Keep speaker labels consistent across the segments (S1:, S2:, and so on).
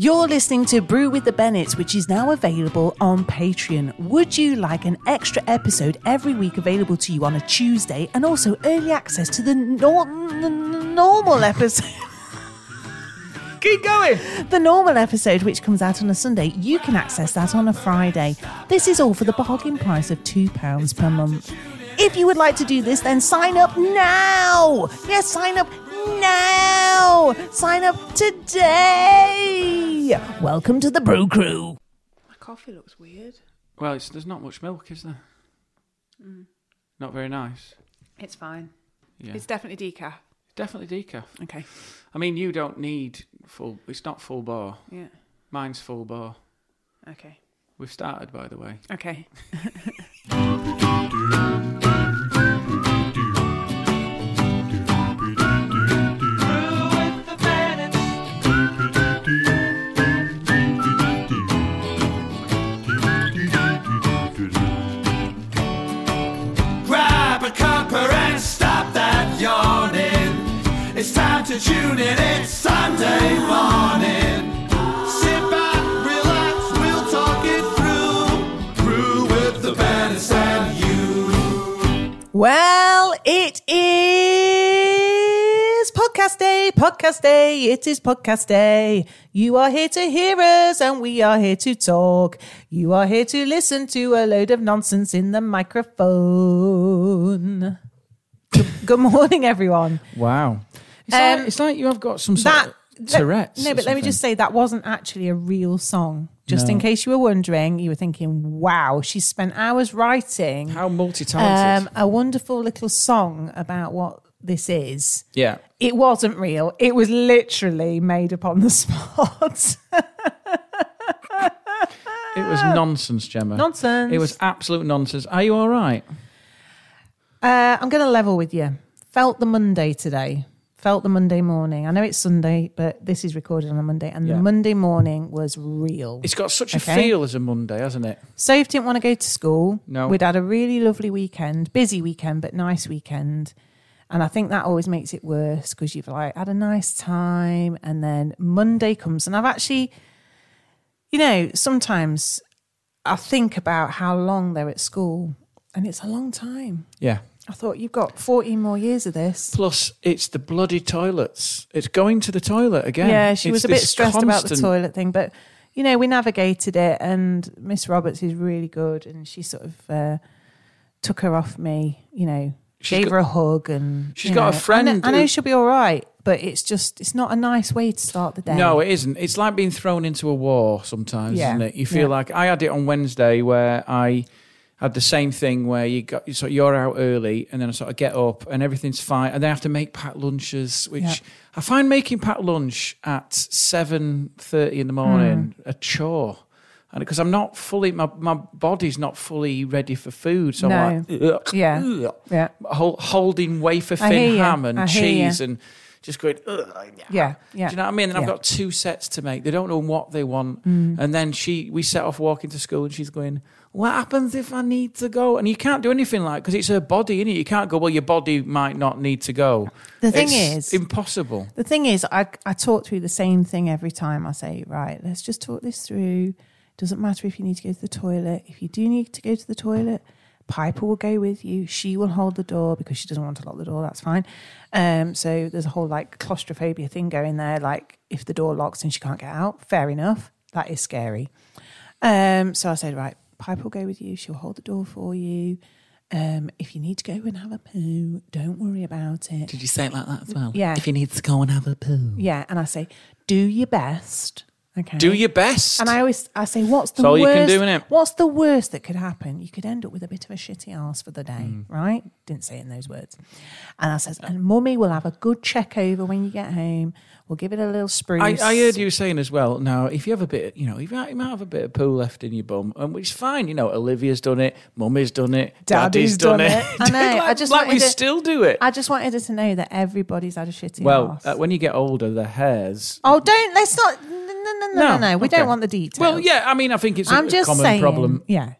S1: You're listening to Brew with the Bennetts, which is now available on Patreon. Would you like an extra episode every week available to you on a Tuesday and also early access to the nor- n- n- normal episode?
S2: Keep going.
S1: The normal episode, which comes out on a Sunday, you can access that on a Friday. This is all for the bargain price of £2 per month. If you would like to do this, then sign up now! Yes, sign up now! Sign up today! Welcome to the Brew Crew.
S3: My coffee looks weird.
S2: Well, it's, there's not much milk, is there? Not very nice.
S3: It's fine.
S2: Yeah,
S3: It's definitely decaf.
S2: definitely decaf.
S3: Okay.
S2: I mean, you don't need full. It's not full bar.
S3: Yeah.
S2: Mine's full bar.
S3: Okay.
S2: We've started, by the way.
S3: Okay.
S4: Grab a cuppa and stop that yawning. It's time to tune in, it's Sunday morning. Sit back, relax, we'll talk it through. Brew with the Bennett and you.
S1: Well, it is podcast day, podcast day. It is podcast day. You are here to hear us and we are here to talk. You are here to listen to a load of nonsense in the microphone. Good, good morning, everyone.
S5: Wow. It's,
S1: Um,
S5: like, it's like you have got some sort of Tourette's.
S1: No,
S5: or
S1: but let me
S5: something.
S1: just say that wasn't actually a real song. Just in
S5: No.
S1: case you were wondering, you were thinking, wow, she spent hours writing
S5: How multi talented.
S1: um, a wonderful little song about what this is.
S5: yeah.
S1: It wasn't real. It was literally made up on the spot.
S5: It was nonsense, Gemma.
S1: uh, Nonsense.
S5: It was absolute nonsense. Are you all right?
S1: Uh, I'm going to level with you. Felt the Monday today. Felt the Monday morning. I know it's Sunday, but this is recorded on a Monday, and
S5: Yeah.
S1: the Monday morning was real.
S5: It's got such a
S1: Okay.
S5: feel as a Monday, hasn't it?
S1: Soph didn't want to go to school.
S5: No.
S1: We'd had a really lovely weekend, busy weekend, but nice weekend. And I think that always makes it worse because you've like had a nice time and then Monday comes. And I've actually, you know, sometimes I think about how long they're at school and it's a long time.
S5: Yeah.
S1: I thought you've got 14 more years of this.
S5: Plus, it's the bloody toilets. It's going to the toilet again.
S1: Yeah, she
S5: It's
S1: was a bit
S5: this
S1: stressed about the
S5: constant-
S1: toilet thing, but you know, we navigated it, and Miss Roberts is really good, and she sort of uh, took her off me. You know,
S5: She's
S1: gave
S5: got-
S1: her a hug, and
S5: she's
S1: you
S5: got
S1: know, I
S5: a
S1: kn- I know,
S5: friend who-
S1: she'll be all right, but it's just it's not a nice way to start the day.
S5: No, it isn't. It's like being thrown into a war sometimes,
S1: Yeah.
S5: isn't it? You feel
S1: Yeah.
S5: like I had it on Wednesday where I had the same thing where you got so you're out early and then I sort of get up and everything's fine and then I have to make packed lunches, which
S1: Yeah.
S5: I find making packed lunch at seven thirty in the morning
S1: Mm.
S5: a chore. And because I'm not fully, my, my body's not fully ready for food, so I'm like, "Ugh,
S1: Yeah.
S5: ugh."
S1: Yeah.
S5: Hol- holding wafer
S1: I hear
S5: thin
S1: ya.
S5: ham and
S1: I hear ya.
S5: cheese and just going, "Ugh,
S1: yeah, yeah.
S5: do you know what I mean? And I've
S1: Yeah.
S5: got two sets to make. They don't know what they want. And then she, we set off walking to school, and she's going, "What happens if I need to go?" And you can't do anything like because it's her body, innit? You can't go. Well, your body might not need to go.
S1: The thing
S5: It's
S1: is-
S5: impossible.
S1: The thing is, I, I talk through the same thing every time. I say, right, let's just talk this through. Doesn't matter if you need to go to the toilet. If you do need to go to the toilet, Piper will go with you. She will hold the door because she doesn't want to lock the door. That's fine. Um, so there's a whole like claustrophobia thing going there. Like if the door locks and she can't get out, fair enough. That is scary. Um, so I said, right, Piper will go with you. She'll hold the door for you. Um, if you need to go and have a poo, don't worry about it.
S5: Did you say it like that as well?
S1: Yeah.
S5: If you need to go and have a poo.
S1: Yeah, and I say, do your best.
S3: Okay.
S5: Do your best.
S3: And I always I say, what's the
S5: It's all
S3: worst?
S5: you can do, innit?
S3: What's the worst that could happen? You could end up with a bit of a shitty ass for the day,
S5: Mm.
S3: right? Didn't say it in those words. And I says, and mummy will have a good check over when you get home. We'll give it a little
S5: I,
S3: spruce.
S5: I heard you saying as well. Now, if you have a bit, you know, if you might, you might have a bit of poo left in your bum, and which is fine. You know, Olivia's done it, Mummy's done it, Daddy's, done, it.
S3: I know.
S5: like,
S3: I just
S5: like we
S3: wanted to-
S5: still do it.
S3: I just wanted her to know that everybody's had a shitty
S5: well,
S3: arse.
S5: uh, when you get older, the hairs.
S3: oh, don't let's not. No, no, no, no, no. We
S5: okay.
S3: don't want the details.
S5: Well, yeah. I mean, I think it's a,
S3: I'm
S5: a
S3: just
S5: common
S3: saying.
S5: problem.
S3: Yeah.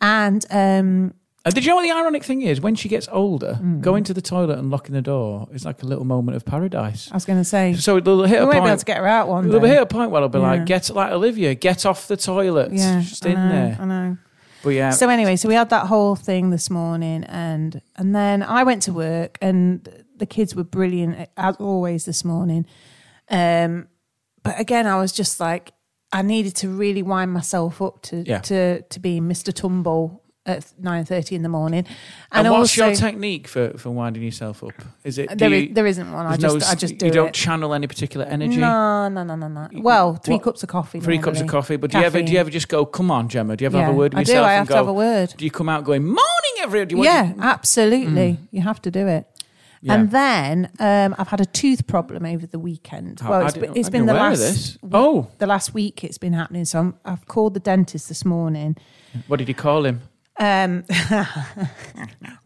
S3: And um,
S5: And did you know what the ironic thing is? When she gets older,
S3: Hmm.
S5: going to the toilet and locking the door is like a little moment of paradise.
S3: I was going to say,
S5: So they'll hit
S3: Oh. we
S5: a
S3: won't
S5: point.
S3: be able to get her out one
S5: they'll
S3: day.
S5: hit a point where I'll be
S3: Yeah.
S5: like, get like Olivia, get off the toilet,
S3: yeah,
S5: just
S3: I
S5: in
S3: know,
S5: there.
S3: I know.
S5: But yeah,
S3: So anyway, so we had that whole thing this morning, and and then I went to work, and the kids were brilliant uh, as always this morning. Um, but again, I was just like, I needed to really wind myself up to
S5: Yeah.
S3: to to be Mister Tumble at nine thirty in the morning.
S5: And, what's your
S3: also-
S5: technique for, for winding yourself up? Is it do
S3: There is-
S5: you-
S3: there isn't one. I
S5: there's
S3: just- I just do
S5: you don't
S3: it.
S5: channel any particular energy.
S3: No, no, no, no, no. Well, three
S5: What-
S3: cups of coffee.
S5: Three cups of
S3: normally.
S5: coffee, but do you ever do you
S3: Caffeine.
S5: ever just go, come on, Gemma? Do you ever have a
S3: Yeah,
S5: word with
S3: I do,
S5: yourself?
S3: I
S5: and
S3: have to have
S5: go-
S3: a word.
S5: Do you come out going, morning, everyone? Do you mm. want
S3: yeah, absolutely. You have to do it.
S5: Yeah.
S3: And then um, I've had a tooth problem over the weekend.
S5: Oh,
S3: well,
S5: I
S3: it's,
S5: didn't-
S3: been- it's
S5: I
S3: been
S5: didn't
S3: the
S5: aware
S3: last
S5: of this. Oh.
S3: the last week it's been happening. So I'm, I've called the dentist this morning.
S5: You, what did you call him?
S3: Um,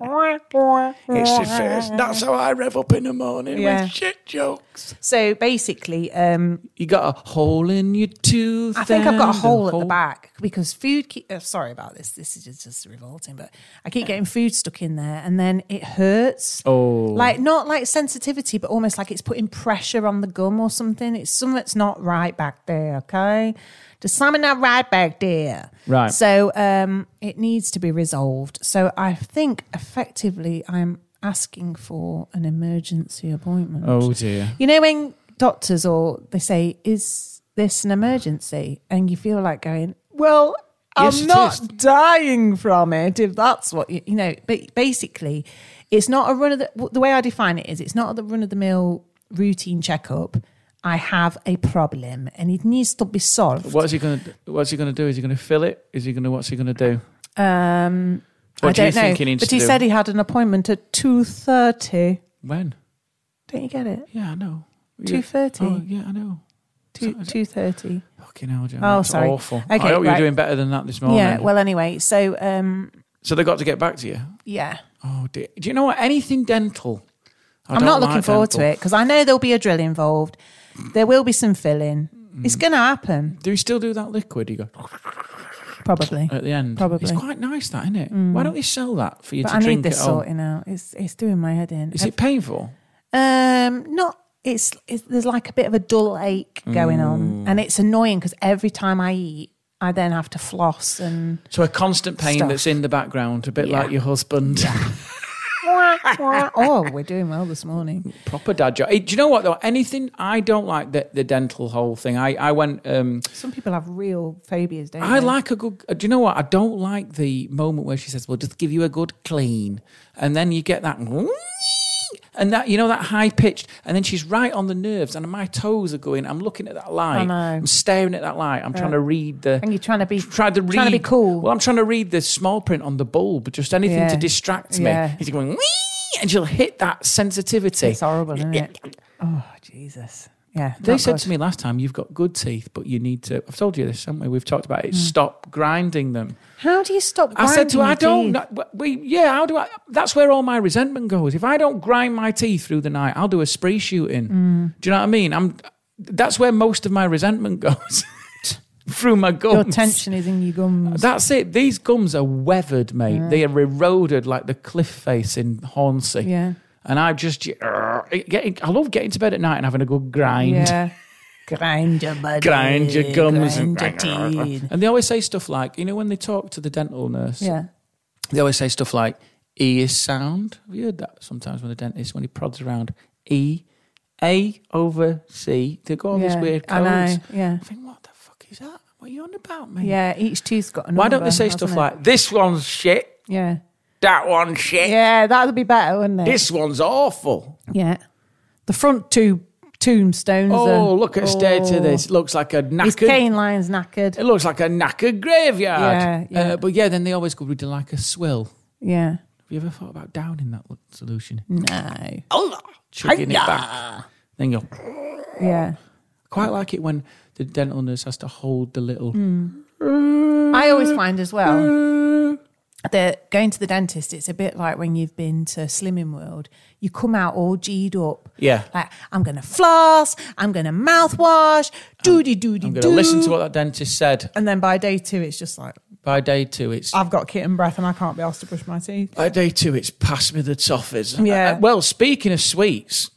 S5: It's the first. That's how I rev up in the morning
S3: Yeah.
S5: with shit jokes.
S3: so basically, um,
S5: You got a hole in your tooth.
S3: I think I've got a
S5: and
S3: hole at the back because food. Keep, uh, sorry about this. This is just, just revolting, but I keep getting food stuck in there, and then it hurts.
S5: Oh.
S3: like not like sensitivity, but almost like it's putting pressure on the gum or something. It's something that's not right back there. Okay, there's something not right back there.
S5: Right.
S3: So um, it needs to be resolved. So I think effectively, I'm asking for an emergency appointment.
S5: Oh dear.
S3: You know when doctors or they say, "Is this an emergency?" and you feel like going, "Well,
S5: Yes,
S3: I'm
S5: it
S3: not
S5: is."
S3: dying from it if that's what you, you know." But basically, it's not a run of the the way I define it is it's not the run of the mill routine checkup. I have a problem and it needs to be solved.
S5: What's he going to What's he going to do? Is he going to fill it? Is he going to What's he going to do?
S3: Um,
S5: What
S3: I
S5: do you
S3: don't know,
S5: think he needs
S3: but
S5: to
S3: he
S5: do?
S3: said he had an appointment at two thirty.
S5: When?
S3: Don't you get it?
S5: Yeah, I know. Yeah.
S3: 2:30.
S5: Oh, yeah, I know.
S3: Two two thirty.
S5: Fucking hell, Jim.
S3: Oh,
S5: that's
S3: sorry.
S5: awful.
S3: Okay,
S5: I hope
S3: right.
S5: you're doing better than that this morning.
S3: Yeah. Well, anyway, so um,
S5: so they got to get back to you.
S3: yeah.
S5: Oh dear. Do you know what? Anything dental. I
S3: I'm
S5: don't
S3: not looking
S5: like
S3: forward to
S5: dental.
S3: it because I know there'll be a drill involved. There will be some filling.
S5: Mm.
S3: It's going to happen,
S5: Do you still do that liquid? You go
S3: probably.
S5: at the end.
S3: Probably. Mm.
S5: It's quite nice, that isn't it? Why don't they sell that for you
S3: But
S5: to
S3: I
S5: drink
S3: need this
S5: at home?
S3: sorting out. It's it's doing my head in.
S5: Is it painful?
S3: Um, not. It's, it's there's like a bit of a dull ache going
S5: Mm.
S3: on, and it's annoying because every time I eat, I then have to floss and
S5: So a constant pain
S3: Stuff.
S5: that's in the background, a bit
S3: Yeah.
S5: like your husband.
S3: oh, we're doing well this morning.
S5: Proper dad joke. Hey, Do you know what though? Anything I don't like the, the dental whole thing. I I went. Um,
S3: Some people have real phobias, don't
S5: I
S3: they?
S5: like a good. uh, Do you know what? I don't like the moment where she says, "We'll just give you a good clean," and then you get that, and that you know that high pitched, and then she's right on the nerves, and my toes are going. I'm looking at that light.
S3: know.
S5: I'm staring at that light. I'm trying to read the.
S3: And you're trying to be-
S5: trying to read,
S3: trying to be cool.
S5: Well, I'm trying to read the small print on the bulb, just anything
S3: Yeah.
S5: to distract
S3: Yeah.
S5: me. He's going. "Wee!" And she'll hit that sensitivity.
S3: It's horrible, isn't it? Oh Jesus! Yeah,
S5: They
S3: not
S5: said
S3: good.
S5: to me last time, "You've got good teeth, but you need to." I've told you this, haven't we? We've talked about it.
S3: Mm.
S5: Stop grinding them.
S3: "How do you stop?"
S5: I said to her,
S3: grinding
S5: "I
S3: your
S5: don't.
S3: teeth?"
S5: know- we, yeah, how do I? That's where all my resentment goes. If I don't grind my teeth through the night, I'll do a spree shooting.
S3: Mm.
S5: Do you know what I mean? I'm. That's where most of my resentment goes through my gums.
S3: Your tension is in your gums.
S5: That's it. These gums are weathered, mate. They are eroded like the cliff face in Hornsey.
S3: Yeah.
S5: And I just, it- getting, I love getting to bed at night and having a good grind.
S3: Yeah. Grind your body.
S5: grind your gums and
S3: grind your teeth.
S5: And they always say stuff like, you know, when they talk to the dental nurse,
S3: Yeah.
S5: they always say stuff like E is sound. Have you heard that sometimes when the dentist, when he prods around E, A over C, they go all these
S3: Yeah,
S5: weird
S3: I
S5: codes.
S3: know, yeah.
S5: I think, what the fuck is that? What are you on about, mate?
S3: Yeah. Each tooth's got a number.
S5: Why don't they say
S3: hasn't
S5: stuff
S3: it?
S5: like, this one's shit,
S3: Yeah.
S5: that one's shit,
S3: Yeah, that would be better, wouldn't it?
S5: this one's awful?
S3: yeah. The front two tombstones.
S5: Oh,
S3: are-
S5: look at state
S3: Oh.
S5: to this. Looks like a
S3: His
S5: knackered.
S3: cane line's knackered.
S5: It looks like a knackered graveyard.
S3: Yeah, yeah.
S5: Uh, but yeah, then they always go with like a swill.
S3: Yeah.
S5: Have you ever thought about downing that lo- solution?
S3: No.
S5: Chugging it back. Then you go,
S3: Yeah.
S5: quite like it when the dental nurse has to hold the little.
S3: Hmm. I always find as well that going to the dentist, it's a bit like when you've been to Slimming World. You come out all G'd up.
S5: Yeah.
S3: Like, I'm going to floss, I'm going to mouthwash, doody doody
S5: I'm
S3: doo.
S5: going to listen to what that dentist said.
S3: And then by day two, it's just like,
S5: By day two, it's
S3: I've got kitten breath and I can't be asked to brush my teeth.
S5: by day two, it's pass me the toffees.
S3: Yeah. Hmm.
S5: Uh, well, speaking of sweets,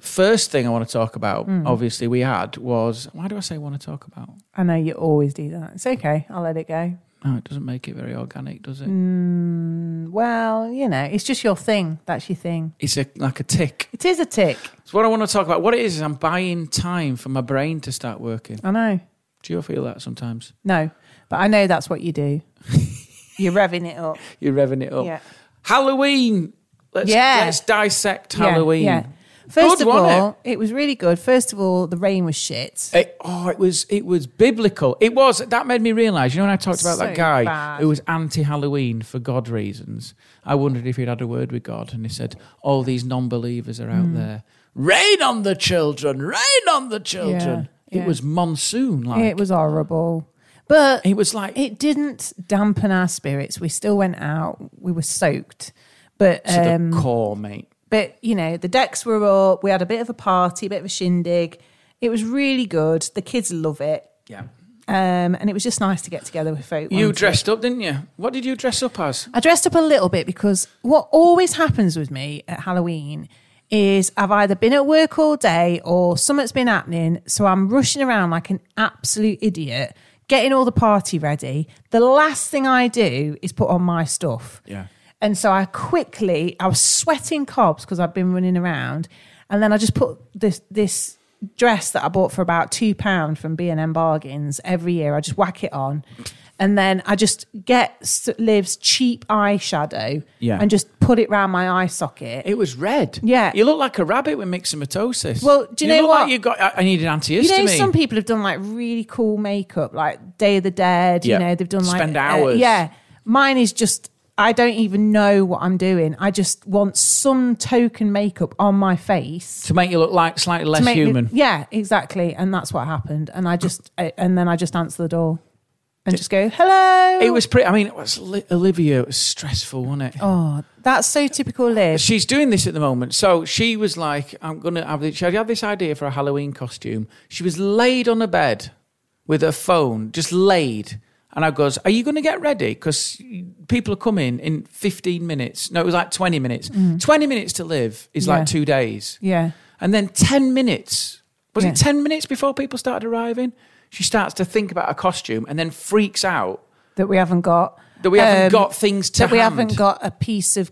S5: first thing I want to talk about, obviously, we had was why do I say want to talk about?
S3: I know you always do that. It's okay. I'll let it go.
S5: No, it doesn't make it very organic, does it?
S3: Hmm. Well, you know, it's just your thing. That's your thing.
S5: It's a like a tick.
S3: It is a tick.
S5: So what I want to talk about, what it is, is I'm buying time for my brain to start working.
S3: I know.
S5: Do you feel that sometimes?
S3: No, but I know that's what you do. You're revving it up.
S5: You're revving it up.
S3: Yeah.
S5: Halloween. Let's,
S3: Yeah.
S5: let's dissect Halloween.
S3: Yeah. First
S5: Good,
S3: of
S5: wasn't
S3: all, it? was really good. First of all, the rain was shit.
S5: It, oh, it was it was biblical. It was that made me realise. You know, when I talked about that
S3: So
S5: guy
S3: bad.
S5: who was anti-Halloween for God reasons, I wondered if he'd had a word with God, and he said, "All these non-believers are out
S3: Mm.
S5: there. Rain on the children. Rain on the children."
S3: Yeah, yeah.
S5: It was monsoon. Like
S3: it was horrible. But
S5: It was like
S3: it didn't dampen our spirits. We still went out. We were soaked. But
S5: to the
S3: um,
S5: core, mate.
S3: but you know, the decks were up. We had a bit of a party, a bit of a shindig. It was really good. The kids love it.
S5: Yeah.
S3: Um, and it was just nice to get together with folk.
S5: You
S3: wasn't it?
S5: dressed up, didn't you? What did you dress up as?
S3: I dressed up a little bit because what always happens with me at Halloween is I've either been at work all day or something's been happening. So I'm rushing around like an absolute idiot, getting all the party ready. The last thing I do is put on my stuff.
S5: Yeah.
S3: And so I quickly, I was sweating cobs because I'd been running around. And then I just put this, this, dress that I bought for about two pound from B&M bargains every year. I just whack it on. And then I just get S- Liv's cheap eyeshadow
S5: Yeah.
S3: and just put it round my eye socket.
S5: It was red.
S3: Yeah.
S5: You look like a rabbit with myxomatosis.
S3: Well, do you know
S5: look
S3: what?
S5: Like you got. I, I needed antihistamine.
S3: you know, some people have done like really cool makeup, like Day of the Dead.
S5: Yeah.
S3: You know, they've done like uh,
S5: Spend hours.
S3: yeah, mine is just I don't even know what I'm doing. I just want some token makeup on my face
S5: to make you look like slightly less
S3: to make me-
S5: human.
S3: yeah, exactly. And that's what happened. And I just I, and then I just answer the door and just go hello.
S5: It was pretty. I mean, it was li- Olivia. It was stressful, wasn't it?
S3: oh, that's so typical Liv.
S5: She's doing this at the moment. So she was like, "I'm gonna have this." She had this idea for a Halloween costume. She was laid on a bed with her phone, just laid. And I goes, "Are you gonna get ready? Because people are coming in 15 minutes. No, it was like 20 minutes. 20 minutes to live is
S3: Mm. Yeah.
S5: like two days.
S3: Yeah.
S5: And then 10 minutes, was
S3: Yeah.
S5: it 10 minutes before people started arriving? She starts to think about her costume and then freaks out
S3: That we haven't got
S5: That we haven't
S3: um,
S5: got things to
S3: that we
S5: hand.
S3: haven't got a piece of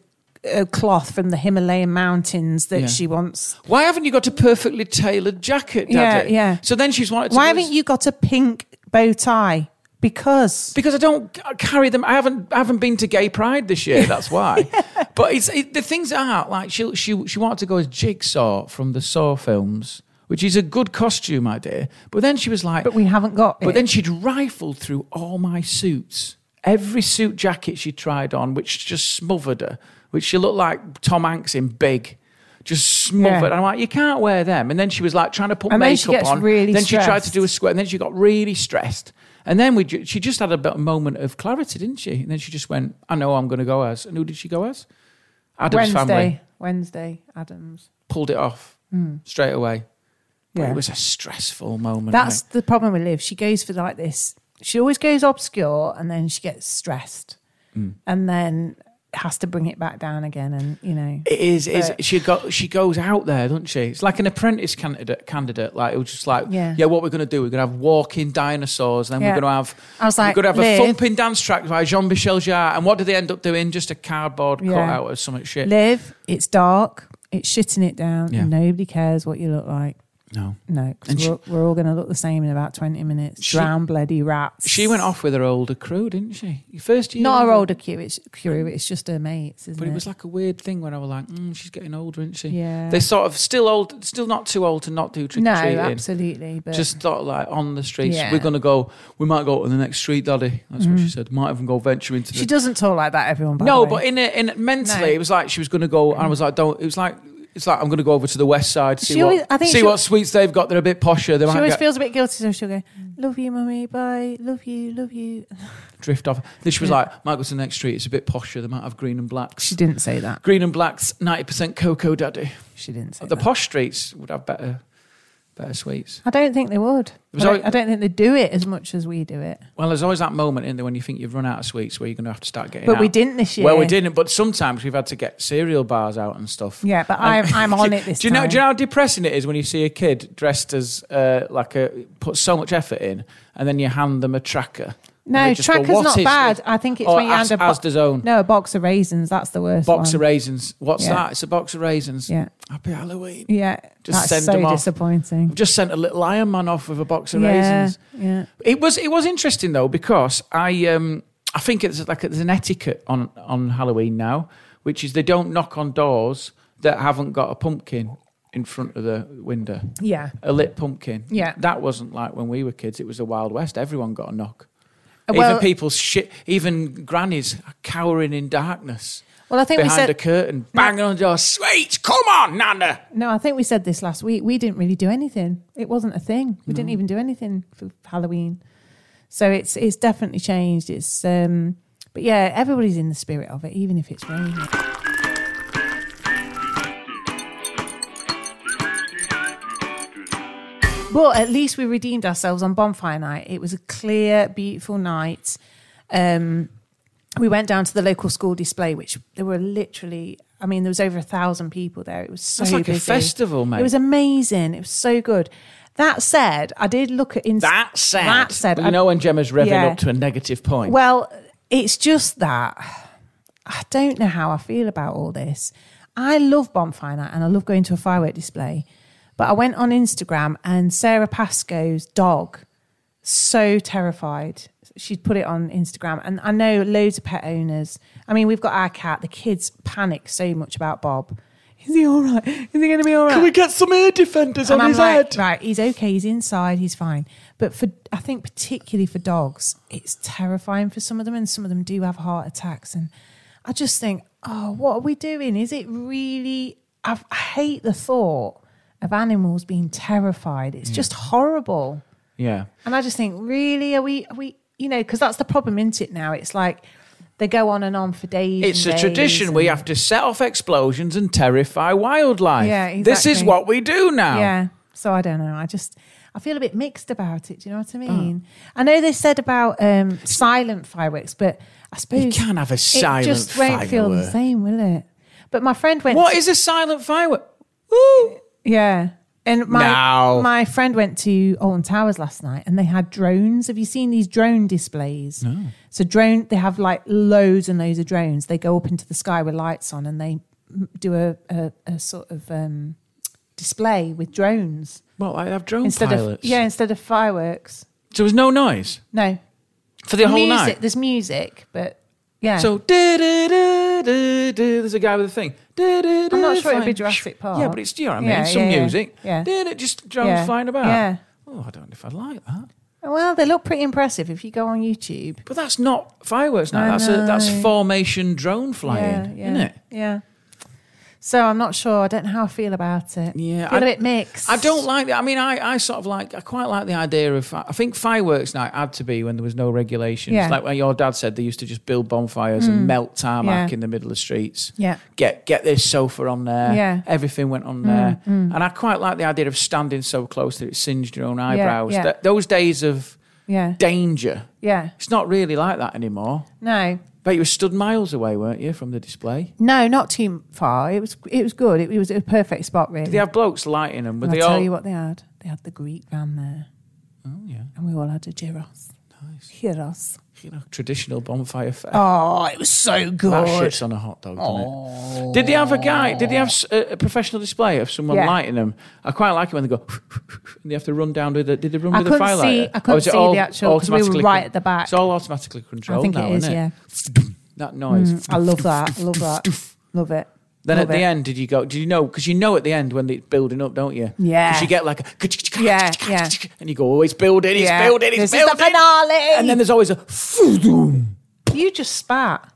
S3: uh, cloth from the Himalayan mountains that
S5: Yeah.
S3: she wants.
S5: Why haven't you got a perfectly tailored jacket, Daddy?
S3: Yeah, yeah.
S5: So then she's wanted to.
S3: Why
S5: go-
S3: haven't you got a pink bow tie? Because
S5: Because I don't c- carry them. I haven't. I haven't been to Gay Pride this year. That's why. But it's it, the things are like she she she wanted to go as Jigsaw from the Saw films, which is a good costume idea. But then she was like,
S3: but we haven't got.
S5: But
S3: it.
S5: then she'd rifled through all my suits, every suit jacket she tried on, which just smothered her, which she looked like Tom Hanks in Big. Just smothered.
S3: Yeah.
S5: And I'm like, you can't wear them. And then she was like trying to put
S3: And then
S5: makeup
S3: she gets
S5: on.
S3: really
S5: then she tried to
S3: stressed.
S5: do a square. And then she got really stressed. And then we, ju- she just had a bit- moment of clarity, didn't she? And then she just went, I know who I'm going to go as. And who did she go as? Adam's
S3: Wednesday,
S5: family
S3: Wednesday, Adams.
S5: pulled it off straight away. But
S3: Hmm. Yeah.
S5: It was a stressful moment.
S3: That's
S5: mate.
S3: the problem with Liv. She goes for like this. She always goes obscure and then she gets stressed
S5: Mm.
S3: and then has to bring it back down again. And, you know,
S5: It is. It is. She go, She goes out there, doesn't she? It's like an apprentice candidate. Candidate. Like it was just like,
S3: Yeah.
S5: yeah. what we're going to do? We're going to have walking dinosaurs. Then
S3: Yeah.
S5: we're going to have.
S3: I was like,
S5: we're going to have
S3: Liv-
S5: a thumping dance track by Jean Michel Jarre. And what do they end up doing? Just a cardboard
S3: Yeah.
S5: cutout or something shit.
S3: Liv, it's dark, it's shitting it down,
S5: Yeah.
S3: and nobody cares what you look like.
S5: No.
S3: No, 'cause
S5: And she-
S3: we're, we're all going to look the same in about 20 minutes.
S5: She-
S3: Drown bloody rats.
S5: She went off with her older crew, didn't she? Your First year.
S3: Not her older crew, it's, crew, it's just her mates, isn't
S5: But it was like a weird thing when I was like, mm, she's getting older, isn't she?
S3: Yeah.
S5: They sort of still old, still not too old to not do trick
S3: no,
S5: or treating.
S3: absolutely. But
S5: Just thought like on the streets,
S3: Yeah. Mm.
S5: we're gonna go. We might go to the next street, Daddy. That's what she said. Might even go venture into.
S3: she
S5: the,
S3: doesn't talk like that, everyone. By
S5: no,
S3: the
S5: but
S3: way.
S5: in it, in mentally,
S3: No.
S5: it was like she was gonna go, and I was like, don't. It was like it's like I'm gonna go over to the west side, see
S3: She
S5: what
S3: always- I think
S5: see
S3: she-
S5: what sweets they've got. They're a bit posher. They
S3: she
S5: might
S3: always
S5: get,
S3: feels a bit guilty, so she'll go,
S5: Mm.
S3: Love you, mummy, bye, love you, love you.
S5: drift off. Then she was like, might go to the next street. It's a bit posher. They might have green and blacks.
S3: She didn't say that.
S5: Green and blacks, ninety percent cocoa, Daddy.
S3: She didn't say
S5: The
S3: that.
S5: posh streets would have better, better sweets.
S3: I don't think they would. I
S5: was
S3: don't,
S5: always-
S3: I don't think they do it as much as we do it.
S5: Well, there's always that moment in there when you think you've run out of sweets where you're going to have to start getting.
S3: But we
S5: out.
S3: didn't this year.
S5: Well, we didn't, but sometimes we've had to get cereal bars out and stuff.
S3: Yeah, but I'm, I'm on it this
S5: do you know?
S3: time.
S5: Do you know how depressing it is when you see a kid dressed as uh, like a put so much effort in, and then you hand them a tracker. and
S3: No,
S5: they just go,
S3: tracker's
S5: "What
S3: not
S5: is
S3: bad.
S5: this?"
S3: I think it's
S5: Or
S3: when you
S5: As-
S3: hand a bo-
S5: Asda's own.
S3: No, a box of raisins. That's the worst.
S5: Box of
S3: one.
S5: raisins. What's
S3: Yeah.
S5: that? It's a box of raisins.
S3: Yeah.
S5: Happy Halloween.
S3: Yeah,
S5: Just
S3: that's
S5: send
S3: so
S5: them off.
S3: disappointing.
S5: I've just sent a little Iron Man off with a box of
S3: yeah,
S5: raisins.
S3: yeah.
S5: It was it was interesting though because I um I think it's like there's an etiquette on on Halloween now, which is they don't knock on doors that haven't got a pumpkin in front of the window,
S3: Yeah.
S5: a lit pumpkin.
S3: Yeah.
S5: that wasn't like when we were kids. It was the Wild West. Everyone got a knock.
S3: Uh, well-
S5: even people shit, even grannies are cowering in darkness.
S3: Well, I think we
S5: behind
S3: said
S5: a curtain, banging on the door. Sweet, come on, Nana.
S3: no. I think we said this last week. We didn't really do anything. It wasn't a thing. We didn't even do anything for Halloween. So it's it's definitely changed. It's um, but yeah, everybody's in the spirit of it, even if it's raining. But at least we redeemed ourselves on bonfire night. It was a clear, beautiful night. Um, we went down to the local school display, which there were literally, I mean, there was over a thousand people there. It was so
S5: That's like a
S3: busy.
S5: festival, mate.
S3: It was amazing. It was so good. That said, I did look at Insta.
S5: That said,
S3: That said,
S5: you
S3: I-
S5: know when Gemma's revving
S3: Yeah.
S5: up to a negative point.
S3: well, it's just that I don't know how I feel about all this. I love bonfire night and I love going to a firework display, but I went on Instagram and Sarah Pascoe's dog so terrified. She'd put it on Instagram, and I know loads of pet owners. I mean, we've got our cat. The kids panic so much about Bob. Is he all right? Is he going to be all right?
S5: Can we get some air defenders on
S3: And I'm
S5: his
S3: like,
S5: head?
S3: right, he's okay, he's inside, he's fine. But for I think particularly for dogs, it's terrifying for some of them, and some of them do have heart attacks. And I just think, oh, what are we doing? Is it really? I've, I hate the thought of animals being terrified. It's just horrible.
S5: Yeah.
S3: And I just think, really, are we? Are we? You know, because that's the problem, isn't it? Now it's like they go on and on for days.
S5: It's a
S3: and days
S5: tradition. We
S3: and-
S5: have to set off explosions and terrify wildlife.
S3: Yeah,
S5: This is
S3: exactly.
S5: what we do now.
S3: Yeah. So I don't know. I just I feel a bit mixed about it. Do you know what I
S5: Oh.
S3: mean? I know they said about um, silent fireworks, but I suppose
S5: can't have a
S3: It
S5: silent
S3: just won't feel the
S5: firework.
S3: same, will it? But my friend went.
S5: What is a silent firework? Woo!
S3: Yeah. And my
S5: No.
S3: my friend went to Alton Towers last night and they had drones. Have you seen these drone displays? So drone they have like loads and loads of drones. They go up into the sky with lights on and they m- do a, a, a sort of um, display with drones.
S5: Well, I have drone
S3: instead
S5: pilots.
S3: of yeah, instead of fireworks.
S5: So there was no noise
S3: No,
S5: for the whole
S3: music.
S5: night.
S3: There's music, but yeah.
S5: So du-du-du-du-du, there's a guy with a thing. Du-du-du,
S3: I'm not sure it'd be
S5: flying.
S3: Jurassic Park.
S5: Yeah, but it's do you know what I mean?
S3: Yeah,
S5: Some
S3: yeah, yeah.
S5: music.
S3: Yeah.
S5: Du-du, just drones
S3: Yeah.
S5: flying about.
S3: Yeah.
S5: Oh, I don't know if I'd like that.
S3: well, they look pretty impressive if you go on YouTube.
S5: But that's not fireworks
S3: I
S5: now. That's a, that's
S3: know.
S5: formation drone flying,
S3: yeah, yeah,
S5: isn't it?
S3: Yeah. So I'm not sure. I don't know how I feel about it.
S5: Yeah,
S3: feel a
S5: I-
S3: bit mixed.
S5: I don't like that. I mean, I, I sort of like, I quite like the idea of, I think fireworks night had to be when there was no regulations.
S3: Yeah. Mm.
S5: Like when your dad said they used to just build bonfires and melt tarmac
S3: Yeah.
S5: in the middle of streets.
S3: Yeah.
S5: Get get this sofa on there.
S3: Yeah. Mm,
S5: Everything went on there. And I quite like the idea of standing so close that it singed your own eyebrows.
S3: yeah.
S5: That- those days of
S3: Yeah.
S5: danger,
S3: yeah.
S5: it's not really like that anymore.
S3: No.
S5: But you were stood miles away, weren't you, from the display?
S3: No, not too far. It was. It was good. It, it was a perfect spot, really.
S5: Did they have blokes lighting them? Were
S3: And
S5: they
S3: I'll
S5: all?
S3: tell you what they had. They had the Greek van there. Oh yeah. And we all had a gyros. Gyros.
S5: You know, traditional bonfire fare.
S3: Oh, it was so good. Oh.
S5: That shits on a hot dog, doesn't it? Did they have a guy? Did they have s- a, a professional display of someone
S3: Yeah.
S5: lighting them? I quite like it when they go and they have to run down with it. Did they run
S3: I
S5: with a
S3: couldn't
S5: fire
S3: see-
S5: lighter?
S3: I couldn't
S5: Or is it
S3: see
S5: all
S3: the actual- 'cause we were
S5: automatically
S3: right
S5: con-
S3: at the back.
S5: It's all automatically controlled
S3: I think
S5: now,
S3: it is,
S5: isn't it?
S3: yeah.
S5: That noise.
S3: I love that. I love that. Love it.
S5: Then at
S3: love
S5: the
S3: it.
S5: end, did you go? Did you know? Because you know at the end when they're building up, don't you?
S3: Yeah.
S5: 'Cause you get like a
S3: Yeah, yeah.
S5: and you go, oh, it's building, it's
S3: Yeah.
S5: building, it's
S3: This is the
S5: building.
S3: finale.
S5: And then there's always a. Well,
S3: You just spat.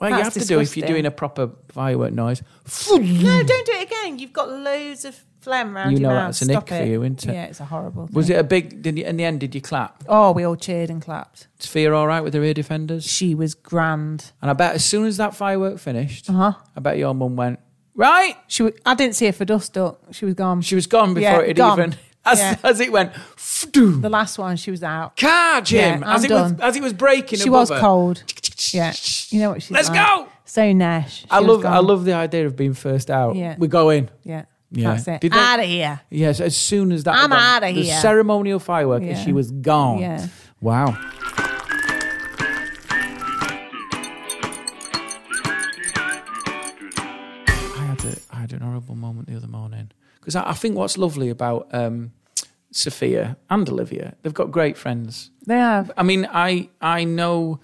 S5: you have
S3: That's
S5: to do if you're
S3: disgusting.
S5: doing a proper firework noise.
S3: No, don't do it again. You've got loads of phlegm round
S5: You
S3: your
S5: know
S3: mouth.
S5: that's an
S3: Stop
S5: ick for you, isn't it?
S3: Yeah, it's a horrible.
S5: Was
S3: thing.
S5: it a big? Did you, in the end, did you clap?
S3: Oh, we all cheered and clapped.
S5: Sphere all right with the rear defenders?
S3: She was grand.
S5: And I bet as soon as that firework finished,
S3: Uh-huh.
S5: I bet your mum went right.
S3: She, was, I didn't see her for dust up. She was gone.
S5: She was gone before
S3: Yeah,
S5: it had
S3: gone.
S5: even. As,
S3: Yeah.
S5: as it went, "Fdoo."
S3: the last one. She was out.
S5: Card him
S3: Yeah,
S5: as
S3: I'm
S5: it was
S3: done.
S5: as it was breaking.
S3: She was
S5: above her.
S3: cold. Yeah, you know what she's.
S5: Let's
S3: like.
S5: go!
S3: So Nash. She
S5: I
S3: was
S5: love I
S3: gone.
S5: love the idea of being first out.
S3: Yeah.
S5: We go in.
S3: Yeah,
S5: Yeah.
S3: that's it.
S5: Did they-
S3: Out of here.
S5: Yes, as soon as that
S3: I'm
S5: was on,
S3: outta
S5: the
S3: here.
S5: ceremonial firework and
S3: Yeah.
S5: she was gone.
S3: Yeah.
S5: Wow. I had a, I had an horrible moment the other morning because I, I think what's lovely about um, Sophia and Olivia, they've got great friends.
S3: They have.
S5: I mean, I I know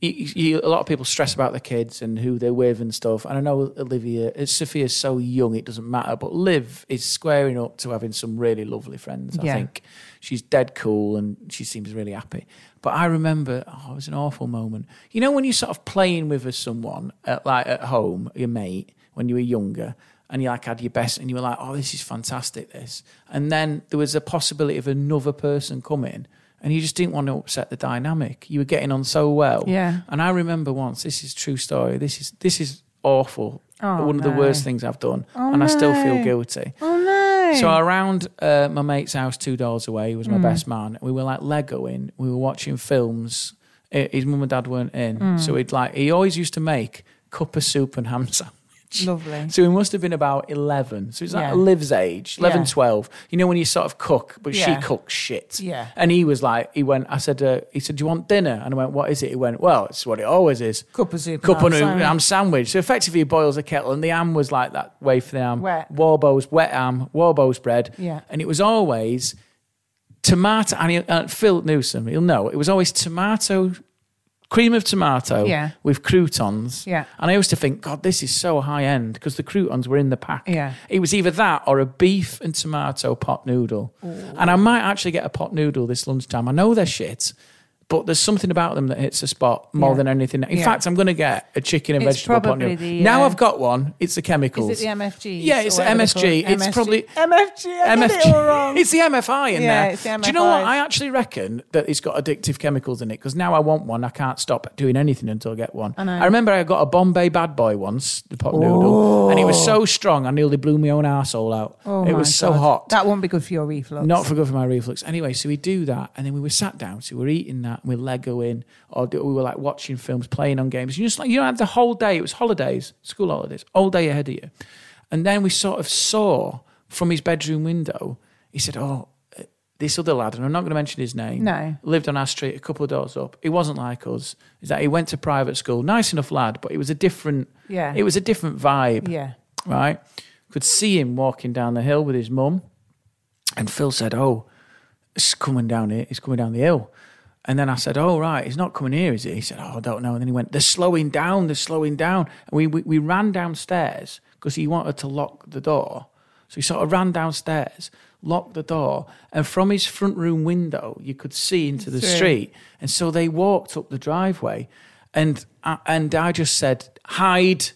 S5: you, you, a lot of people stress about the kids and who they're with and stuff. And I know Olivia, uh, Sophia's so young, it doesn't matter. But Liv is squaring up to having some really lovely friends. I
S3: Yeah.
S5: think she's dead cool and she seems really happy. But I remember, oh, it was an awful moment. You know, when you're sort of playing with someone at, like at home, your mate, when you were younger. And you like had your best, and you were like, "Oh, this is fantastic!" This, and then there was a possibility of another person coming, and you just didn't want to upset the dynamic. You were getting on so well,
S3: Yeah.
S5: and I remember once, this is true story. This is this is awful. One of the
S3: Oh, no. Oh,
S5: worst things I've done, and I still feel
S3: no.
S5: guilty.
S3: Oh no. Mm.
S5: So around uh, my mate's house, two doors away, he was my best man. We were like Legoing. We were watching films. Eh, His mum and dad weren't in,
S3: Mm.
S5: so he'd like he always used to make cup of soup and ham sandwich.
S3: Lovely.
S5: So he must have been about 11. So he's like
S3: Yeah.
S5: Liv's age, 11,
S3: Yeah.
S5: 12. You know, when you sort of cook, but
S3: Yeah.
S5: she cooks shit.
S3: Yeah.
S5: And he was like, he went, I said, uh, he said, do you want dinner? And I went, what is it? He went, well, it's what it always is.
S3: Cup of soup
S5: Cup
S3: and
S5: of ham,
S3: ham sandwich.
S5: sandwich. So effectively, he boils a kettle, and the ham was like that way for the ham.
S3: Wet.
S5: Warbo's wet ham, Warbo's bread.
S3: Yeah.
S5: And it was always tomato, and he, uh, Phil Newsom, he'll know, it was always tomato, cream of tomato
S3: Yeah.
S5: with croutons.
S3: Yeah.
S5: And I used to think, God, this is so high end because the croutons were in the pack.
S3: Yeah.
S5: It was either that or a beef and tomato pot noodle. And I might actually get a pot noodle this lunchtime. I know they're shit, but there's something about them that hits a spot more
S3: Yeah.
S5: than anything. In
S3: Yeah.
S5: fact, I'm going to get a chicken and
S3: It's
S5: vegetable pot
S3: probably
S5: noodle.
S3: the,
S5: now
S3: uh,
S5: I've got one. It's the chemicals.
S3: Is it the MFG?
S5: Yeah, it's the MSG. It's probably
S3: MFG. I did it all
S5: MFG.
S3: wrong.
S5: It's the MFI in
S3: Yeah,
S5: there.
S3: it's the
S5: Do you know what?
S3: MFIs.
S5: I actually reckon that it's got addictive chemicals in it because now I want one. I can't stop doing anything until I get one. I, remember I got a Bombay Bad Boy once, the pot noodle, and it was so strong I nearly blew my own arsehole out.
S3: Oh
S5: it
S3: my
S5: was so
S3: God.
S5: hot.
S3: That won't be good for your reflux.
S5: Not for good for my reflux. Anyway, so we do that, and then we were sat down, so we were eating that, and we we're legoing, or do- we were like watching films, playing on games. You just like you had the whole day. It was holidays, school holidays, all day ahead of you. And then we sort of saw from his bedroom window. He said, "Oh, uh, this other lad," and I'm not going to mention his name.
S3: No.
S5: lived on our street, a couple of doors up. He wasn't like us. Is that he went to private school? Nice enough lad, but it was a different.
S3: Yeah.
S5: it was a different vibe
S3: Yeah.
S5: right? Could see him walking down the hill with his mum. And Phil said, Oh, it's coming down here. He's coming down the hill. And then I said, Oh, right, he's not coming here, is he? He said, Oh, I don't know. And then he went, They're slowing down, they're slowing down. And we, we, we ran downstairs because he wanted to lock the door. So he sort of ran downstairs, locked the door, and from his front room window, you could see into the street. And so they walked up the driveway, and I, and I just said, Hide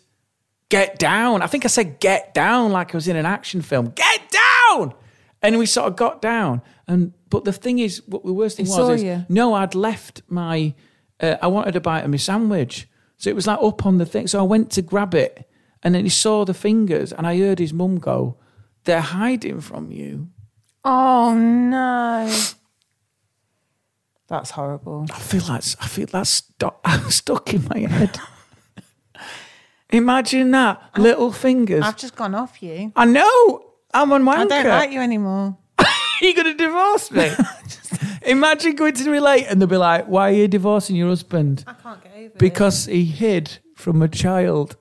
S5: get down. I think I said get down like I was in an action film. Get down. And we sort of got down. And but the thing is, what the worst thing
S3: They
S5: was
S3: saw
S5: is
S3: you.
S5: no, I'd left my. Uh, I wanted a bite of my sandwich, so it was like up on the thing. So I went to grab it, and then he saw the fingers, and I heard his mum go, "They're hiding from you."
S3: Oh no. That's horrible.
S5: I feel that's I feel that's stuck, stuck in my head. Imagine that little fingers.
S3: I've just gone off you.
S5: I know. I'm on my
S3: I don't like you anymore.
S5: Are you going to divorce me? Imagine going to relate and they'll be like, why are you divorcing your husband?
S3: I can't get over
S5: Because he hid from a child.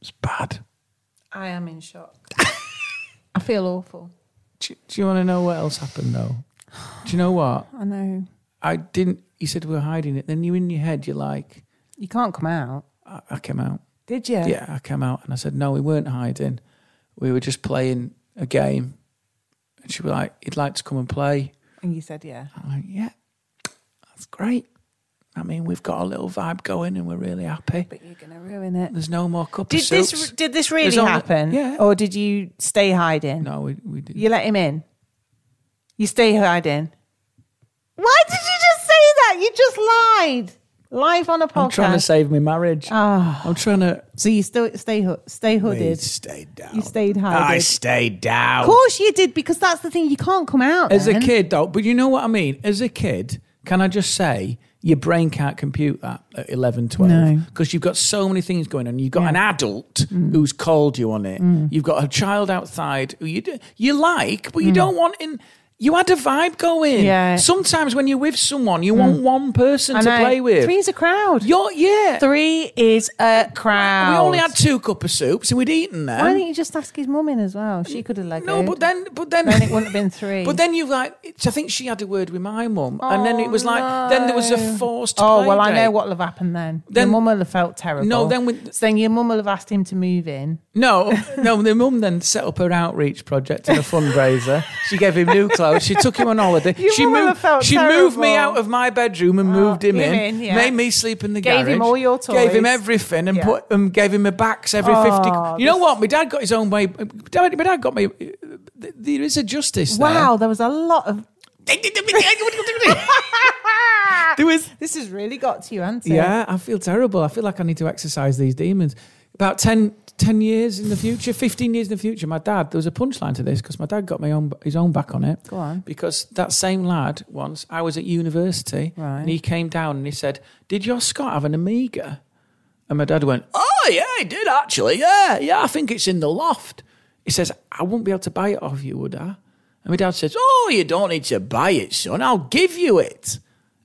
S5: It's bad.
S3: I am in shock. I feel awful.
S5: Do, do you want to know what else happened though? Do you know what?
S3: I know.
S5: I didn't. You said we were hiding it. Then you in your head, you're like,
S3: You can't come out.
S5: I, I came out.
S3: Did you?
S5: Yeah, I came out and I said, no, we weren't hiding. We were just playing a game. And she was like, you'd like to come and play.
S3: And you said, yeah.
S5: I'm like, yeah, that's great. I mean, we've got a little vibe going and we're really happy.
S3: But you're going to ruin it.
S5: There's no more cup
S3: Did
S5: of
S3: this,
S5: soups.
S3: did this really
S5: There's only-
S3: happen?
S5: Yeah.
S3: Or did you stay hiding?
S5: no, we, we did.
S3: You let him in. You stay hiding. Why did you just say that? You just lied. Live on a podcast.
S5: I'm trying to save my marriage.
S3: Ah.
S5: I'm trying to.
S3: so you still stay ho- stay hooded.
S5: stayed down.
S3: You stayed hiding.
S4: I stayed down.
S3: of course you did because that's the thing. You can't come out
S5: As a
S3: then.
S5: kid, though, but you know what I mean? As a kid, can I just say, your brain can't compute that at 11, 12.
S3: No.
S5: Because you've got so many things going on. You've got
S3: Yeah. Mm.
S5: an adult who's called you on it. You've got a child outside who you, do, you like, but you don't want in. You had a vibe going.
S3: Mm. Yeah. Mm.
S5: Sometimes when you're with someone, you want one person
S3: I
S5: to
S3: know.
S5: play with.
S3: Three's a crowd.
S5: You're, yeah.
S3: Three is a crowd.
S5: We only had two cup of soups and we'd eaten them.
S3: Why didn't you just ask his mum in as well? She could have let
S5: No,
S3: go.
S5: but then, but then,
S3: Then it wouldn't have been three.
S5: But then you like, it's, I think she had a word with my mum, and then it was like, then there was a forced.
S3: Oh
S5: play
S3: well, I
S5: date.
S3: know what will have happened then.
S5: Then-
S3: your mum will have felt terrible.
S5: No, then with-
S3: so then your mum will have asked him to move in.
S5: No, no, the mum then set up her outreach project and a fundraiser. she gave him new clothes. She took him on holiday.
S3: Your
S5: she
S3: mum will
S5: moved.
S3: have felt
S5: she moved me
S3: terrible.
S5: out of my bedroom and moved him,
S3: him
S5: in.
S3: in, yeah.
S5: Made me sleep in the
S3: Gave
S5: garage.
S3: him all your
S5: Gave him
S3: toys.
S5: everything and
S3: Yeah.
S5: put um, gave him a backs every
S3: Oh,
S5: fifty. You know
S3: this-
S5: what? My dad got his own way. My dad my dad got me. uh, There is a justice. there.
S3: Wow, there was a lot of.
S5: There was
S3: This has really got to you, Auntie.
S5: Yeah, I feel terrible. I feel like I need to exercise these demons. About 10, 10 years in the future, 15 years in the future, my dad, there was a punchline to this because my dad got my own, his own back on it.
S3: Go on.
S5: Because that same lad once, I was at university
S3: Right.
S5: and he came down and he said, Did your Scott have an Amiga? And my dad went, Oh, yeah, he did actually. Yeah, yeah, I think it's in the loft. He says, I wouldn't be able to buy it off you, would I? And my dad says, Oh, you don't need to buy it, son. I'll give you it.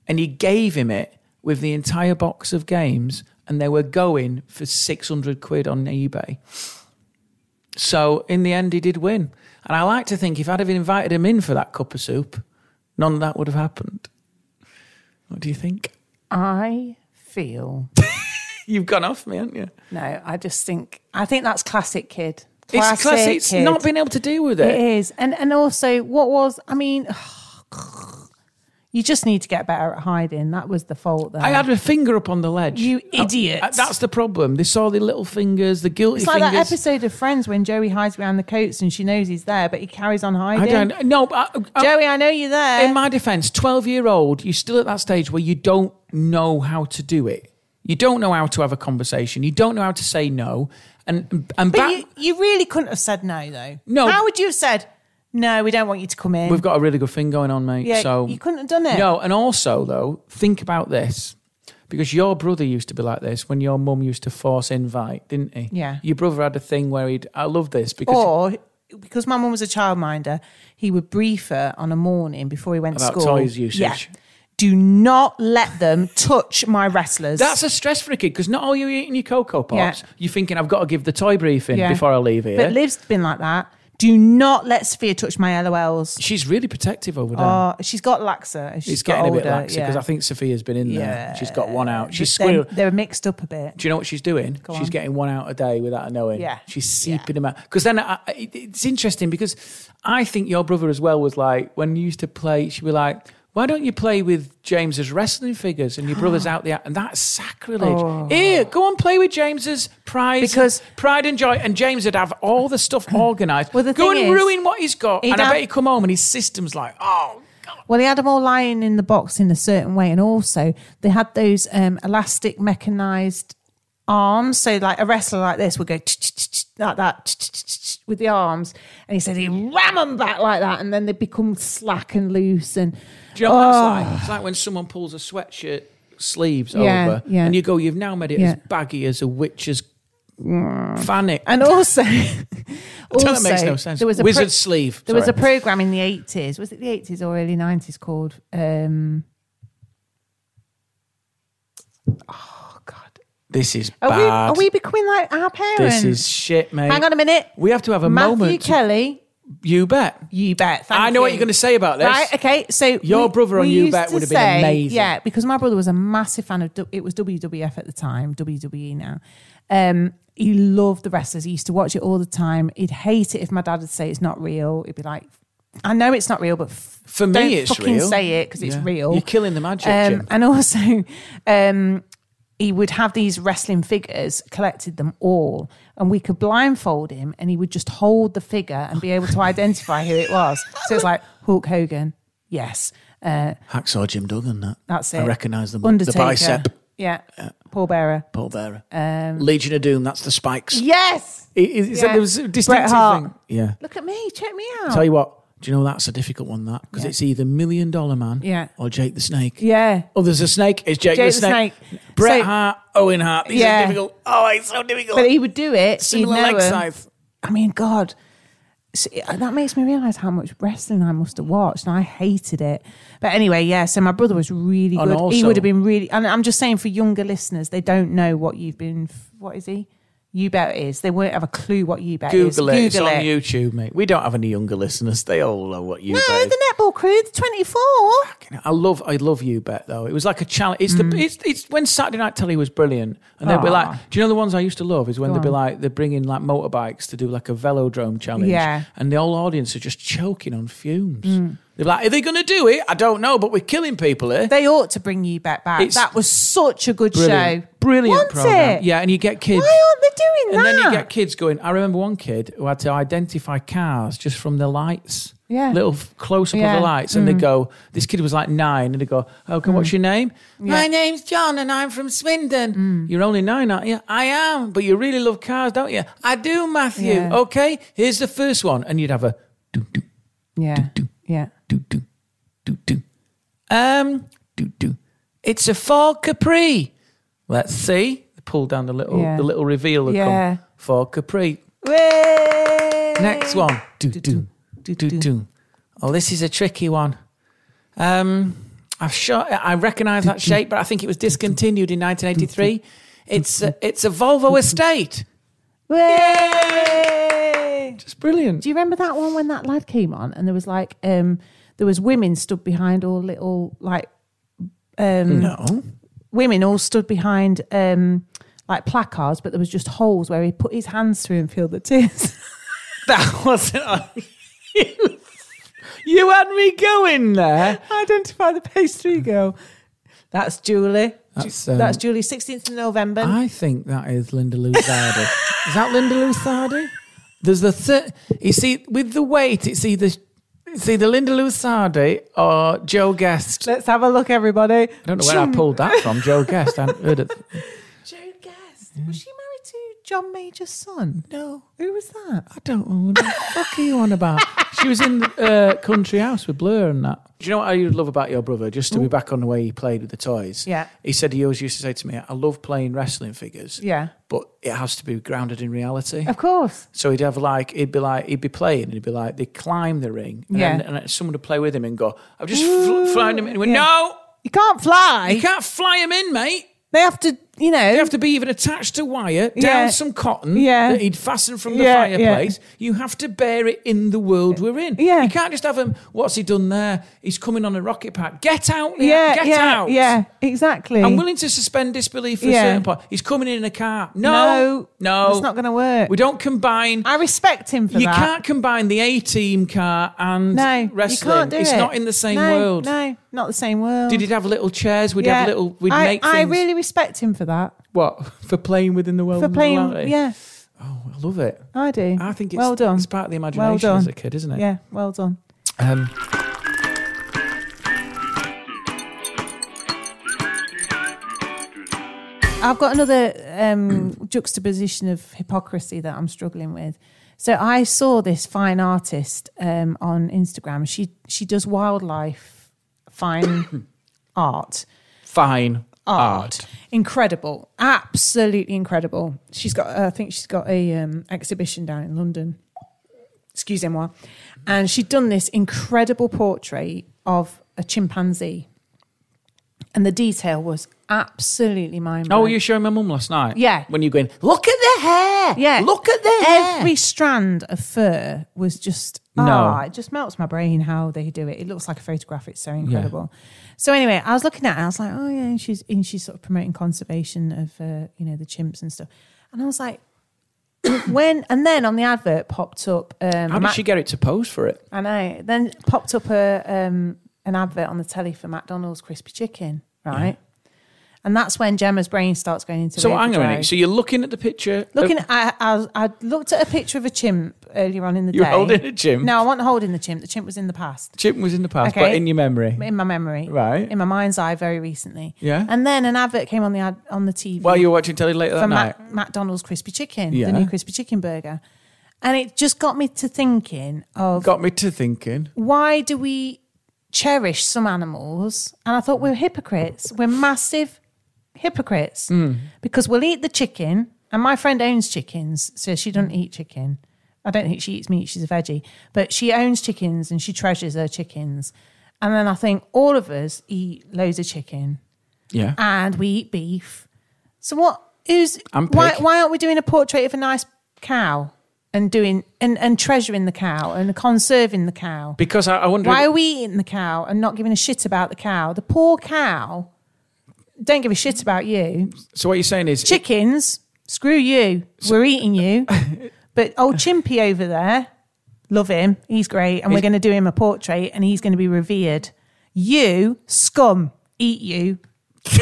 S5: And he gave him it with the entire box of games, and they were going for 600 quid on eBay. So in the end, he did win. And I like to think if I'd have invited him in for that cup of soup, none of that would have happened. What do you think?
S3: I feel.
S5: You've gone off me, haven't you?
S3: No, I just think I think that's classic kid.
S5: it's classic. It's not being able to deal with it.
S3: It is, and and also what was I mean. You just need to get better at hiding. That was the fault. There.
S5: I had a finger up on the ledge.
S3: You
S5: Oh,
S3: idiot.
S5: uh, That's the problem. They saw the little fingers, the guilty
S3: It's like
S5: fingers.
S3: that episode of Friends when Joey hides behind the coats and she knows he's there, but he carries on hiding.
S5: I don't know.
S3: Joey, I know you're there.
S5: in my defense, 12 year old, you're still at that stage where you don't know how to do it. You don't know how to have a conversation. You don't know how to say no. And and
S3: but
S5: back,
S3: you, you really couldn't have said no, though.
S5: No.
S3: How would you have said, no, we don't want you to come in?
S5: we've got a really good thing going on, mate.
S3: Yeah,
S5: so
S3: you couldn't have done it.
S5: No, and also though, think about this. Because your brother used to be like this when your mum used to force invite, didn't he?
S3: Yeah. Oh.
S5: Your brother had a thing where he'd I love this because
S3: Or because my mum was a childminder, he would brief her on a morning before he went
S5: About
S3: to school.
S5: toys usage.
S3: Yeah. Do not let them touch my wrestlers.
S5: That's a stress for a kid because not all you're eating your cocoa pops,
S3: Yeah.
S5: you're thinking I've got to give the toy briefing
S3: Yeah.
S5: before I leave here.
S3: But Liv's been like that. Do not let Sophia touch my LOLs.
S5: She's really protective over there.
S3: Oh, she's got laxer. She's
S5: It's getting
S3: older,
S5: a bit laxer because
S3: yeah.
S5: I think Sophia's been in there. She's got one out. She's
S3: But then
S5: squirrel.
S3: They're mixed up a bit.
S5: Do you know what she's doing?
S3: Go
S5: she's
S3: on.
S5: getting one out a day without her knowing.
S3: Yeah.
S5: She's
S3: Yeah.
S5: seeping them out. Because then I, I- it, it's interesting because I think your brother as well was like, when you used to play, she'd be like, why don't you play with James's wrestling figures and your brother's out there? And that's sacrilege. Here, go and play with James's pride,
S3: Oh. Because-
S5: pride and joy. And James would have all the stuff organised.
S3: Well, the
S5: go
S3: thing
S5: and
S3: is,
S5: ruin what he's got.
S3: he'd
S5: And I
S3: have-
S5: bet he come home and his system's like, oh,
S3: Well, he had them all lying in the box in a certain way, and also they had those um, elastic mechanized arms. So, like a wrestler like this would go like that with the arms, and he said he ram them back like that, and then they become slack and loose. And
S5: Do you know what that's like? It's like when someone pulls a sweatshirt sleeves
S3: Yeah,
S5: over
S3: Ah. yeah.
S5: and you go, you've now made it
S3: Yeah. Mm.
S5: as baggy as a witch's Fan it.
S3: And also,
S5: Tell
S3: also
S5: that makes no sense.
S3: There was a
S5: Wizard
S3: pro-
S5: sleeve.
S3: There was a
S5: Sorry.
S3: program in the eighties. Was it the eighties or early nineties called? Um, oh God!
S5: This is
S3: Are
S5: bad.
S3: we are we becoming like our parents?
S5: this is shit, mate.
S3: Hang on a minute.
S5: We have to have a
S3: Matthew
S5: moment. to-
S3: Kelly,
S5: you bet.
S3: you bet. Thank
S5: I know what you're going to say about this.
S3: Right? Okay. So
S5: Your brother on
S3: we
S5: You
S3: used
S5: Bet
S3: to
S5: would have been
S3: say-
S5: amazing.
S3: Yeah, because my brother was a massive fan of W- it was WWF at the time, WWE now. Um, he loved the wrestlers. He used to watch it all the time. He'd hate it if my dad would say it's not real. He'd be like, "I know it's not real, but f-
S5: For me,
S3: don't
S5: it's
S3: fucking
S5: real."
S3: say it because it's
S5: Yeah.
S3: real.
S5: You're killing the magic, Jim.
S3: Um, and also, um, he would have these wrestling figures, collected them all, and we could blindfold him, and he would just hold the figure and be able to identify who it was. So it's like Hulk Hogan, yes, uh,
S5: Hacksaw Jim Duggan. That
S3: that's it.
S5: I recognise the, the
S3: Undertaker,
S5: bicep.
S3: yeah, Paul Bearer,
S5: Paul Bearer. Legion of Doom. That's the spikes.
S3: yes.
S5: It, it, it's a-
S3: Um, Yeah.
S5: it was a
S3: Bret
S5: distinctive
S3: Hart.
S5: thing. Yeah.
S3: Look at me, check me out.
S5: Tell you what. Do you know that's a difficult one? That because
S3: Yeah.
S5: it's either Million Dollar Man.
S3: Yeah.
S5: Or Jake the Snake.
S3: yeah,
S5: Oh, there's a snake. It's Jake,
S3: Jake
S5: the
S3: the
S5: Snake.
S3: Snake.
S5: Bret
S3: So-
S5: Hart, Owen Hart. These
S3: Yeah.
S5: are difficult. Oh, it's so difficult.
S3: but he would do it. he'd
S5: Similar
S3: know
S5: leg
S3: him.
S5: size.
S3: I mean, God, so, uh, that makes me realize how much wrestling I must have watched, and I hated it. But anyway, yeah. So my brother was really
S5: And
S3: good. he
S5: also-
S3: would have been really. And I'm just saying for younger listeners, they don't know what you've been. f- What is he? You bet is. They won't have a clue what you bet is.
S5: Google it. it's on YouTube, mate. We don't have any younger listeners. They all know what you
S3: No,
S5: bet.
S3: the netball crew, the 24.
S5: is. I love, I love you bet though. It was like a challenge. It's the, it's, it's when Saturday Night Telly was brilliant, and they'd be
S3: Mm. Aw.
S5: like, do you know the ones I used to love is when
S3: Go
S5: they'd be
S3: on.
S5: like, they're bringing like motorbikes to do like a velodrome challenge,
S3: Yeah. Mm.
S5: and the whole audience are just choking on fumes. They're like, are they going to do it? I don't know, but we're killing people here.
S3: They ought to bring you back back.
S5: It's
S3: that was such a good
S5: Brilliant,
S3: show.
S5: brilliant
S3: Wasn't
S5: program.
S3: it?
S5: Yeah, and you get kids.
S3: Why aren't they doing
S5: and
S3: that?
S5: then you get kids going. I remember one kid who had to identify cars just from the lights.
S3: Yeah.
S5: Little close up of
S3: Yeah. Mm.
S5: the lights, and they go. This kid was like nine, and they go, oh, "Okay, what's your name? My name's John, and I'm from Swindon.
S3: Mm.
S5: You're only nine, aren't you? I am, but you really love cars, don't you? I do, Matthew.
S3: Yeah.
S5: Okay, here's the first one, and you'd have a do do
S3: yeah. Yeah.
S5: do do do do. Um, do do. It's a Ford Capri. Let's see. Pull down the little
S3: Yeah.
S5: the little reveal. will
S3: Yeah.
S5: Come. Ford Capri. Next one. Do do do do do. Oh, this is a tricky one. Um, I've shot. I recognise that shape, but I think it was discontinued in 1983. It's a, it's a Volvo Estate.
S3: Yay!
S5: It's brilliant.
S3: Do you remember that one when that lad came on and there was like um there was women stood behind all little like um
S5: No.
S3: women all stood behind um like placards, but there was just holes where he put his hands through and filled the tears.
S5: That wasn't on you. You had me going there.
S3: Identify the pastry girl. That's Julie.
S5: That's,
S3: Ju-
S5: um,
S3: That's Julie. Sixteenth of November.
S5: I think that is Linda Luthardi. is that Linda Luthardi? There's the third. You see, with the weight, it's either it's either Linda Luthardi or Joe Guest. I
S3: Let's have a look, everybody. I
S5: don't know where I pulled that from. Joe Guest. I hadn't heard it.
S3: Joe Guest. Was she married to John Major's son?
S5: No,
S3: Who was that?
S5: I don't know. What the fuck are you on about? She was in uh, Country House with Blur and that. Do you know what I love about your brother? Just to be back on the way he played with the toys.
S3: Yeah.
S5: He said he always used to say to me, "I love playing wrestling figures.
S3: Yeah.
S5: But it has to be grounded in reality.
S3: Of course.
S5: So he'd have like he'd be like he'd be playing and he'd be like they climb the ring and,
S3: Yeah.
S5: then, and then someone would play with him and go I've just fl- flown him in. and he went,
S3: Yeah.
S5: no
S3: You can't fly.
S5: you can't fly him in mate
S3: They have to, you know.
S5: you have to be even attached to wire down
S3: Yeah.
S5: some cotton
S3: Yeah.
S5: that he'd fasten from the
S3: Yeah, yeah.
S5: fireplace you have to bear it in the world we're in
S3: Yeah.
S5: you can't just have him what's he done there he's coming on a rocket pack get out Leanne,
S3: yeah,
S5: get
S3: yeah,
S5: out
S3: yeah, exactly.
S5: I'm willing to suspend disbelief for a
S3: Yeah.
S5: certain point. He's coming in in a car.
S3: No,
S5: No, no,
S3: that's not gonna work.
S5: We don't combine
S3: I respect him for
S5: Oh. you
S3: that.
S5: can't combine the A team car and
S3: no,
S5: wrestling.
S3: You can't do
S5: it's
S3: it.
S5: not in the same
S3: No,
S5: world.
S3: No, not the same world.
S5: Did it have little chairs? We'd
S3: Yeah.
S5: have little. We'd
S3: I,
S5: make things.
S3: I really respect him for that.
S5: what for playing within the world
S3: For
S5: of
S3: playing,
S5: reality?
S3: yeah,
S5: Oh, I love it.
S3: I do.
S5: I think it's,
S3: well done.
S5: it's part of the imagination
S3: well done.
S5: as a kid, isn't it?
S3: Yeah, well done.
S5: Um,
S3: I've got another um, juxtaposition of hypocrisy that I'm struggling with. So I saw this fine artist um, on Instagram. She she does wildlife fine art.
S5: fine art.
S3: art. incredible, absolutely incredible. She's got, I think she's got a um, exhibition down in London. Excusez-moi, and she'd done this incredible portrait of a chimpanzee, and the detail was absolutely mind.
S5: Oh, were you showing my mum last night?
S3: Yeah.
S5: When you're going, look at the hair.
S3: Yeah.
S5: Look at the hair.
S3: Every strand of fur was just
S5: No.
S3: ah, it just melts my brain how they do it. It looks like a photograph. It's so incredible. So anyway, I was looking at it. I was like, oh yeah, and she's and she's sort of promoting conservation of uh, you know the chimps and stuff. And I was like, when and then on the advert popped up. Um,
S5: How did
S3: Mac-
S5: she get it to pose for it?
S3: I know. Then popped up a um, an advert on the telly for McDonald's crispy chicken, right? And that's when Gemma's brain starts going into
S5: So hang on a
S3: overdrive.
S5: minute. So you're looking at the picture.
S3: Looking, I, I, I looked at a picture of a chimp earlier on in the
S5: You're
S3: day.
S5: holding a chimp?
S3: No, I wasn't holding the chimp. The chimp was in the past,
S5: Chip was in the past, but
S3: Okay.
S5: in your memory.
S3: in my memory,
S5: Right.
S3: In my mind's eye, very recently.
S5: Yeah.
S3: And then an advert came on the ad, on the TV
S5: While you were watching telly later
S3: for
S5: that night.
S3: Mac, McDonald's crispy chicken,
S5: Yeah.
S3: the new crispy chicken burger, and it just got me to thinking of
S5: Got me to thinking.
S3: why do we cherish some animals? And I thought we're hypocrites. We're massive hypocrites because we'll eat the chicken. And my friend owns chickens, so she doesn't eat chicken. I don't think she eats meat, she's a veggie, but she owns chickens and she treasures her chickens. And then I think all of us eat loads of chicken
S5: Yeah.
S3: and we eat beef. So what? Who's
S5: And
S3: why?
S5: pig.
S3: Why aren't we doing a portrait of a nice cow and doing and, and treasuring the cow and conserving the cow?
S5: Because I, I wonder.
S3: Why are we eating the cow and not giving a shit about the cow? The poor cow. Don't give a shit about you.
S5: so what you're saying is,
S3: Chickens, screw you. We're eating you. But old Chimpy over there, love him. He's great. And we're going to do him a portrait and he's going to be revered. You, scum, eat you. so,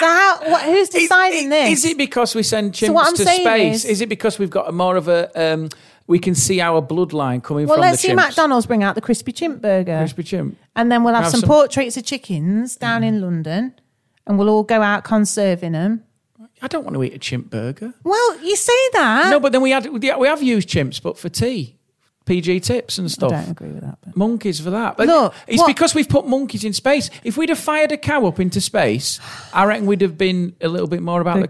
S3: how, what, who's deciding this?
S5: Is it because we send chimps
S3: So what I'm
S5: to
S3: saying
S5: space? Is,
S3: is-
S5: it because we've got a more of a um, we can see our bloodline coming
S3: well,
S5: from
S3: let's
S5: the
S3: see
S5: chimps?
S3: McDonald's bring out the crispy chimp burger.
S5: Crispy chimp.
S3: And then we'll have,
S5: Have
S3: some,
S5: some- Mm.
S3: portraits of chickens down in London and we'll all go out conserving them.
S5: I don't want to eat a chimp burger.
S3: Well, you say that.
S5: no, but then we had we have used chimps, but for tea, PG tips and
S3: I
S5: stuff.
S3: don't agree with that. But.
S5: Monkeys for that. But
S3: Look,
S5: it's
S3: what-
S5: because we've put monkeys in space. If we'd have fired a cow up into space, I reckon we'd have been a little bit more about the,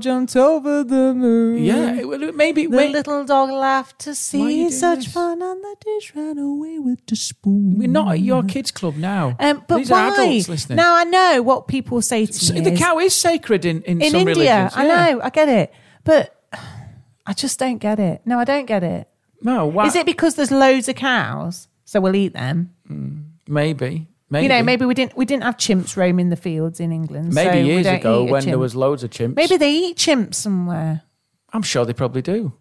S3: jumped over the moon.
S5: Yeah, it- well, maybe.
S3: The
S5: wait,
S3: little dog laughed
S5: are
S3: to
S5: you
S3: see
S5: doing
S3: such
S5: this?
S3: fun, and the dish ran away with the spoon.
S5: we're not at your kids' club now.
S3: Um, but
S5: These
S3: why?
S5: are adults listening.
S3: Now I know what people say to
S5: So
S3: me.
S5: the
S3: is,
S5: cow is sacred in, in,
S3: in
S5: some
S3: India,
S5: religions.
S3: I
S5: yeah.
S3: know, I get it, but I just don't get it. No, I don't get it.
S5: No,
S3: Is
S5: why?
S3: it because there's loads of cows, so we'll eat them?
S5: maybe, maybe.
S3: You know, maybe we didn't we didn't have chimps roaming the fields in England.
S5: Maybe
S3: so we
S5: years
S3: don't
S5: ago
S3: eat a
S5: when there
S3: chimp.
S5: was loads of chimps.
S3: maybe they eat chimps somewhere.
S5: I'm sure they probably do.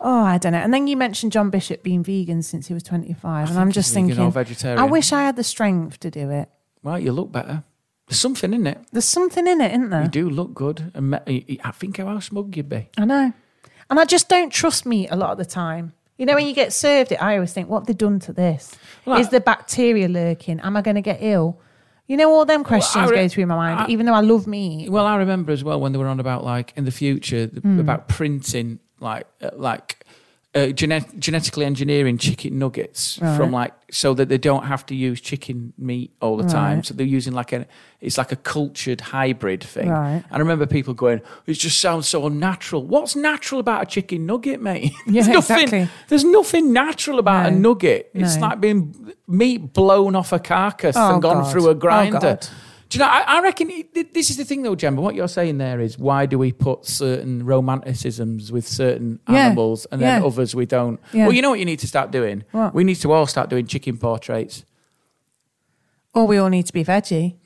S3: Oh, I don't know. And then you mentioned John Bishop being vegan since he was 25. And I'm
S5: think
S3: just
S5: he's vegan
S3: thinking,
S5: or vegetarian.
S3: I wish I had the strength to do it.
S5: Well, you look better. There's something in it.
S3: There's something in it, isn't there?
S5: You do look good, and me- y- y- I think how smug you'd be.
S3: I know. And I just don't trust meat a lot of the time. You know, when you get served it, I always think, what have they done to this?
S5: Well,
S3: Is
S5: I-
S3: the bacteria lurking? Am I going to get ill? You know, all them questions
S5: re-
S3: go through my mind,
S5: I-
S3: even though I love meat.
S5: Well, I remember as well when they were on about like in the future th-
S3: Hmm.
S5: about printing like uh, like uh, genet- genetically engineering chicken nuggets from like so that they don't have to use chicken meat all the time. So they're using like a it's like a cultured hybrid thing.
S3: Right.
S5: And I remember people going, "It just sounds so unnatural." What's natural about a chicken nugget, mate?
S3: Yeah,
S5: there's nothing,
S3: exactly.
S5: There's nothing natural about a
S3: No.
S5: nugget. It's
S3: No.
S5: like being meat blown off a carcass
S3: Oh,
S5: and gone
S3: God.
S5: through
S3: Oh,
S5: a grinder.
S3: God.
S5: Do you know? I, I reckon it, th- this is the thing, though, Gemma. What you're saying there is, why do we put certain romanticisms with certain
S3: Yeah.
S5: animals, and then
S3: Yeah.
S5: others we don't?
S3: Yeah.
S5: Well, you know what you need to start doing.
S3: What?
S5: We need to all start doing chicken portraits.
S3: Or Oh, we all need to be veggie.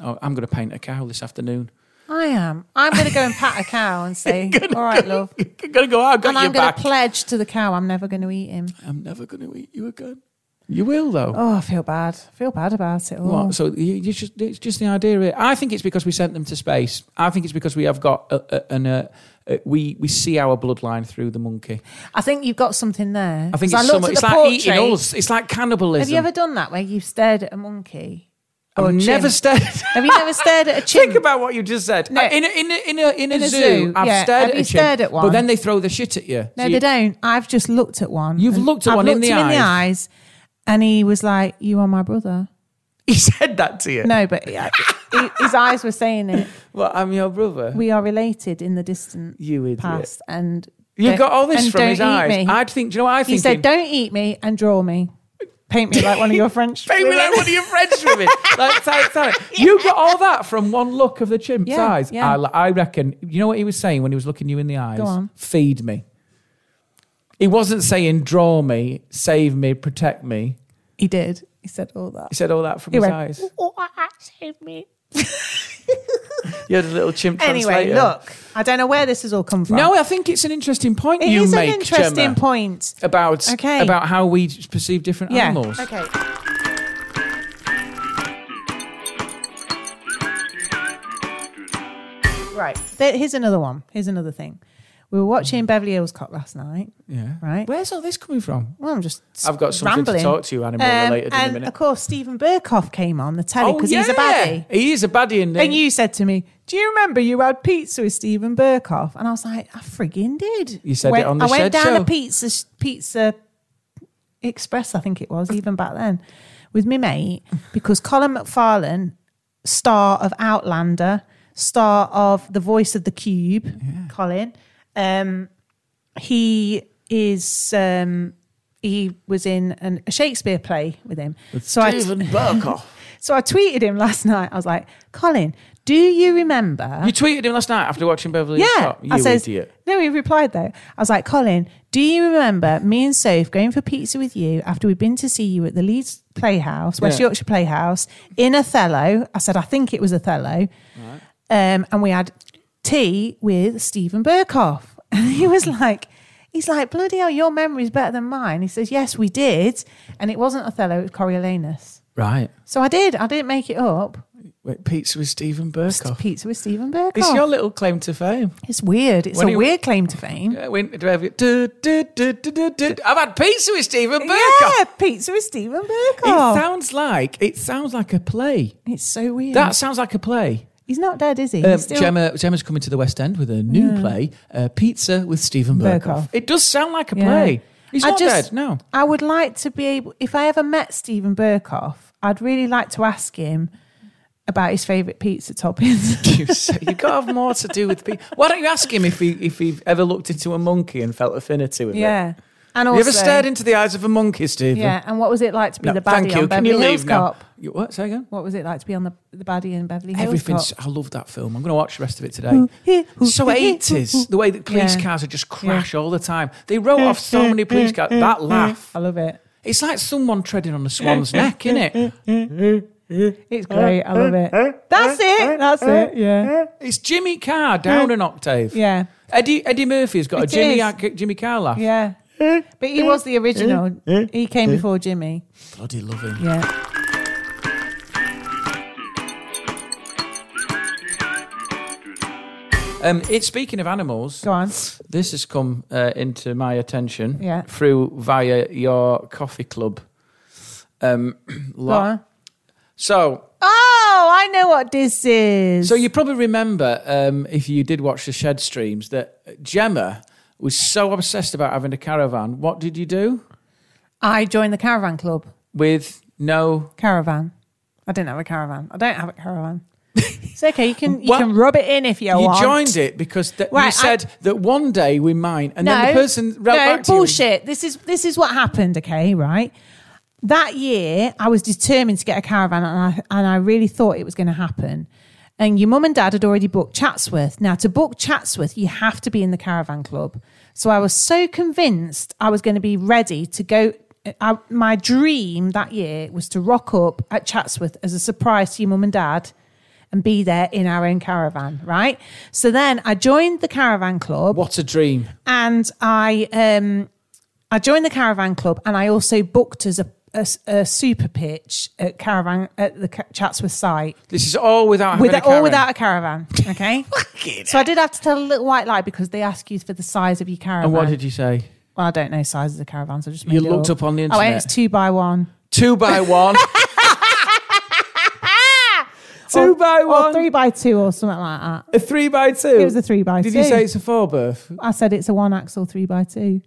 S5: Oh, I'm going to paint a cow this afternoon.
S3: I am. I'm going to go and pat a cow and say, all right, love.
S5: I'm going to go. I've got
S3: And
S5: your
S3: I'm going
S5: back.
S3: to pledge to the cow I'm never going to eat him.
S5: I'm never going to eat you again. You will though.
S3: Oh, I feel bad. I feel bad about it all.
S5: What? So you, you just, it's just the idea of it. I think it's because we sent them to space. I think it's because we have got a, a, an, uh uh we we see our bloodline through the monkey.
S3: I think you've got something there.
S5: I think
S3: 'Cause
S5: it's,
S3: looked
S5: so much,
S3: at
S5: it's
S3: the
S5: like
S3: portrait.
S5: eating us. It's like cannibalism.
S3: Have you ever done that where you've stared at a monkey?
S5: I've
S3: a
S5: never
S3: chimp?
S5: stared.
S3: Have you never stared at a chimp?
S5: Think about what you just said.
S3: No.
S5: In, a, in, a, in, a, in, a
S3: In a
S5: zoo,
S3: zoo,
S5: I've
S3: yeah.
S5: stared
S3: Have
S5: at
S3: you
S5: a chimp,
S3: stared at
S5: But
S3: one?
S5: then they throw the shit at you. So
S3: No, they
S5: you-
S3: don't. I've just looked at one.
S5: You've
S3: and
S5: looked at
S3: I've
S5: one in
S3: looked
S5: the
S3: him in the
S5: eyes.
S3: eyes, and he was like, "You are my brother."
S5: He said that to you.
S3: No, but yeah, he- his eyes were saying it.
S5: Well, I'm your brother.
S3: We are related in the distant
S5: You idiot.
S3: past, and
S5: you
S3: don't-
S5: got all this
S3: and
S5: from
S3: don't
S5: his
S3: eat
S5: eyes.
S3: me.
S5: I'd think. Do you know what I
S3: he
S5: think?
S3: said, "Don't eat me and draw me, paint me like one of your French."
S5: Paint me like
S3: women."
S5: one of your French women. like Titanic. You got all that from one look of the chimp's
S3: Yeah,
S5: eyes.
S3: yeah.
S5: I, li- I reckon. You know what he was saying when he was looking you in the eyes?
S3: Go on.
S5: Feed me. He wasn't saying draw me, save me, protect me.
S3: He did. He said all that.
S5: He said all that from
S3: He
S5: his
S3: went,
S5: eyes.
S3: "Oh, oh, oh, save me."
S5: You had a little chimp
S3: Anyway,
S5: translator.
S3: look, I don't know where this has all come from.
S5: No, I think it's an interesting point
S3: it
S5: you
S3: is
S5: make,
S3: an interesting
S5: Gemma,
S3: point.
S5: about
S3: Okay.
S5: about how we perceive different
S3: Yeah.
S5: animals.
S3: Okay. Right. There, here's another one. Here's another thing. We were watching Beverly Hills Cop last night.
S5: Yeah.
S3: Right.
S5: Where's all this coming from?
S3: Well, I'm just.
S5: I've got something to
S3: rambling. Um,
S5: talk to you animal related in a
S3: and
S5: minute. Oh,
S3: Of course, Stephen Burkoff came on the telly because he's a baddie.
S5: He is a baddie, and,
S3: And you said to me, Do you remember you had pizza with Stephen Burkoff? And I was like, I friggin' did.
S5: You said it
S3: Went-
S5: on the
S3: I
S5: Shed
S3: went down
S5: Show.
S3: a pizza pizza express, I think it was, even back then, with my mate, because Colin McFarlane, star of Outlander, star of The Voice of the Cube, Colin, um, he is um, he was in an, a Shakespeare play with him. so I
S5: Stephen Burkoff.
S3: so I tweeted him last night. I was like, Colin, do you remember?
S5: You tweeted him last night after watching Beverly Hills
S3: yeah.
S5: Cop.
S3: I
S5: You
S3: says,
S5: idiot.
S3: No, he replied though. I was like, Colin, do you remember me and Soph going for pizza with you after we'd been to see you at the Leeds Playhouse, West
S5: Yeah.
S3: Yorkshire Playhouse, in Othello? I said, I think it was Othello. Um, and we had tea with Stephen Burkoff. And he was like, he's like, bloody hell, your memory's better than mine. He says, yes, we did. And it wasn't Othello, it was Coriolanus.
S5: Right.
S3: So I did. I didn't make it up.
S5: Wait, pizza with Stephen Burkoff.
S3: Pizza with Stephen Burkoff.
S5: It's your little claim to fame.
S3: It's weird. It's
S5: When
S3: a
S5: he-
S3: weird claim to fame.
S5: Uh, when- do I have it? Du- du- du- du- du- du- I've had pizza with Stephen
S3: Yeah,
S5: Burkoff.
S3: pizza with Stephen
S5: It
S3: Burkoff.
S5: sounds like it sounds like a play.
S3: it's so weird.
S5: That sounds like a play.
S3: He's not dead, is he?
S5: Um,
S3: He's still-
S5: Gemma, Gemma's coming to the West End with a new play, uh, Pizza with Stephen Burkoff.
S3: Burkoff.
S5: It does sound like a
S3: Yeah.
S5: play. He's
S3: I
S5: not
S3: just-
S5: dead, no.
S3: I would like to be able, if I ever met Stephen Burkoff, I'd really like to ask him about his favourite pizza toppings.
S5: you say you've got to have more to do with people. Why don't you ask him if he if he ever looked into a monkey and felt affinity with it?
S3: yeah. And also,
S5: You ever stared into the eyes of a monkey, Stephen?
S3: Yeah. And what was it like to be
S5: No,
S3: the baddie
S5: thank you.
S3: on
S5: Can
S3: Beverly
S5: you
S3: Hills
S5: leave now?
S3: Cop?
S5: You, what? Say again.
S3: What was it like to be on the, the baddie in Beverly Hills
S5: Everything's.
S3: Cop?
S5: I love that film. I'm going to watch the rest of it
S3: Ooh, yeah,
S5: today.
S3: ooh,
S5: So
S3: yeah, ooh,
S5: 80s. The way that police
S3: Yeah.
S5: cars would just crash all the time. They wrote off so many police cars. That laugh.
S3: I love it.
S5: It's like someone treading on a swan's neck, isn't it?
S3: It's great. I love it. That's it. That's it. Yeah.
S5: It's Jimmy Carr down an octave.
S3: Yeah.
S5: Eddie Eddie Murphy's got a
S3: It
S5: Jimmy
S3: is.
S5: Jimmy Carr laugh.
S3: Yeah. But he was the original. He came before Jimmy.
S5: Bloody love him.
S3: Yeah.
S5: Um, it's speaking of animals.
S3: Go on.
S5: This has come uh, into my attention
S3: Yeah.
S5: through via your coffee club. Um,
S3: Go
S5: lot.
S3: on.
S5: So,
S3: Oh, I know what this is.
S5: so you probably remember um, if you did watch the shed streams that Gemma was so obsessed about having a caravan. What did you do
S3: I joined the caravan club.
S5: with no?
S3: Caravan. I didn't have a caravan. I don't have a caravan. it's okay. You can you
S5: Well,
S3: can rub it in if you,
S5: you
S3: want.
S5: joined it because th-
S3: Right, I-
S5: you said that one day we might, and
S3: No,
S5: then the person wrote
S3: no
S5: back to you-
S3: bullshit. This is this is what happened. Okay, right. That year, I was determined to get a caravan, and I and I really thought it was going to happen. And your mum and dad had already booked Chatsworth. Now, to book Chatsworth, you have to be in the caravan club. So I was so convinced I was going to be ready to go. I, my dream that year was to rock up at Chatsworth as a surprise to your mum and dad and be there in our own caravan, right? So then I joined the caravan club
S5: What a dream!
S3: and I um I joined the caravan club, and I also booked as a, a, a super pitch at caravan at the Ca- Chatsworth site
S5: This is all without
S3: with
S5: having a
S3: all
S5: caravan.
S3: without a caravan. Okay, so I did have to tell a little white lie because they ask you for the size of your caravan.
S5: And what did you say?
S3: Well, I don't know sizes of caravans. I just made
S5: You
S3: it
S5: looked up on the
S3: Oh, and
S5: internet.
S3: it's two by one,
S5: Two by one. Two
S3: Or-
S5: by
S3: or
S5: one.
S3: three by two, or something like that.
S5: A three by two.
S3: It was a three by
S5: Did
S3: two.
S5: you say it's a four berth?
S3: I said it's a one axle three by two.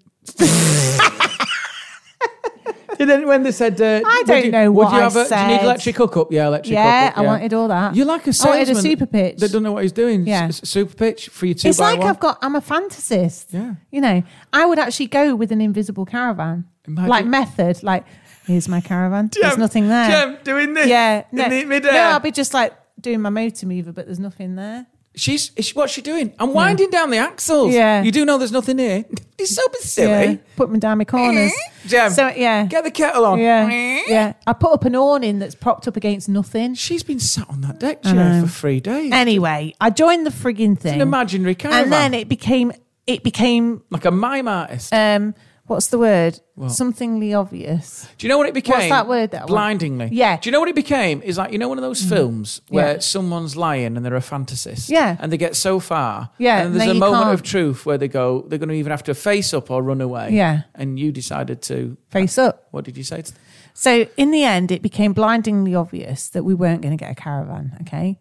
S5: And then when they said, uh,
S3: I
S5: would
S3: don't
S5: you-
S3: know
S5: would
S3: what
S5: you
S3: I
S5: have a, Do you
S3: said.
S5: need electric hookup? Yeah, electric
S3: Yeah,
S5: hookup.
S3: I wanted all that.
S5: You're like a
S3: I wanted a
S5: salesman.
S3: super pitch.
S5: That don't know what he's doing.
S3: Yeah.
S5: S- s- super pitch for your two
S3: it's
S5: by
S3: like
S5: one.
S3: I've got. I'm a fantasist.
S5: Yeah.
S3: You know, I would actually go with an invisible caravan,
S5: Imagine-
S3: like method. Like, here's my caravan. There's nothing there.
S5: Jem, doing this.
S3: yeah.
S5: in
S3: No,
S5: the
S3: no,
S5: midair.
S3: I'll be just like doing my motor mover, but there's nothing there.
S5: She's is she, what's she doing? I'm winding down the axles.
S3: Yeah.
S5: You do know there's nothing here. It's so silly.
S3: Yeah. Put them down my corners.
S5: Jem,
S3: So yeah.
S5: Eh? Get the kettle on.
S3: yeah. Yeah. I put up an awning that's propped up against nothing.
S5: She's been sat on that deck chair for three days.
S3: Anyway, I joined the frigging thing.
S5: an imaginary caravan.
S3: And then it became it became
S5: like a mime artist.
S3: um what's the word? Somethingly obvious.
S5: Do you know what it became?
S3: that word that I want?
S5: Blindingly.
S3: Yeah. Mm.
S5: Do you know what it became? Is like you know one of those films where
S3: Yeah.
S5: someone's lying and they're a fantasist.
S3: Yeah.
S5: And they get so far.
S3: Yeah,
S5: And then there's
S3: then
S5: a
S3: you
S5: moment
S3: can't.
S5: of truth where they go, they're going to either have to face up or run away.
S3: Yeah.
S5: And you decided to
S3: Face up.
S5: What did you say? To them?
S3: So in the end it became blindingly obvious that we weren't going to get a caravan, okay?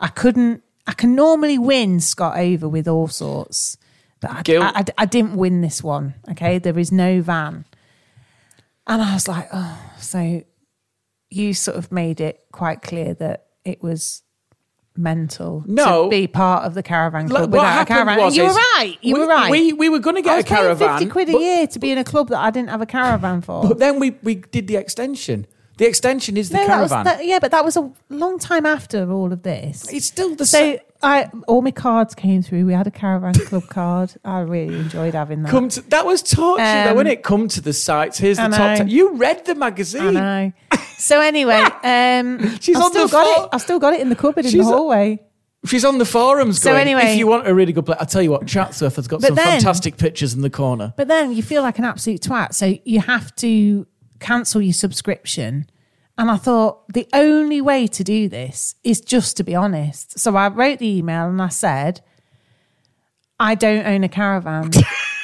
S3: I couldn't I can normally win Scott over with all sorts. But I,
S5: Guilt.
S3: I, I, I didn't win this one, okay? There is no van. And I was like, oh, so you sort of made it quite clear that it was mental
S5: No.
S3: to be part of the caravan
S5: Look,
S3: club
S5: what
S3: without a
S5: happened
S3: caravan.
S5: was
S3: you were
S5: is
S3: right. You
S5: we-
S3: were right.
S5: We, we were going to get
S3: I was
S5: a
S3: paying
S5: caravan.
S3: 50 quid a
S5: but-
S3: year to be in a club that I didn't have a caravan for.
S5: But then we, we did the extension. The extension is the
S3: No, that was
S5: caravan.
S3: that- yeah, but that was a long time after all of this.
S5: it's still the
S3: so
S5: same.
S3: I all my cards came through. We had a caravan club card. I really enjoyed having that.
S5: Come to, that was torture though,
S3: Um,
S5: when it come to the sites. Here's the
S3: I
S5: top
S3: know.
S5: ten. You read the
S3: I
S5: magazine.
S3: know. So anyway, um,
S5: She's
S3: I've
S5: on
S3: still
S5: the
S3: got
S5: floor.
S3: it. I've still got it in the cupboard in
S5: She's
S3: the
S5: a-
S3: hallway.
S5: She's on the forums
S3: So
S5: going,
S3: anyway-
S5: if you want a really good place, I'll tell you what, Chatsworth has got
S3: But
S5: some
S3: then-
S5: fantastic pictures in the corner.
S3: But then you feel like an absolute twat. So you have to cancel your subscription. And I thought the only way to do this is just to be honest. So I wrote the email and I said, I don't own a caravan.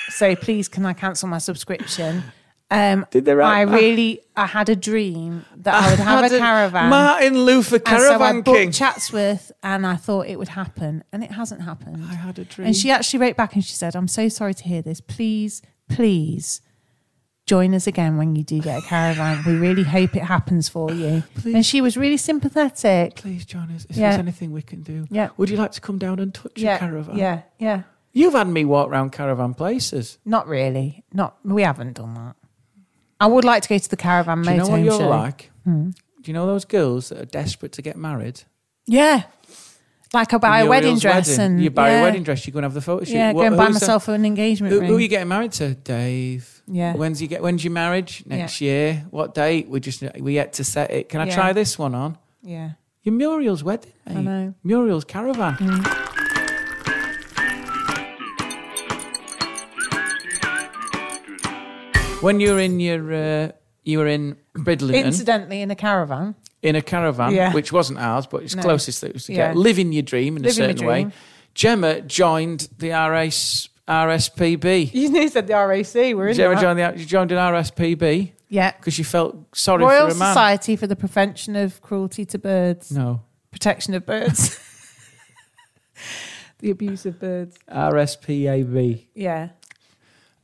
S3: so please, can I cancel my subscription? Um,
S5: Did they
S3: I
S5: write back?
S3: really, I had a dream that I would have
S5: Had
S3: a caravan.
S5: Martin Luther
S3: And so I
S5: Caravan
S3: booked
S5: King.
S3: Chatsworth, and I thought it would happen, and it hasn't happened. I
S5: had a dream.
S3: And she actually wrote back and she said, "I'm so sorry to hear this. Please, please." Join us again when you do get a caravan. We really hope it happens for you. And she was really sympathetic.
S5: Please join us. If
S3: Yeah.
S5: there's anything we can do,
S3: Yeah.
S5: would you like to come down and touch
S3: yeah,
S5: a caravan?
S3: yeah, yeah.
S5: You've had me walk round caravan places.
S3: Not really. Not. We haven't done that. I would like to go to the caravan.
S5: Do you know what
S3: motorhome
S5: you're
S3: show. Hmm.
S5: like? Do you know those girls that are desperate to get married?
S3: Yeah, like I buy a
S5: Your
S3: wedding
S5: girl's
S3: dress and
S5: you buy
S3: yeah,
S5: a wedding dress. You go and have the photo shoot.
S3: Yeah,
S5: What-
S3: go and buy
S5: who's that-
S3: myself an engagement
S5: Who,
S3: ring.
S5: who are you getting married to, Dave?
S3: Yeah.
S5: When's you get? When's your marriage? Next year. What date? We just we yet to set it. Can I
S3: Yeah.
S5: try this one on?
S3: yeah.
S5: Your Muriel's wedding. Mate.
S3: know. Mm.
S5: Muriel's caravan. When you were in your, uh, you were in Bridlington
S3: Incidentally, in a caravan.
S5: in a caravan,
S3: Yeah.
S5: which wasn't ours, but it's
S3: No.
S5: closest that it was to
S3: Yeah.
S5: get. Living your dream in
S3: Living
S5: a
S3: your
S5: certain way.
S3: dream.
S5: Gemma joined the RS, RSPB.
S3: You knew said the RAC. We're in
S5: Gemma
S3: that.
S5: joined the, she joined an RSPB
S3: Yeah.
S5: because she felt sorry
S3: Royal
S5: for a man.
S3: Society for the Prevention of Cruelty to Birds,
S5: No,
S3: Protection of Birds, the Abuse of Birds.
S5: RSPAB.
S3: Yeah.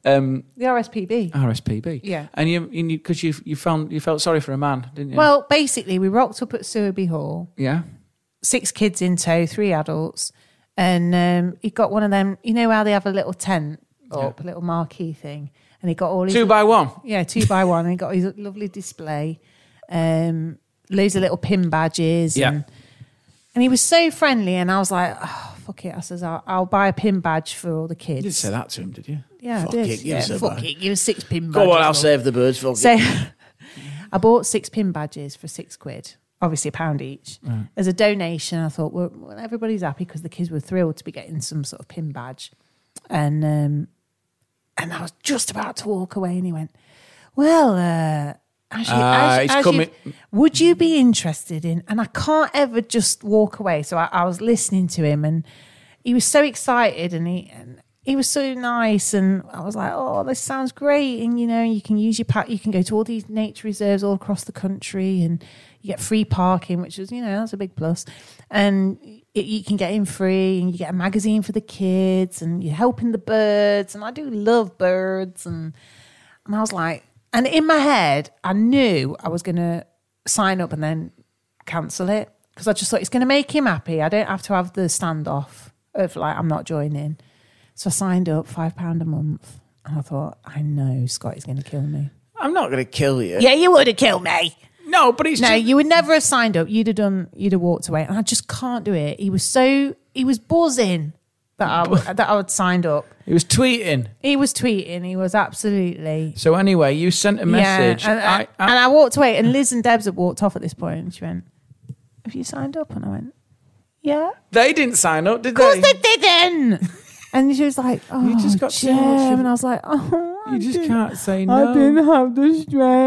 S5: Um,
S3: The RSPB.
S5: RSPB.
S3: Yeah.
S5: And you, because you, 'cause you, you found you felt sorry for a man, didn't you?
S3: Well, basically, we rocked up at Sewerby Hall,
S5: yeah.
S3: six kids in tow, three adults, and um, he got one of them. You know how they have a little tent up, a little marquee thing, and he got all his
S5: Two by one.
S3: Yeah, two by one. And he got his lovely display, um, loads of little pin badges.
S5: Yeah.
S3: And, and he was so friendly. And I was like, oh, fuck it. I says, I'll, I'll buy a pin badge for all the
S5: You didn't
S3: kids.
S5: say that to him, did you?
S3: Yeah,
S5: Fuck
S3: I did.
S5: it, you
S3: yeah,
S5: said
S3: fuck
S5: that.
S3: it. You six pin badges.
S5: Go on, Oh, I'll
S3: love.
S5: save the birds. Fuck
S3: So
S5: it.
S3: I bought six pin badges for six quid, obviously a pound each. As a donation, I thought, well, well, everybody's happy because the kids were thrilled to be getting some sort of pin badge. And um, and I was just about to walk away, and he went, well, uh, as you,
S5: Ah,
S3: as,
S5: he's
S3: as
S5: coming-
S3: you- would you be interested in? And I can't ever just walk away. So I, I was listening to him, and he was so excited, and he and he was so nice, and I was like, "Oh, this sounds great!" And you know, you can use your pack, you can go to all these nature reserves all across the country, and you get free parking, which is you know that's a big plus, and it, you can get in free, and you get a magazine for the kids, and you're helping the birds, and I do love birds, and and I was like, And in my head, I knew I was going to sign up and then cancel it because I just thought it's going to make him happy. I don't have to have the standoff of like, I'm not joining. So I signed up, £5 a month. And I thought, I know Scott is going to kill me.
S5: I'm not going to kill you.
S3: Yeah, you would have killed me.
S5: No, but it's
S3: No,
S5: just,
S3: you would never have signed up. You'd have done. You'd have walked away. And I just can't do it. He was so he was buzzing that I that I had signed up.
S5: he was tweeting.
S3: He was tweeting. He was absolutely
S5: So anyway, you sent a message.
S3: Yeah, and, uh,
S5: I, I,
S3: and I walked away, and Liz and Debs had walked off at this point, and she went, "Have you signed up?" And I went, "Yeah."
S5: they didn't sign up, did
S3: Of course
S5: they?
S3: they didn't. And she was like, "Oh, you just
S5: got
S3: got
S5: so much of-
S3: and I was like, "Oh,
S5: You
S3: I
S5: just
S3: didn't-
S5: can't say
S3: I didn't
S5: no.
S3: have the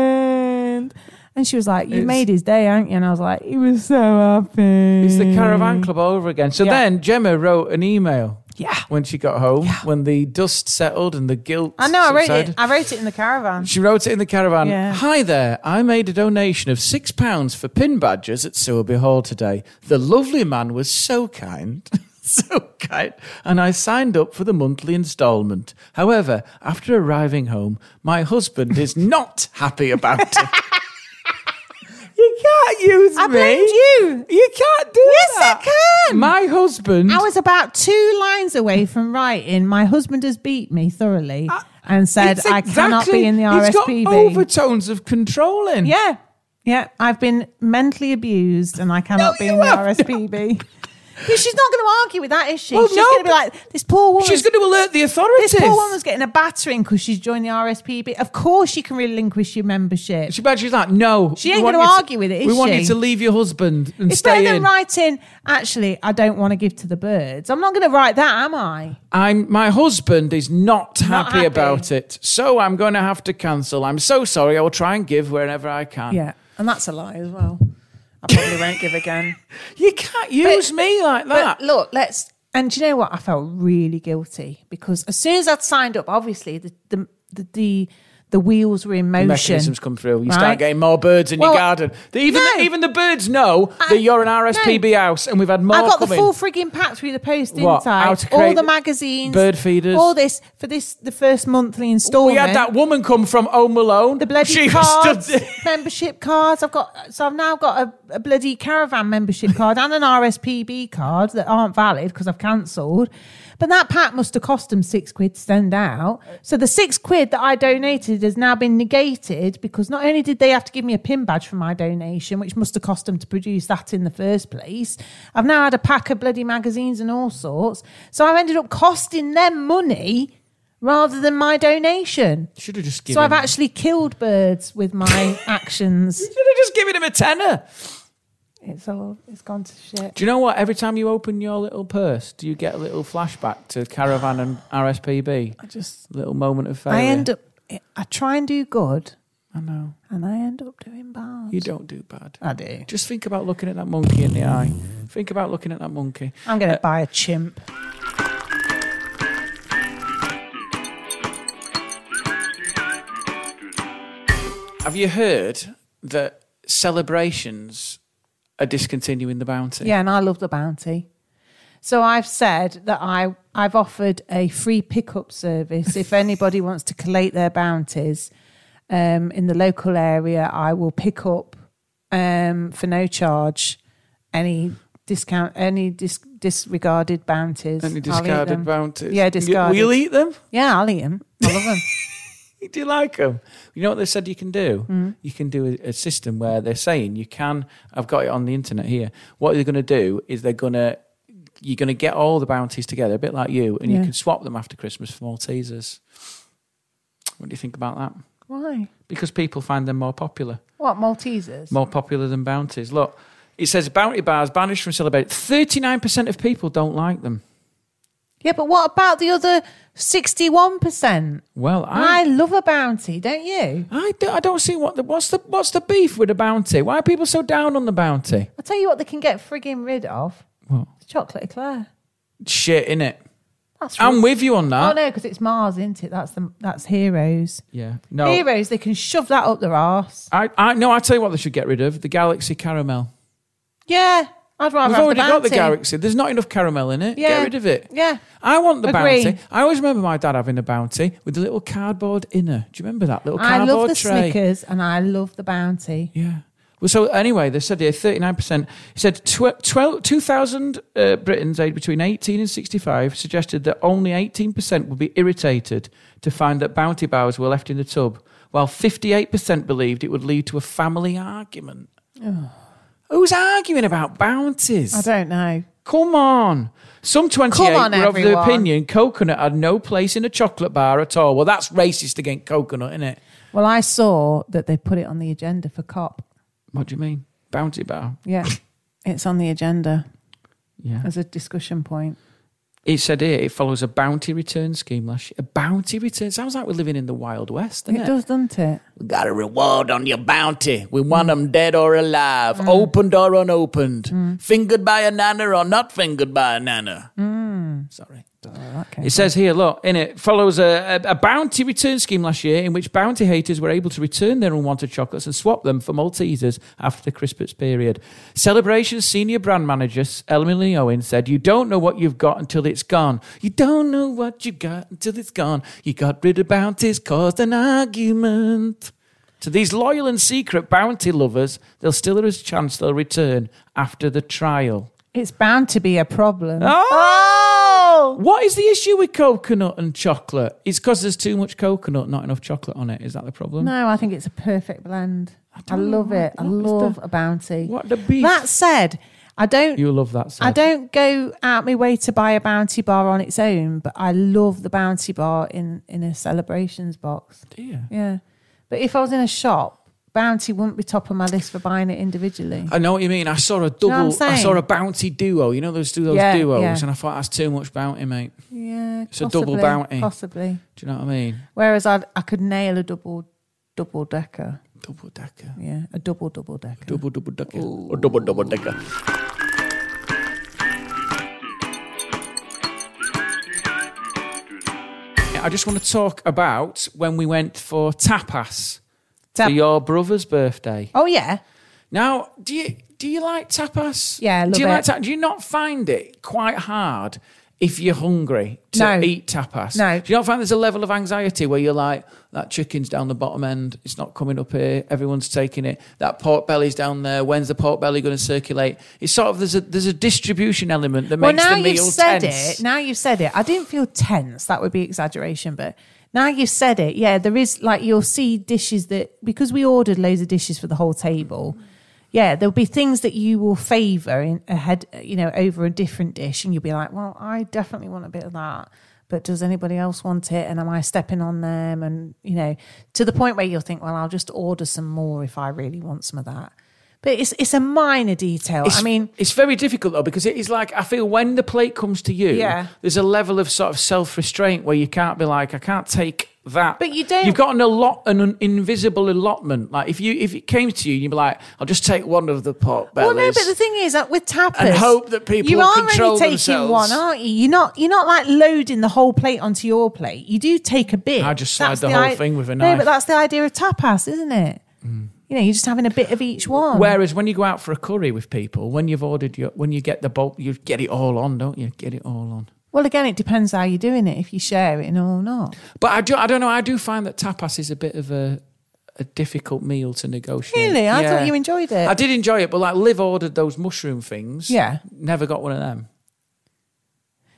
S3: strength." And she was like, "You
S5: It's-
S3: made his day, haven't you?" And I was like, "He was so happy."
S5: It's the caravan club over again. So
S3: Mm. Yeah.
S5: then Gemma wrote an email.
S3: Yeah.
S5: When she got home, when the dust settled and the guilt.
S3: I know. I wrote
S5: subsided.
S3: it. I wrote it in the caravan.
S5: She wrote it in the caravan.
S3: Yeah.
S5: Hi there. I made a donation of six pounds for pin badges at Sewerby Hall today. The lovely man was so kind. So kind, and I signed up for the monthly instalment. However, after arriving home, my husband is not happy about it. you can't use
S3: I blamed you.
S5: You can't do
S3: Yes, I
S5: that.
S3: can.
S5: My husband.
S3: I was about two lines away from writing. My husband has beat me thoroughly and said
S5: Uh, It's
S3: I cannot be in the
S5: exactly- He's
S3: RSPB.
S5: got overtones of controlling.
S3: yeah, yeah. I've been mentally abused and I cannot be
S5: you
S3: in the
S5: have
S3: RSPB. But she's not going to argue with that, is she?
S5: Well,
S3: she's
S5: no,
S3: going to be
S5: but-
S3: like, this poor woman.
S5: She's going to alert the authorities.
S3: This poor woman's getting a battering because she's joined the RSPB. Of course, you can relinquish your membership.
S5: She, but she's like, no.
S3: She
S5: we
S3: ain't
S5: want
S3: gonna
S5: you
S3: argue with it, is
S5: We want
S3: she?
S5: you to leave your husband and
S3: it's better
S5: stay
S3: than
S5: in.
S3: writing. Actually, I don't want to give to the birds. I'm not going to write that, am I?
S5: I'm, my husband is not happy,
S3: Not happy.
S5: about it, so I'm going to have to cancel. I'm so sorry. I will try and give wherever I can.
S3: Yeah, and that's a lie as well. I probably won't give again.
S5: You can't use me like that.
S3: But look, let's. And do you know what? I felt really guilty because as soon as I'd signed up, obviously the the the the, the wheels were in motion.
S5: Mechanisms come through. You
S3: right?
S5: start getting more birds in
S3: Well,
S5: your garden. The- even,
S3: no.
S5: the, even the birds know
S3: I-
S5: that you're an RSPB
S3: no.
S5: house, and we've had more
S3: I got the
S5: coming.
S3: full frigging pack through the post, didn't
S5: Oh, What?
S3: I?
S5: How to
S3: all
S5: create
S3: the magazines,
S5: bird feeders.
S3: all this for this the first monthly
S5: we
S3: instalment.
S5: had that woman come from Home Alone.
S3: the bloody
S5: she was
S3: cards,
S5: stood-
S3: membership cards. I've got so I've now got a, a bloody caravan membership card and an RSPB card that aren't valid because I've cancelled. But that pack must have cost them six quid to send out. So the six quid that I donated has now been negated because not only did they have to give me a pin badge for my donation, which must have cost them to produce that in the first place, I've now had a pack of bloody magazines and all sorts. So I've ended up costing them money rather than my donation.
S5: Should have just given.
S3: So I've actually killed birds with my actions.
S5: Should have just given him a tenner.
S3: It's all it's gone to shit.
S5: Do you know what? Every time you open your little purse, do you get a little flashback to Caravan and RSPB?
S3: I just
S5: Little moment of failure.
S3: I end up I try and do good
S5: I know.
S3: and I end up doing bad.
S5: You don't do bad.
S3: I do.
S5: Just think about looking at that monkey in the eye. Think about looking at that monkey.
S3: I'm gonna buy a chimp.
S5: Have you heard that celebrations are discontinuing the bounty?
S3: Yeah, and I love the bounty. So I've said that I I've offered a free pickup service if anybody wants to collate their bounties um, in the local area. I will pick up um, for no charge any discount any dis- disregarded bounties.
S5: Any
S3: I'll eat
S5: discarded
S3: them.
S5: bounties?
S3: Yeah,
S5: You-
S3: discarded.
S5: Will you eat them?
S3: Yeah, I'll eat them. I love them.
S5: Do you like them? You know what they said you can do?
S3: Mm-hmm.
S5: You can do a, a system where they're saying you can. I've got it on the internet here. What they're going to do is they're going to. You're going to get all the bounties together, a bit like you, and
S3: Yeah.
S5: you can swap them after Christmas for Maltesers. What do you think about that?
S3: Why?
S5: Because people find them more popular,
S3: What Maltesers?
S5: more popular than bounties. Look, it says bounty bars banished from celebrate. Thirty nine percent of people don't like them.
S3: yeah, but what about the other sixty-one percent?
S5: Well, I
S3: I love a bounty, don't you?
S5: I, do, I don't see what the what's the what's the beef with a bounty? Why are people so down on the bounty?
S3: I'll tell you what they can get frigging rid of.
S5: What?
S3: The chocolate eclair.
S5: shit in it.
S3: That's
S5: I'm
S3: right.
S5: with you on
S3: Oh
S5: that.
S3: no, because it's Mars, isn't it? That's the that's heroes.
S5: Yeah. No.
S3: Heroes, they can shove that up their arse.
S5: I, I no. I tell you what, they should get rid of the Galaxy Caramel.
S3: Yeah. I'd rather
S5: We've
S3: have
S5: already
S3: the
S5: got the
S3: bounty.
S5: Galaxy. There's not enough caramel in it.
S3: Yeah.
S5: Get rid of it.
S3: Yeah.
S5: I want the
S3: Agree.
S5: bounty. I always remember my dad having a bounty with a little cardboard inner. Do you remember that little
S3: I
S5: cardboard
S3: love the
S5: tray?
S3: Snickers and I love the bounty.
S5: Yeah. Well, so anyway, they said here thirty nine percent. He said tw- 12 2,000 uh, Britons aged between eighteen and sixty five suggested that only eighteen percent would be irritated to find that bounty bars were left in the tub, while fifty eight percent believed it would lead to a family argument. Who's arguing about bounties?
S3: I don't know.
S5: Come on. Some 28
S3: Come on,
S5: were of the
S3: everyone.
S5: opinion coconut had no place in a chocolate bar at all. Well, that's racist against coconut, isn't it?
S3: Well, I saw that they put it on the agenda for COP.
S5: What do you mean? Bounty bar.
S3: Yeah. it's on the agenda
S5: Yeah.
S3: as a discussion point.
S5: It said here it follows a bounty return scheme last year. A bounty return sounds like we're living in the Wild West, doesn't
S3: It
S5: it?
S3: does, doesn't it?
S5: We got a reward on your bounty. We
S3: Mm.
S5: want 'em dead or alive, opened or unopened,
S3: Mm.
S5: fingered by a nana or not fingered by a nana. Sorry. It says here, look, in it follows a, a, a bounty return scheme last year in which bounty haters were able to return their unwanted chocolates and swap them for Maltesers after the Christmas period. Celebration senior brand manager Emily Owen said, "You don't know what you've got until it's gone. You don't know what you got until it's gone. You got rid of bounties, caused an argument." To these loyal and secret bounty lovers, there'll still is a chance they'll return after the trial.
S3: It's bound to be a problem.
S5: Oh! What is the issue with coconut and chocolate? It's because there's too much coconut, not enough chocolate on it. Is that the problem?
S3: No, I think it's a perfect blend. I,
S5: don't know
S3: love
S5: what-
S3: it. I
S5: what is
S3: love
S5: the-
S3: a bounty.
S5: what the beef?
S3: That said, I don't.
S5: You love that. Seth.
S3: I don't go out my way to buy a bounty bar on its own, but I love the bounty bar in in a celebrations box.
S5: Do you?
S3: Yeah, but if I was in a shop, bounty wouldn't be top of my list for buying it individually.
S5: I know what you mean. I saw a
S3: know what I'm
S5: double. I saw
S3: saying?
S5: a bounty duo. You know those do those
S3: Yeah,
S5: duos,
S3: yeah.
S5: and I thought that's too much bounty, mate.
S3: Yeah,
S5: It's a double
S3: possibly,
S5: bounty.
S3: possibly.
S5: Do you know what I mean?
S3: Whereas I I could nail a double double decker.
S5: Double decker,
S3: Yeah, a double double decker.
S5: double double decker, or double double decker. I just want to talk about when we went for tapas
S3: Tap-
S5: for your brother's birthday.
S3: oh yeah,
S5: Now, do you do you like tapas?
S3: Yeah, I love
S5: do you like
S3: it.
S5: ta- do you not find it quite hard if you're hungry to
S3: No.
S5: eat tapas?
S3: No.
S5: Do you not find there's a level of anxiety where you're like that chicken's down the bottom end, it's not coming up here, everyone's taking it. That pork belly's down there. When's the pork belly going to circulate? It's sort of there's a there's a distribution element that makes the meal
S3: you've said
S5: tense.
S3: it. Now you've said it. I didn't feel tense. That would be exaggeration, but now you've said it. Yeah, there is like you'll see dishes that because we ordered loads of dishes for the whole table. Yeah, there'll be things that you will favour in ahead, you know, over a different dish, and you'll be like, "Well, I definitely want a bit of that." But does anybody else want it? And am I stepping on them? And you know, to the point where you'll think, "Well, I'll just order some more if I really want some of that." But it's it's a minor detail. I
S5: It's-
S3: mean,
S5: it's very difficult though because it is like I feel when the plate comes to you,
S3: Yeah.
S5: there's a level of sort of self restraint where you can't be like, I can't take that.
S3: But you don't-
S5: You've got an allot, an, an invisible allotment. Like if you if it came to you, you'd be like, I'll just take one of the pot bellies.
S3: Well, no, but the thing is, like, with tapas,
S5: And hope that people
S3: you
S5: will
S3: are
S5: control
S3: only taking
S5: themselves.
S3: one, aren't you? You're not. You're not like loading the whole plate onto your plate. You do take a bit.
S5: I just slide
S3: That's
S5: the whole
S3: i-
S5: thing with a
S3: No,
S5: knife.
S3: but that's the idea of tapas, isn't it? You know, you're just having a bit of each one.
S5: Whereas when you go out for a curry with people, when you've ordered your, when you get the bulk, you get it all on, don't you? Get it all on.
S3: well, again, it depends how you're doing it. If you share it or not.
S5: But I do, I don't know. I do find that tapas is a bit of a a difficult meal to negotiate.
S3: Really? I thought you enjoyed it.
S5: I did enjoy it, but like Liv ordered those mushroom things.
S3: Yeah.
S5: Never got one of them.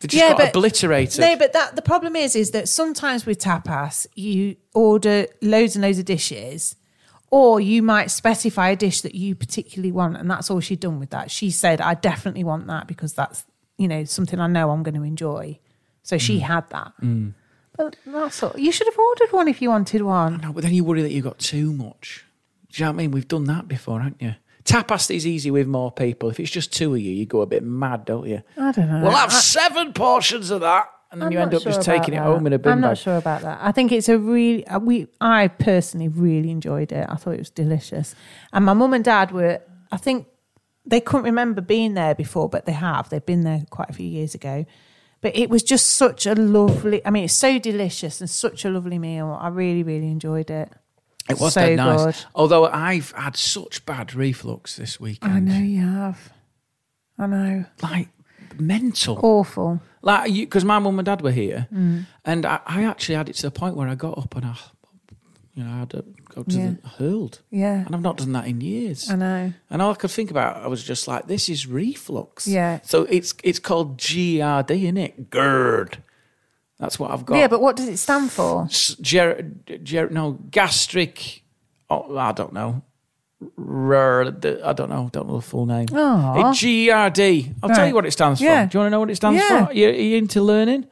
S5: They just
S3: Yeah,
S5: got
S3: but-
S5: obliterated.
S3: No, but that the problem is, is that sometimes with tapas you order loads and loads of dishes, or you might specify a dish that you particularly want, and that's all she done with that. She said, "I definitely want that because that's you know something I know I'm going to enjoy." So she had that. But that's all. You should have ordered one if you wanted one.
S5: No, but then you worry that you got too much. Do you know what I mean? We've done that before, haven't you? Tapas is easy with more people. If it's just two of you, you go a bit mad, don't you?
S3: I don't know.
S5: We'll have seven portions of that, and then
S3: I'm
S5: you end
S3: not
S5: up just
S3: sure about
S5: taking it
S3: that.
S5: home in a bin
S3: I'm
S5: bag.
S3: not sure about that. I think it's a really uh, we. I personally really enjoyed it. I thought it was delicious, and my mum and dad were. I think they couldn't remember being there before, but they have. They've been there quite a few years ago. But it was just such a lovely. I mean, it's so delicious and such a lovely meal. I really, really enjoyed it.
S5: It was
S3: so
S5: dead nice.
S3: good.
S5: Although I've had such bad reflux this weekend.
S3: I know you have. I know.
S5: Like mental.
S3: Awful.
S5: Like you, because my mum and dad were here,
S3: Mm.
S5: and I, I actually had it to the point where I got up and I, you know, I had to go to
S3: Yeah.
S5: the hurled,
S3: Yeah.
S5: and I've not done that in years.
S3: I know.
S5: And all I could think about, I was just like, this is reflux.
S3: Yeah.
S5: So it's it's called GRD, isn't it? GERD. That's what I've got.
S3: Yeah, but what does it stand for?
S5: S- ger- ger- no gastric. Oh, I don't know. Rare, I don't know. Don't know the full name.
S3: Aw.
S5: It- GRD. I'll tell
S3: Right.
S5: you what it stands
S3: Yeah.
S5: for. Do you want to know what it stands
S3: Yeah.
S5: for? You, you into learning?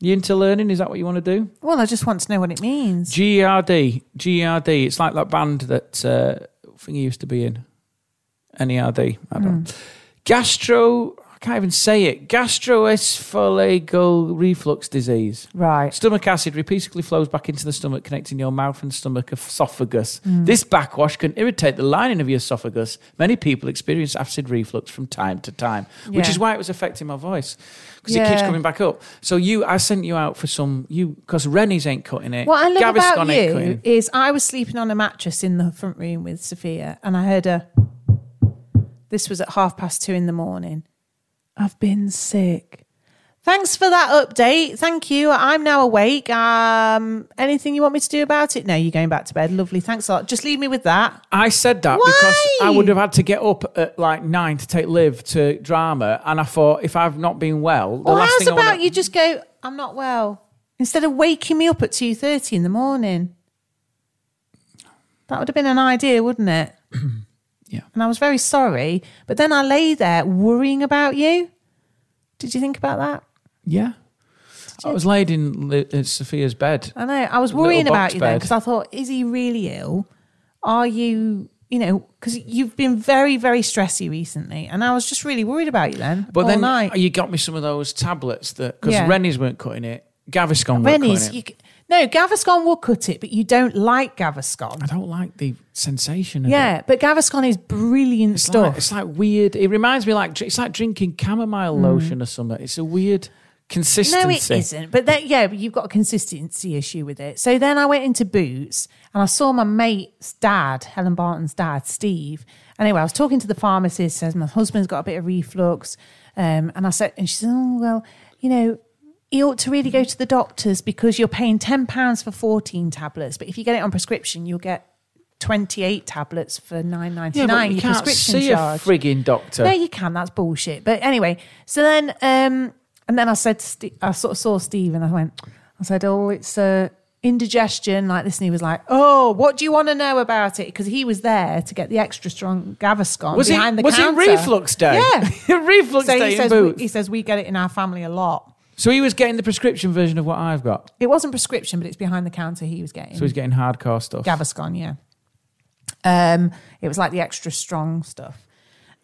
S5: You into learning? Is that what you want to do?
S3: Well, I just want to know what it means.
S5: GRD. GRD. It's like that band that uh, thing he used to be in. NERD. I don't.
S3: Hmm.
S5: Gastro. I can't even say it. Gastroesophageal reflux disease.
S3: Right.
S5: Stomach acid repeatedly flows back into the stomach, connecting your mouth and stomach esophagus.
S3: Hmm.
S5: This backwash can irritate the lining of your esophagus. Many people experience acid reflux from time to time, which
S3: Yeah.
S5: is why it was affecting my voice because it keeps
S3: Yeah.
S5: coming back up. So you, I sent you out for some you because Rennie's ain't cutting it.
S3: What I love
S5: Gavin's
S3: about
S5: gone ain't cutting
S3: you
S5: it.
S3: is I was sleeping on a mattress in the front room with Sophia, and I heard a. This was at half past two in the morning. I've been sick. Thanks for that update. Thank you. I'm now awake. Um, anything you want me to do about it? No, you're going back to bed. Lovely. Thanks a lot. Just leave me with that.
S5: I said that because I
S3: Why?
S5: would have had to get up at like nine to take Liv to drama, and I thought if I've not been well, the
S3: Or
S5: last
S3: how's
S5: thing I
S3: about
S5: wanna-
S3: you just go? I'm not well. Instead of waking me up at two thirty in the morning, that would have been an idea, wouldn't it?
S5: Yeah.
S3: And I was very sorry, but then I lay there worrying about you. Did you think about that?
S5: Yeah. I was laid in Li- in Sophia's bed.
S3: I know I was
S5: Little
S3: worrying about
S5: box
S3: you then
S5: bed.
S3: because I thought, is he really ill? Are you? You know, because you've been very, very stressy recently, and I was just really worried about you then.
S5: But
S3: all
S5: then
S3: night.
S5: you got me some of those tablets that because
S3: Yeah.
S5: Rennie's weren't cutting it, Gaviscon weren't
S3: Rennie's,
S5: cutting
S3: you,
S5: it.
S3: c- no, Gaviscon will cut it, but you don't like Gaviscon.
S5: I don't like the sensation. Of it.
S3: Yeah, but Gaviscon is brilliant
S5: It's
S3: stuff.
S5: like, it's like weird. It reminds me like dr- it's like drinking chamomile lotion or something. It's a weird consistency.
S3: no, Mm. it isn't. But then, yeah, but you've got a consistency issue with it. So then I went into Boots and I saw my mate's dad, Helen Barton's dad, Steve. Anyway, I was talking to the pharmacist. Says my husband's got a bit of reflux, um, and I said, and she said, oh well, you know. You ought to really go to the doctors because you're paying ten pounds for fourteen tablets, but if you get it on prescription, you'll get twenty-eight tablets for nine
S5: Yeah, but
S3: ninety-nine.
S5: you
S3: your
S5: can't
S3: prescription
S5: see
S3: charge.
S5: a frigging doctor.
S3: No, you can. That's bullshit. But anyway, so then, um, and then I said, to Ste I sort of saw Steve, and I went, I said, oh, it's uh, indigestion, like this, and he was like, oh, what do you want to know about it? Because he was there to get the extra strong Gaviscon
S5: was
S3: behind
S5: it
S3: the
S5: was
S3: counter.
S5: it reflux day?
S3: Yeah.
S5: reflux
S3: so
S5: day
S3: he
S5: in
S3: says,
S5: Boots.
S3: we, he says we get it in our family a lot.
S5: so he was getting the prescription version of what I've got.
S3: It wasn't prescription, but it's behind the counter he was getting.
S5: So he's getting hardcore stuff.
S3: Gaviscon, yeah. Um, it was like the extra strong stuff.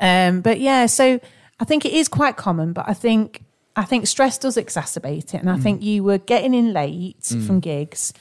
S3: Um, but yeah, so I think it is quite common, but I think I think stress does exacerbate it. And I think you were getting in late from gigs.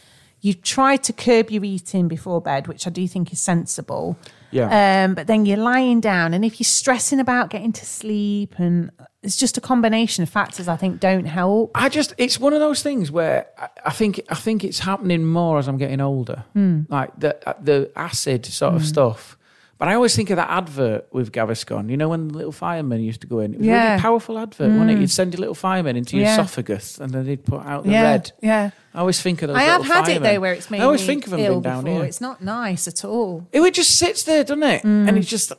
S3: You tried to curb your eating before bed, which I do think is sensible.
S5: Yeah.
S3: Um, but then you're lying down, and if you're stressing about getting to sleep, and it's just a combination of factors I think don't help.
S5: I just it's one of those things where I, I think I think it's happening more as I'm getting older,
S3: Hmm.
S5: like the uh, the acid sort of stuff. But I always think of that advert with Gaviscon. You know when the little firemen used to go in. It was a
S3: Yeah. Hmm.
S5: really powerful advert, wasn't it? You'd send your little firemen into your
S3: Yeah.
S5: esophagus, and then they'd put out the
S3: yeah.
S5: red.
S3: Yeah.
S5: I always think of those.
S3: I have
S5: little
S3: had it
S5: firemen.
S3: though, where it's made
S5: I always
S3: me
S5: think of them
S3: ill
S5: being down
S3: before.
S5: here.
S3: It's not nice at all.
S5: It would just sits there, doesn't it? And it's just eh.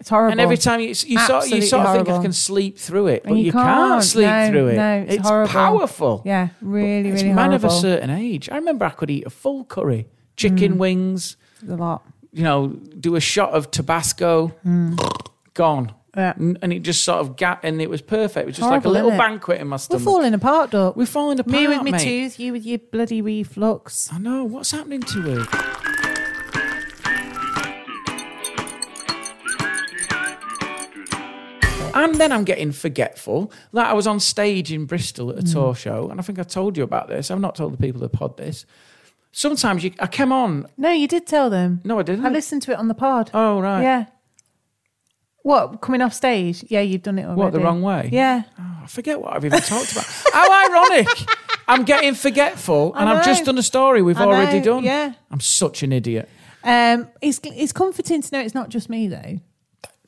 S3: It's horrible.
S5: And every time you you sort, you
S3: Absolutely
S5: sort of think I
S3: horrible.
S5: can sleep through it, but
S3: And
S5: you, can't, sleep
S3: No,
S5: through it.
S3: No, it's,
S5: it's
S3: horrible.
S5: powerful.
S3: Yeah, really,
S5: it's
S3: really
S5: man
S3: horrible. Mm.
S5: of a certain age. I remember I could eat a full curry, chicken wings,
S3: a lot.
S5: you know, do a shot of Tabasco, gone.
S3: Mm. Yeah.
S5: N- And it just sort of got, and it was perfect. It was just
S3: Horrible,
S5: like a little
S3: isn't it?
S5: banquet in my
S3: We're
S5: stomach.
S3: falling apart, Doc.
S5: We're falling apart.
S3: me with my
S5: mate.
S3: tooth, you with your bloody reflux.
S5: I know. What's happening to her? And then I'm getting forgetful. Like I was on stage in Bristol
S3: Hmm.
S5: at a tour show, and I think I told you about this. I've not told the people that pod this. Sometimes you, I came on.
S3: No, you did tell them.
S5: No, I didn't.
S3: I listened to it on the pod.
S5: Oh right.
S3: Yeah. What coming off stage? Yeah, you've done it already.
S5: What, the wrong way?
S3: Yeah.
S5: Oh, I forget what I've even talked about. How ironic! I'm getting forgetful, and
S3: I
S5: I've just
S3: know.
S5: done a story we've
S3: I
S5: already
S3: know,
S5: done.
S3: yeah.
S5: I'm such an idiot.
S3: Um, it's it's comforting to know it's not just me though.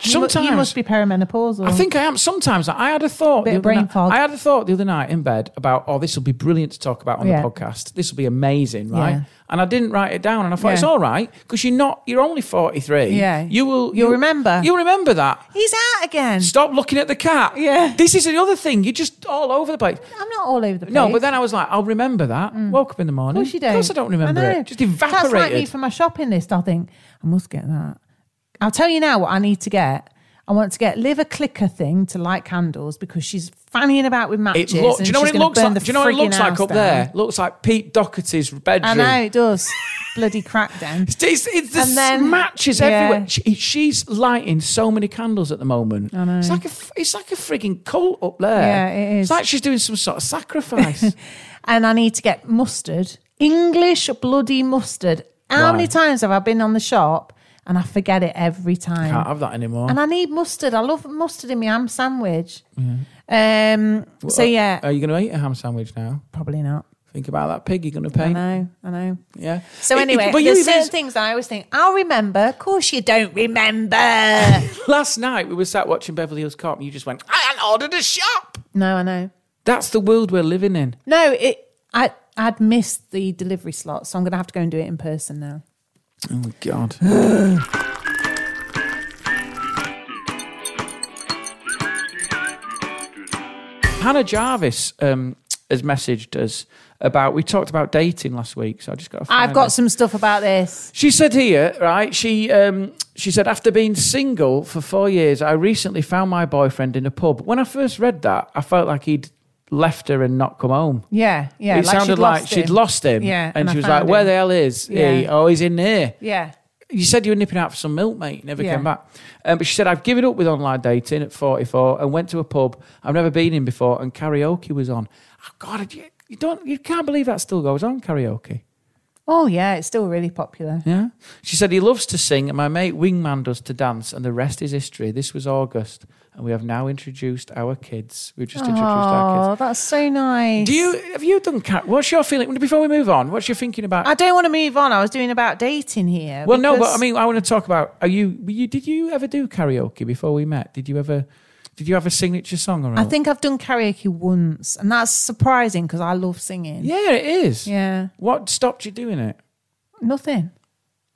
S3: You mu-
S5: Sometimes
S3: you must be perimenopausal.
S5: I think I am. Sometimes I had a thought.
S3: Oh. Bit
S5: the
S3: of
S5: other
S3: brain
S5: night-
S3: fog.
S5: I had a thought the other night in bed about, oh, this will be brilliant to talk about on
S3: Yeah.
S5: the podcast. This will be amazing, right?
S3: Yeah.
S5: And I didn't write it down, and I thought
S3: Yeah.
S5: it's all right because you're not. You're only forty three.
S3: Yeah.
S5: you will.
S3: You'll remember.
S5: You'll remember that.
S3: he's out again.
S5: Stop looking at the cat.
S3: Yeah.
S5: This is another thing. You're just all over the place.
S3: I'm not all over the place.
S5: No, but then I was like, I'll remember that. Woke up in the morning.
S3: Mm. Of course you don't.
S5: Of course I don't remember
S3: I know.
S5: it. Just evaporated.
S3: That's like me for my shopping list. I think I must get that. I'll tell you now what I need to get. I want to get liver clicker thing to light candles because she's fannying about with
S5: It
S3: matches.
S5: look, do
S3: and
S5: you know what
S3: she's
S5: it
S3: gonna
S5: looks
S3: burn
S5: like?
S3: the
S5: Do you know what it
S3: frigging
S5: looks like
S3: house
S5: up
S3: down.
S5: there? Looks like Pete Doherty's bedroom.
S3: I know it does. Bloody crackdown.
S5: It's, it's, it's the
S3: And then-
S5: matches
S3: yeah.
S5: everywhere. She, she's lighting so many candles at the moment. I know. It's like a f- it's like a frigging cult up there.
S3: Yeah, it
S5: It's
S3: is.
S5: like she's doing some sort of sacrifice.
S3: and I need to get mustard. English bloody mustard. How
S5: Right.
S3: many times have I been on the shop and I forget it every time?
S5: Can't have that anymore.
S3: And I need mustard. I love mustard in my ham sandwich. Um, so
S5: Mm-hmm. Well, uh,
S3: yeah,
S5: Are you going to eat a ham sandwich now?
S3: probably not.
S5: Think about that pig you're going to
S3: I
S5: pay.
S3: know, I know.
S5: Yeah.
S3: So
S5: It- it-
S3: anyway,
S5: but you
S3: there's
S5: even-
S3: certain things that I always think I'll remember. Of course, you don't remember.
S5: last night we were sat watching Beverly Hills Cop, and you just went, "I hadn't ordered a shop."
S3: no, I know.
S5: That's the world we're living in.
S3: No, it. I I'd missed the delivery slot, so I'm gonna have to go and do it in person now.
S5: Oh my god. Hannah Jarvis um, has messaged us about. We talked about dating last week, so I just got. To find
S3: I've got
S5: it.
S3: some stuff about this.
S5: She said here, right? She um, she said after being single for four years, I recently found my boyfriend in a pub. When I first read that, I felt like he'd left her and not come home.
S3: Yeah, yeah.
S5: it sounded
S3: she'd
S5: like
S3: lost
S5: she'd
S3: him.
S5: lost him.
S3: Yeah,
S5: and,
S3: I
S5: she was like,
S3: found
S5: "Where
S3: him.
S5: the hell is he?
S3: Yeah.
S5: Oh, he's in here."
S3: Yeah,
S5: you said you were nipping out for some milk, mate. Never
S3: Yeah.
S5: came back. Um, but she said, I've given up with online dating at 44 and went to a pub I've never been in before and karaoke was on. Oh, God, you, you, don't, you can't believe that still goes on, karaoke.
S3: Oh yeah, it's still really popular.
S5: Yeah. She said, he loves to sing and my mate Wingman does to dance and the rest is history. This was August and we have now introduced our kids. We've just introduced our
S3: Oh,
S5: kids.
S3: that's so nice.
S5: Do you, have you done, car- what's your feeling, before we move on, what's your thinking about?
S3: I don't want to move on. I was doing about dating here.
S5: well, no, but
S3: because-
S5: I mean, I want to talk about. Are you, were you? Did you ever do karaoke before we met? Did you ever? Did you have a signature song or?
S3: I
S5: not?
S3: think I've done karaoke once, and that's surprising because I love singing.
S5: Yeah, it is.
S3: Yeah.
S5: What stopped you doing it?
S3: Nothing.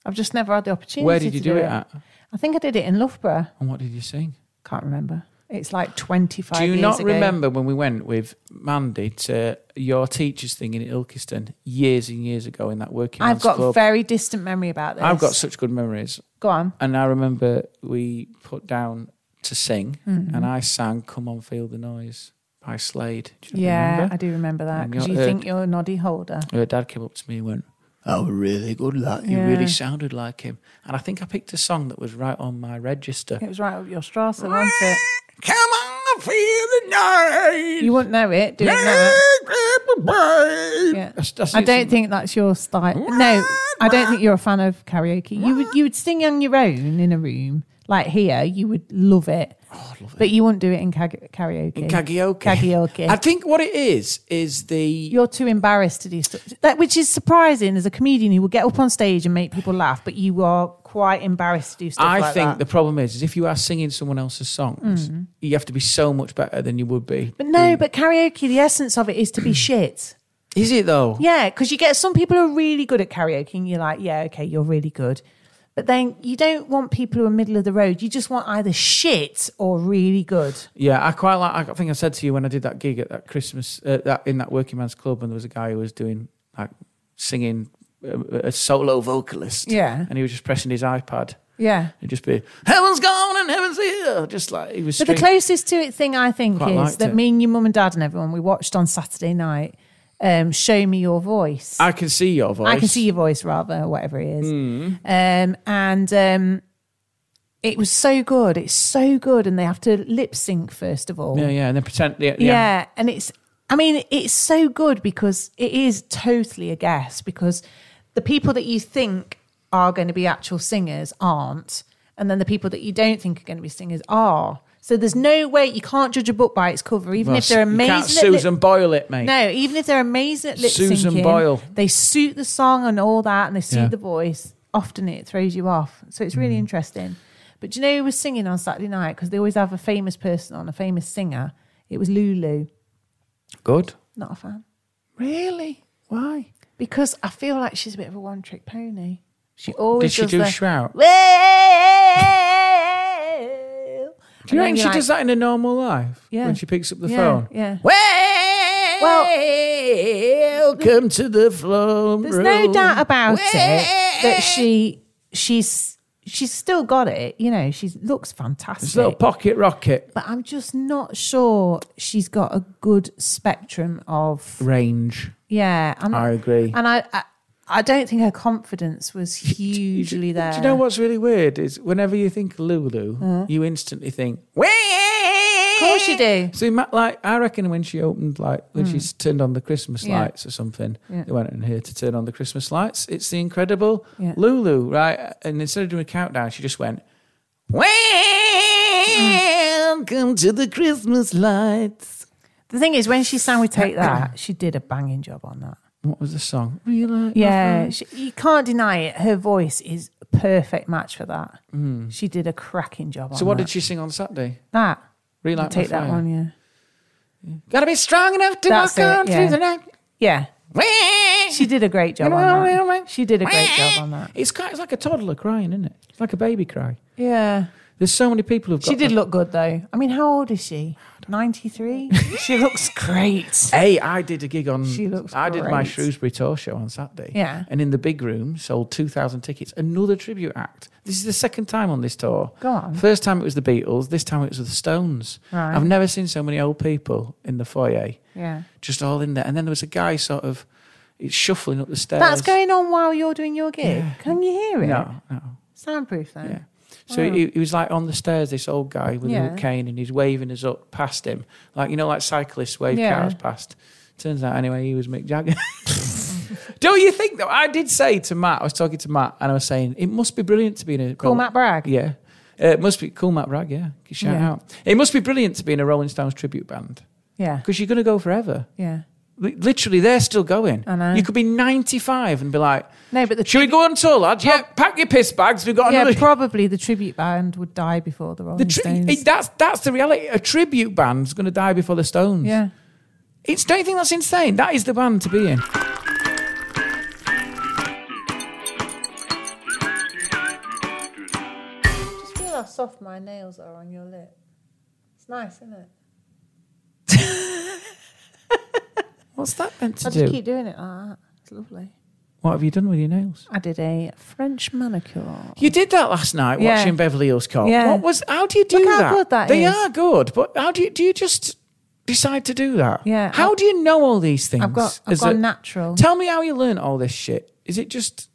S3: I've just never had the opportunity.
S5: Where did you
S3: to
S5: do it at?
S3: I think I did it in Loughborough.
S5: And what did you sing?
S3: Can't remember. It's like twenty five.
S5: do you
S3: years
S5: not
S3: ago.
S5: remember when we went with Mandy to your teacher's thing in Ilkeston years and years ago in that working?
S3: I've
S5: man's
S3: got
S5: club?
S3: very distant memory about this.
S5: I've got such good memories,
S3: Go on.
S5: and I remember we put down to sing,
S3: Mm-hmm.
S5: and I sang "Come on, Feel the Noise" by Slade. Do you
S3: Yeah,
S5: remember?
S3: I do remember that
S5: And
S3: because
S5: your-
S3: you
S5: uh,
S3: think you're a noddy holder.
S5: Her dad came up to me and went, Oh, really good luck. You
S3: Yeah.
S5: really sounded like him. And I think I picked a song that was right on my register.
S3: It was right up your strasse, wasn't it?
S5: Come on, feel the night.
S3: You wouldn't know it doing that. Yeah.
S5: That's- that's
S3: I
S5: it.
S3: don't think that's your style. No, I don't think you're a fan of karaoke. You would you would sing on your own in a room like here. You would love it,
S5: Oh,
S3: but you wouldn't do it in kag- karaoke.
S5: In karaoke.
S3: Karaoke.
S5: I think what it is, is the.
S3: you're too embarrassed to do stuff that, which is surprising as a comedian. You will get up on stage and make people laugh, but you are quite embarrassed to do stuff.
S5: I
S3: like
S5: think
S3: that. Mm.
S5: the problem is, is if you are singing someone else's songs, you have to be so much better than you would be.
S3: But no, but karaoke, the essence of it is to be shit.
S5: Is it though?
S3: Yeah, because you get some people who are really good at karaoke, and you're like, yeah, okay, you're really good. But then you don't want people who are middle of the road. You just want either shit or really good.
S5: Yeah, I quite like. I think I said to you when I did that gig at that Christmas, uh, that in that working man's club, and there was a guy who was doing like singing uh, a, a solo vocalist.
S3: Yeah.
S5: and he was just pressing his iPad.
S3: Yeah.
S5: It'd just be heaven's gone and heaven's here, just like he was.
S3: But the
S5: string-
S3: closest to it thing I think
S5: Quite
S3: is
S5: liked
S3: that
S5: it.
S3: me and your mum and dad and everyone we watched on Saturday night, um, Show Me Your Voice.
S5: I can see your voice. Hmm.
S3: I can see your voice rather, whatever it is. Um, and um, it was so good. It's so good. And they have to lip sync first of all.
S5: Yeah, yeah, and then pretend. Yeah,
S3: Yeah.
S5: yeah.
S3: and it's I mean it's so good because it is totally a guess because the people that you think are going to be actual singers aren't and then the people that you don't think are going to be singers are. So there's no way you can't judge a book by its cover even
S5: Well,
S3: if they're amazing
S5: you can't
S3: at lip-
S5: Susan Boyle it, mate.
S3: No, even if they're amazing at lip
S5: Susan
S3: syncing,
S5: Boyle.
S3: they suit the song and all that and they suit
S5: Yeah.
S3: the voice. Often it throws you off. So it's really interesting. But do you know who was singing on Saturday night? Because they always have a famous person on, a famous singer. It was Lulu.
S5: Good.
S3: Not a fan.
S5: Really? Why?
S3: Because I feel like she's a bit of a one trick pony. She always
S5: Did she
S3: does
S5: do
S3: the,
S5: shout?
S3: Well.
S5: Do you
S3: And then
S5: reckon she
S3: you're
S5: does
S3: like,
S5: that in her normal life?
S3: Yeah.
S5: When she picks up the
S3: Yeah,
S5: phone?
S3: yeah.
S5: Well, welcome to the flow.
S3: There's no doubt about it that she she's she's still got it. You know, she looks
S5: This little
S3: fantastic.
S5: pocket rocket
S3: But I'm just not sure she's got a good spectrum of
S5: range.
S3: yeah. I'm not-
S5: I agree.
S3: and I, I I don't think her confidence was hugely there. Uh-huh.
S5: Do you know what's really weird is whenever you think Lulu, you instantly think. Of
S3: Of course you do.
S5: So, ma- like, I reckon when she opened, like, when she's turned on the Christmas
S3: Mm. Yeah.
S5: lights or something,
S3: Yeah.
S5: they went in here to turn on the Christmas lights. It's the incredible
S3: Yeah.
S5: Lulu, right? And instead of doing a countdown, she just went,
S3: Mm.
S5: Welcome to the Christmas lights.
S3: The thing is, when she sang "We Take That," she did a banging job on that.
S5: What was the song? Really?
S3: Yeah, she, you can't deny it. Her voice is a perfect match for that. She did a cracking job.
S5: Mm. So, what did she sing on Saturday?
S3: that?
S5: Really like
S3: Take that one, yeah,
S5: Gotta be strong enough to
S3: That's
S5: walk
S3: it,
S5: on
S3: yeah.
S5: through the night.
S3: yeah. She did a great job on
S5: eh?
S3: that. She did a great job on that.
S5: It's, kind, it's like a toddler crying, isn't it? It's like a baby cry.
S3: Yeah,
S5: There's so many people who've got
S3: she did
S5: that.
S3: look good though. I mean, how old is she? Ninety three. she looks great.
S5: Hey, I did a gig on.
S3: She looks
S5: I did my
S3: great.
S5: Shrewsbury tour show on Saturday.
S3: Yeah.
S5: And in the big room, sold 2,000 tickets. Another tribute act. This is the second time on this tour.
S3: Go on.
S5: First time it was the Beatles. This time it was the Stones.
S3: Right.
S5: I've never seen so many old people in the foyer,
S3: Yeah,
S5: just all in there. And then there was a guy sort of it's shuffling up the stairs.
S3: that's going on while you're doing your gig. Can you hear it?
S5: No, no.
S3: Soundproof though.
S5: Yeah. So he, he was like on the stairs, this old guy with a
S3: Yeah.
S5: little cane, and he's waving us up past him, like you know, like cyclists wave
S3: Yeah.
S5: cars past. Turns out, anyway, he was Mick Jagger. Don't you think though? I did say to Matt, I was talking to Matt, and I was saying it must be brilliant to be in a
S3: Cool,
S5: Rolling-
S3: Matt Bragg.
S5: Yeah, Uh, it must be cool, Matt Bragg. Yeah, shout
S3: Yeah.
S5: out. It must be brilliant to be in a Rolling Stones tribute band
S3: yeah,
S5: because you're going to go forever.
S3: yeah.
S5: Li- Literally, they're still going.
S3: I know.
S5: You could be 95 and be like,
S3: No, but the
S5: "Should we go on tour, lads? Yeah, pack your piss bags. We've got
S3: yeah,
S5: another."
S3: probably the tribute band would die before the Rolling
S5: The tri-
S3: Stones.
S5: it- that's that's the reality. A tribute band's going to die before the Stones.
S3: yeah.
S5: It's don't you think that's insane? That is the band to be in.
S3: Just feel how soft my nails are on your lip. It's nice, isn't it?
S5: What's that meant to
S3: I
S5: do?
S3: just keep doing it like that. It's lovely.
S5: What have you done with your nails?
S3: I did a French manicure.
S5: You did that last night
S3: Yeah.
S5: watching Beverly Hills Cop.
S3: Yeah.
S5: What was? How do you do
S3: Look how
S5: that?
S3: good that
S5: they
S3: is.
S5: are good, but how do you do? You just decide to do that.
S3: Yeah,
S5: How
S3: I've-
S5: do you know all these things?
S3: I've got I've
S5: Is
S3: gone
S5: it-
S3: natural.
S5: Tell me how you learn all this shit. Is it just?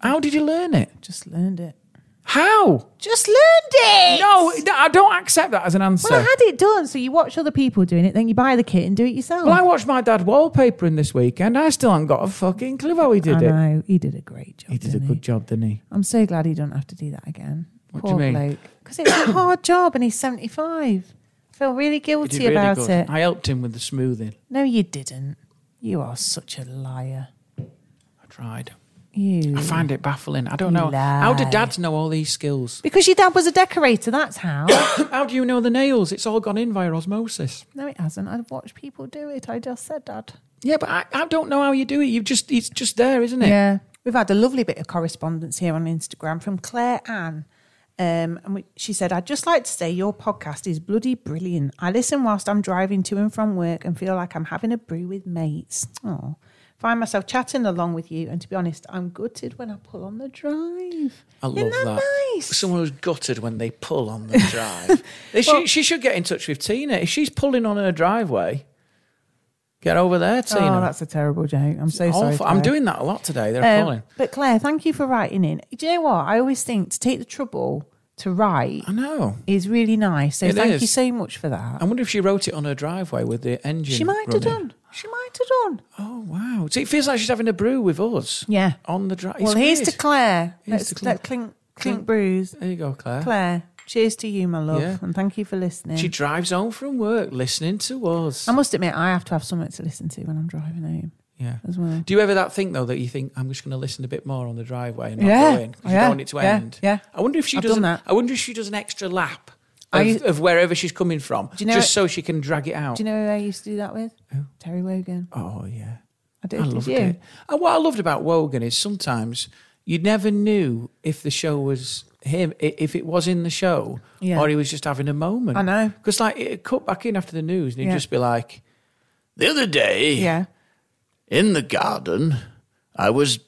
S5: How did you learn it?
S3: Just learned it.
S5: How?
S3: Just learned it.
S5: No, I don't accept that as an answer.
S3: Well, I had it done, so you watch other people doing it, then you buy the kit and do it yourself.
S5: Well, I watched my dad wallpapering this weekend. I still haven't got a fucking clue how he did
S3: I
S5: it.
S3: know he did a great job.
S5: He did a
S3: didn't
S5: good job, didn't he?
S3: I'm so glad he don't have to do that again.
S5: What do
S3: Poor
S5: you mean?
S3: Because it's a hard job, and he's 75. I feel really guilty about it.
S5: I helped him with the smoothing.
S3: No, you didn't. You are such a liar.
S5: I tried.
S3: You.
S5: I find it baffling. I don't know.
S3: Lie.
S5: How do dads know all these skills?
S3: Because your dad was a decorator, that's how.
S5: How do you know the nails? It's all gone in via osmosis.
S3: no, it hasn't. I've watched people do it. I just said that.
S5: Yeah, but I, I don't know how you do it. You've just it's just there, isn't it?
S3: Yeah. We've had a lovely bit of correspondence here on Instagram from Claire Ann. Um, and we, she said, I'd just like to say your podcast is bloody brilliant. I listen whilst I'm driving to and from work and feel like I'm having a brew with mates. Oh, find myself chatting along with you. And to be honest, I'm gutted when I pull on the drive.
S5: I love
S3: Isn't that, nice?
S5: Someone who's gutted when they pull on the drive. They should- she should get in touch with Tina. If she's pulling on her driveway, get over there, Tina.
S3: Oh, that's a terrible joke. I'm so sorry.
S5: Awful. I'm
S3: Claire.
S5: doing that a lot today. They're
S3: Um,
S5: appalling.
S3: but Claire, thank you for writing in. Do you know what? I always think to take the trouble to write
S5: I know.
S3: is really nice. So
S5: It
S3: thank you
S5: is.
S3: so much for that.
S5: I wonder if she wrote it on her driveway with the engine.
S3: She might have
S5: running.
S3: done. She might have done.
S5: Oh wow! So it feels like she's having a brew with us.
S3: Yeah.
S5: On the drive.
S3: well, here's to Claire.
S5: Here's
S3: Let's
S5: to Claire.
S3: let clink clink brews.
S5: There you go, Claire.
S3: Claire, cheers to you, my love,
S5: Yeah.
S3: and thank you for listening.
S5: She drives home from work listening to us.
S3: I must admit, I have to have something to listen to when I'm driving home.
S5: Yeah.
S3: as well.
S5: Do you ever that think though that you think I'm just going to listen a bit more on the driveway and not
S3: Yeah,
S5: go in 'cause you
S3: yeah,
S5: don't want it to
S3: yeah,
S5: end?
S3: yeah.
S5: I wonder if she
S3: I've
S5: does.
S3: done
S5: an-
S3: that.
S5: I wonder if she does an extra lap
S3: I
S5: of,
S3: used-
S5: of wherever she's coming from,
S3: Do you know-
S5: just so she can drag it out.
S3: Do you know who I used to do that with? Terry Wogan.
S5: oh yeah,
S3: I did.
S5: I
S3: did
S5: loved
S3: you?
S5: it. And what I loved about Wogan is sometimes you never knew if the show was him, i- if it was in the show,
S3: Yeah.
S5: or he was just having a moment.
S3: I know.
S5: because like it cut back in after the news, and he'd
S3: Yeah.
S5: just be like, "The other day,
S3: Yeah.
S5: in the garden, I was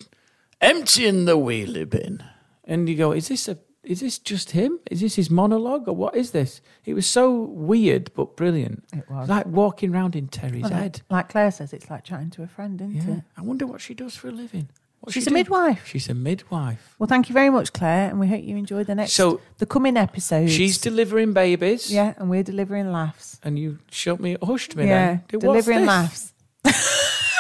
S5: emptying the wheelie bin. And you go, is this a is this just him? Is this his monologue or what is this? It was so weird but brilliant. It
S3: was.
S5: Like walking round in Terry's
S3: Well,
S5: head.
S3: Like Claire says, it's like chatting to a friend, isn't
S5: Yeah.
S3: it?
S5: I wonder what she does for a living. What's
S3: She's
S5: she
S3: a
S5: do?
S3: midwife.
S5: She's a midwife.
S3: Well, thank you very much, Claire, and we hope you enjoy the next
S5: So-
S3: the coming episodes.
S5: She's delivering babies.
S3: yeah, and we're delivering laughs.
S5: And you shut me, hushed me.
S3: yeah,
S5: then. What's
S3: delivering
S5: this?
S3: laughs.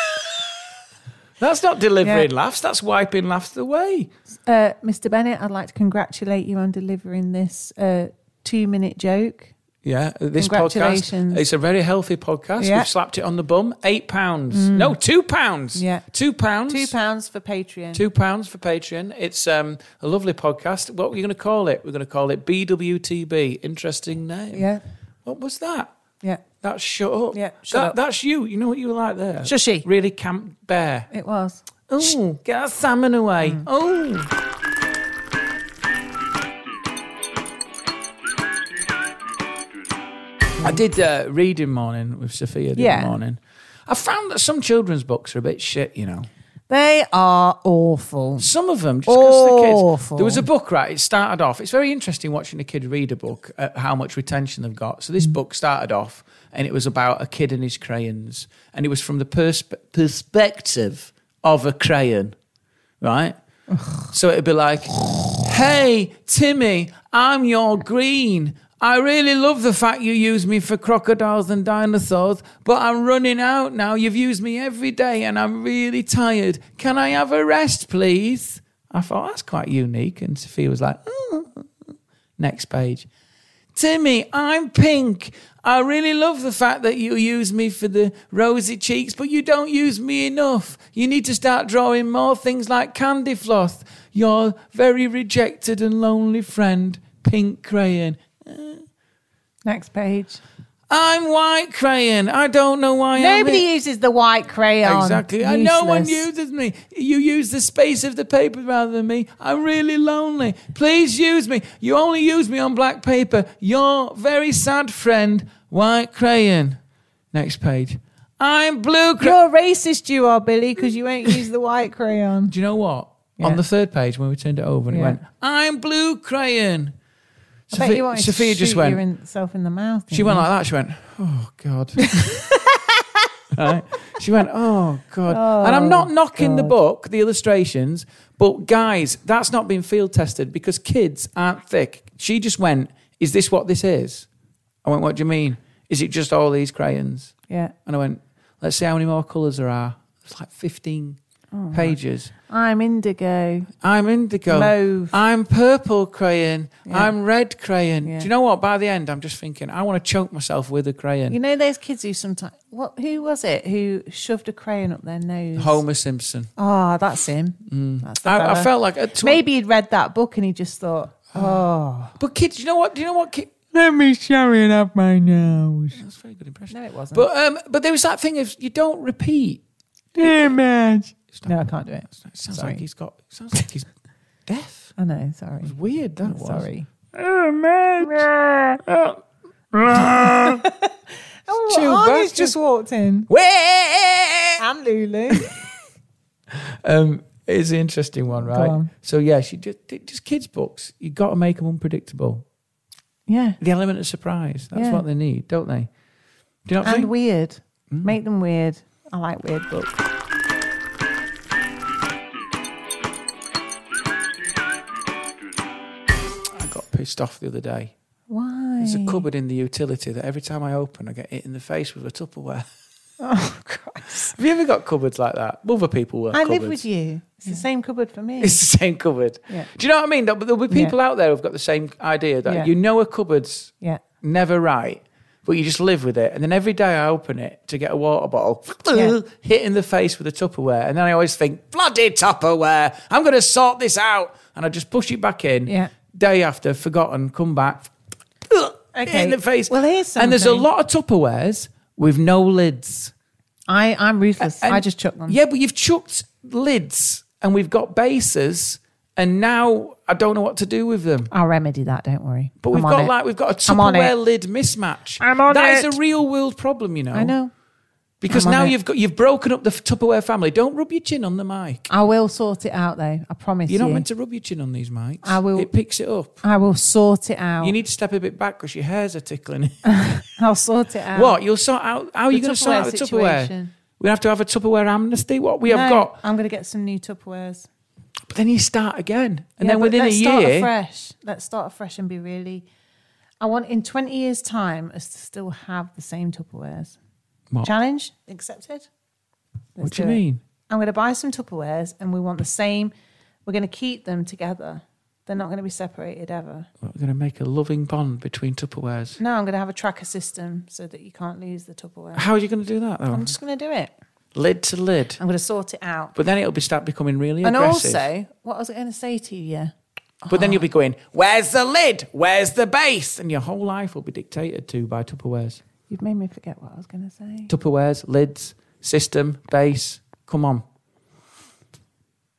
S5: That's not delivering
S3: Yeah.
S5: laughs. That's wiping laughs away.
S3: Uh, Mr. Bennett, I'd like to congratulate you on delivering this uh, two-minute joke.
S5: Yeah, uh, this
S3: Congratulations.
S5: podcast. It's a very healthy podcast.
S3: Yeah.
S5: We've slapped it on the bum. Eight pounds. No, two pounds.
S3: Yeah.
S5: Mm. Two pounds.
S3: Two pounds for Patreon.
S5: Two pounds for Patreon. It's um, a lovely podcast. What were you going to call it? We're going to call it BWTB. Interesting name.
S3: Yeah,
S5: What was that?
S3: yeah,
S5: That's shut up.
S3: Yeah, shut
S5: That-
S3: up.
S5: That's you. You know what you were like there?
S3: Shushy.
S5: Really camp bear.
S3: it was.
S5: Oh, get that salmon away.
S3: Mm.
S5: Oh. I did uh, reading morning with Sophia the
S3: Yeah.
S5: other morning. I found that some children's books are a bit shit, you know.
S3: They are awful.
S5: Some of them, just because the kids.
S3: Awful.
S5: There was a book, right? It started off. It's very interesting watching a kid read a book, uh, how much retention they've got. So
S3: Mm.
S5: this book started off, and it was about a kid and his crayons, and it was from the perspe- perspective of a crayon, right? So it'd be like, "Hey, Timmy, I'm your green." I really love the fact you use me for crocodiles and dinosaurs, but I'm running out now. You've used me every day and I'm really tired. Can I have a rest, please? I thought that's quite unique. And Sophia was like, "Oh." next page. Timmy, I'm pink. I really love the fact that you use me for the rosy cheeks, but you don't use me enough. You need to start drawing more things like candy floss. Your very rejected and lonely friend, pink crayon.
S3: Next page.
S5: I'm white crayon. I don't know why I'm
S3: Nobody
S5: here.
S3: uses the white crayon.
S5: Exactly. And no one
S3: Useless.
S5: uses me. You use the space of the paper rather than me. I'm really lonely. Please use me. You only use me on black paper. Your very sad friend, white crayon. Next page. I'm blue crayon.
S3: You're racist, you are, Billy, because you won't use the white crayon.
S5: Do you know what?
S3: Yeah.
S5: On the third page, when we turned it over and
S3: Yeah.
S5: it went, I'm blue crayon.
S3: I bet
S5: Sophia-
S3: you wanted to
S5: Sophia just
S3: shoot
S5: went,
S3: your in- self in the mouth.
S5: She
S3: didn't
S5: went
S3: you?
S5: like that. She went, oh god. Right? She went, oh god. and I'm
S3: Oh,
S5: not knocking the book, the illustrations, but guys, that's not been field tested because kids aren't thick. She just went, is this what this is? I went, what do you mean? Is it just all these crayons?
S3: Yeah.
S5: And I went, let's see how many more colours there are. It's like 15
S3: Oh,
S5: pages.
S3: I'm indigo.
S5: I'm indigo.
S3: Mauve.
S5: I'm purple crayon. I'm red crayon.
S3: Yeah.
S5: Do you know what? By the end, I'm just thinking, I want to choke myself with a crayon.
S3: You know those kids who sometimes what? Who was it who shoved a crayon up their nose?
S5: Homer Simpson.
S3: Ah, that's him. That's the
S5: I, I
S3: fella.
S5: felt like at tw-
S3: maybe he'd read that book and he just thought, oh,
S5: but kids. You know what? Do you know what? Ki-
S3: let me show it up my nose.
S5: That's a very good impression.
S3: No, it wasn't.
S5: But um, but there was that thing of you don't repeat.
S3: Image. No, I can't do it.
S5: It sounds
S3: Sorry.
S5: like he's got. It sounds like he's deaf.
S3: I know. Sorry.
S5: It's weird. That was.
S3: Sorry.
S5: Two
S3: Oh, Arnie's
S5: bastards.
S3: just walked in.
S5: Wait.
S3: And Lulu.
S5: Um, it's an interesting one, right?
S3: on.
S5: So yeah, she just just kids books. You got to make them unpredictable.
S3: yeah.
S5: The element of surprise. That's
S3: Yeah.
S5: what they need, don't they? Do you not
S3: And
S5: think?
S3: weird.
S5: Mm.
S3: Make them weird. I like weird books.
S5: I got pissed off the other day.
S3: Why?
S5: There's a cupboard in the utility that every time I open, I get hit in the face with a Tupperware.
S3: Oh, Christ.
S5: Have you ever got cupboards like that? Other people work.
S3: I
S5: cupboards.
S3: live with you. It's the same cupboard for me.
S5: It's the same cupboard.
S3: Yeah.
S5: Do you know what I mean? But there'll be people out there who've got the same idea that
S3: Yeah.
S5: you know a cupboard's
S3: yeah.
S5: never right, but you just live with it. And then every day I open it to get a water bottle,
S3: Yeah.
S5: hit in the face with a Tupperware. And then I always think, bloody Tupperware, I'm going to sort this out. And I just push it back in.
S3: Yeah.
S5: Day after, forgotten, come back, hit
S3: Okay.
S5: in the face.
S3: Well, here's
S5: And there's a
S3: something.
S5: lot of Tupperwares with no lids.
S3: I, I'm ruthless.
S5: And-
S3: I just chuck them.
S5: Yeah, but you've chucked lids and we've got bases and now I don't know what to do with them.
S3: I'll remedy that. Don't worry.
S5: But
S3: I'm
S5: we've
S3: on
S5: got
S3: it.
S5: like we've got a
S3: I'm on it.
S5: Tupperware lid mismatch.
S3: I'm on
S5: That is
S3: it.
S5: a real world problem, you know.
S3: I know.
S5: Because
S3: I'm on
S5: now
S3: it.
S5: you've got you've broken up the f- Tupperware family. Don't rub your chin on the mic.
S3: I will sort it out though. I promise
S5: You're not
S3: you.
S5: meant to rub your chin on these mics.
S3: I will- Oh.
S5: It picks it up.
S3: I will sort it out.
S5: You need to step a bit back because your hairs are tickling.
S3: I'll sort it out.
S5: what? You'll sort out? How are
S3: Oh. the
S5: you going to sort
S3: Tupperware
S5: out the Tupperware?
S3: situation.
S5: We have to have a Tupperware amnesty. What we have
S3: No,
S5: got?
S3: I'm going to get some new Tupperwares.
S5: But then you start again, and
S3: Yeah,
S5: then
S3: but
S5: within a
S3: let's start
S5: year,
S3: afresh. Let's start afresh and be really. I want in 20 years' time us to still have the same Tupperwares.
S5: What?
S3: Challenge accepted.
S5: what
S3: Let's
S5: do you
S3: it.
S5: mean?
S3: I'm going to buy some Tupperwares, and we want the same. We're going to keep them together. They're not going to be separated ever.
S5: We're going to make a loving bond between Tupperwares.
S3: No, I'm going to have a tracker system so that you can't lose the Tupperware.
S5: How are you going to do that though?
S3: I'm just going to do it.
S5: lid to lid.
S3: I'm going to sort it out.
S5: But then it'll be start becoming really
S3: And
S5: aggressive.
S3: also, what was I going to say to you? Yeah.
S5: but
S3: Ah.
S5: then you'll be going, "Where's the lid? Where's the base?" And your whole life will be dictated to by Tupperwares,
S3: You've made me forget what I was going to say.
S5: Tupperwares, lids, system, base. Come on,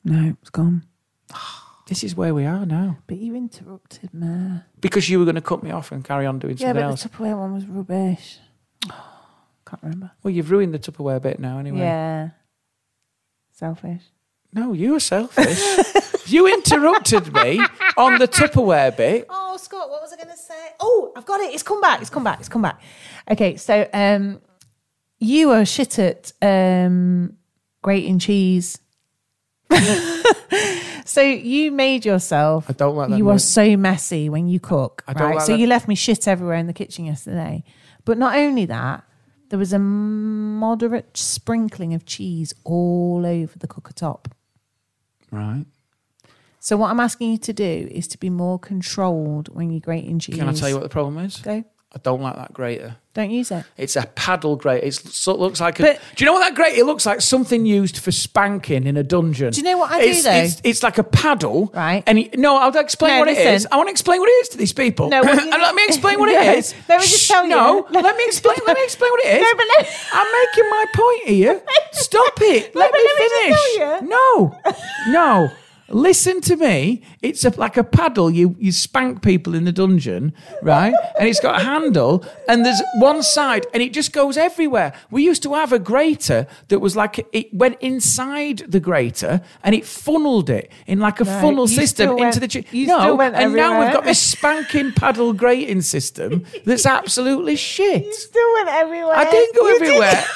S3: No, it's gone.
S5: this is where we are now.
S3: But you interrupted me.
S5: Because you were going to cut me off and carry on doing
S3: Yeah,
S5: something
S3: but
S5: else.
S3: the Tupperware one was rubbish. can't remember.
S5: well, you've ruined the Tupperware bit now, anyway.
S3: Yeah. Selfish.
S5: No, you were selfish. you interrupted me on the Tupperware bit.
S3: Oh, Scott, what was I going to say? Oh, I've got it. It's come back. It's come back. It's come back. Okay, so um, you are shit at um, grating cheese. so you made yourself.
S5: I don't like that
S3: You
S5: note.
S3: are so messy when you cook.
S5: I don't
S3: right?
S5: like
S3: so
S5: that-
S3: you left me shit everywhere in the kitchen yesterday. But not only that, there was a moderate sprinkling of cheese all over the cooker top.
S5: Right.
S3: So what I'm asking you to do is to be more controlled when you're grating cheese.
S5: Can I tell you what the problem is?
S3: Go.
S5: I don't like that grater.
S3: Don't use it.
S5: It's a paddle grater. It's, so it looks like a.
S3: But-
S5: do you know what that grater looks like? Something used for spanking in a dungeon.
S3: Do you know what I do,
S5: it's,
S3: though?
S5: It's, it's like a paddle,
S3: Right.
S5: And you, no, I'll explain
S3: No,
S5: what it is.
S3: listen.
S5: I want to explain what it is to these people.
S3: No, what you-
S5: and let me explain what
S3: No,
S5: it is.
S3: let me just
S5: Shh,
S3: tell you.
S5: No,
S3: No.
S5: let me explain. Let me explain what it is.
S3: No, but let-
S5: I'm making my point here. Stop it.
S3: No,
S5: Let
S3: but
S5: me
S3: let me
S5: finish.
S3: just tell you.
S5: No, no. Listen to me. It's a, like a paddle. You you spank people in the dungeon, right? And it's got a handle, and there's one side, and it just goes everywhere. We used to have a grater that was like it went inside the grater, and it funneled it in like a
S3: Right.
S5: funnel
S3: You
S5: system
S3: still
S5: into
S3: went-
S5: the chi-
S3: you
S5: no.
S3: still went
S5: and now we've
S3: everywhere.
S5: got this spanking paddle grating system that's absolutely shit.
S3: still went everywhere.
S5: I didn't go everywhere.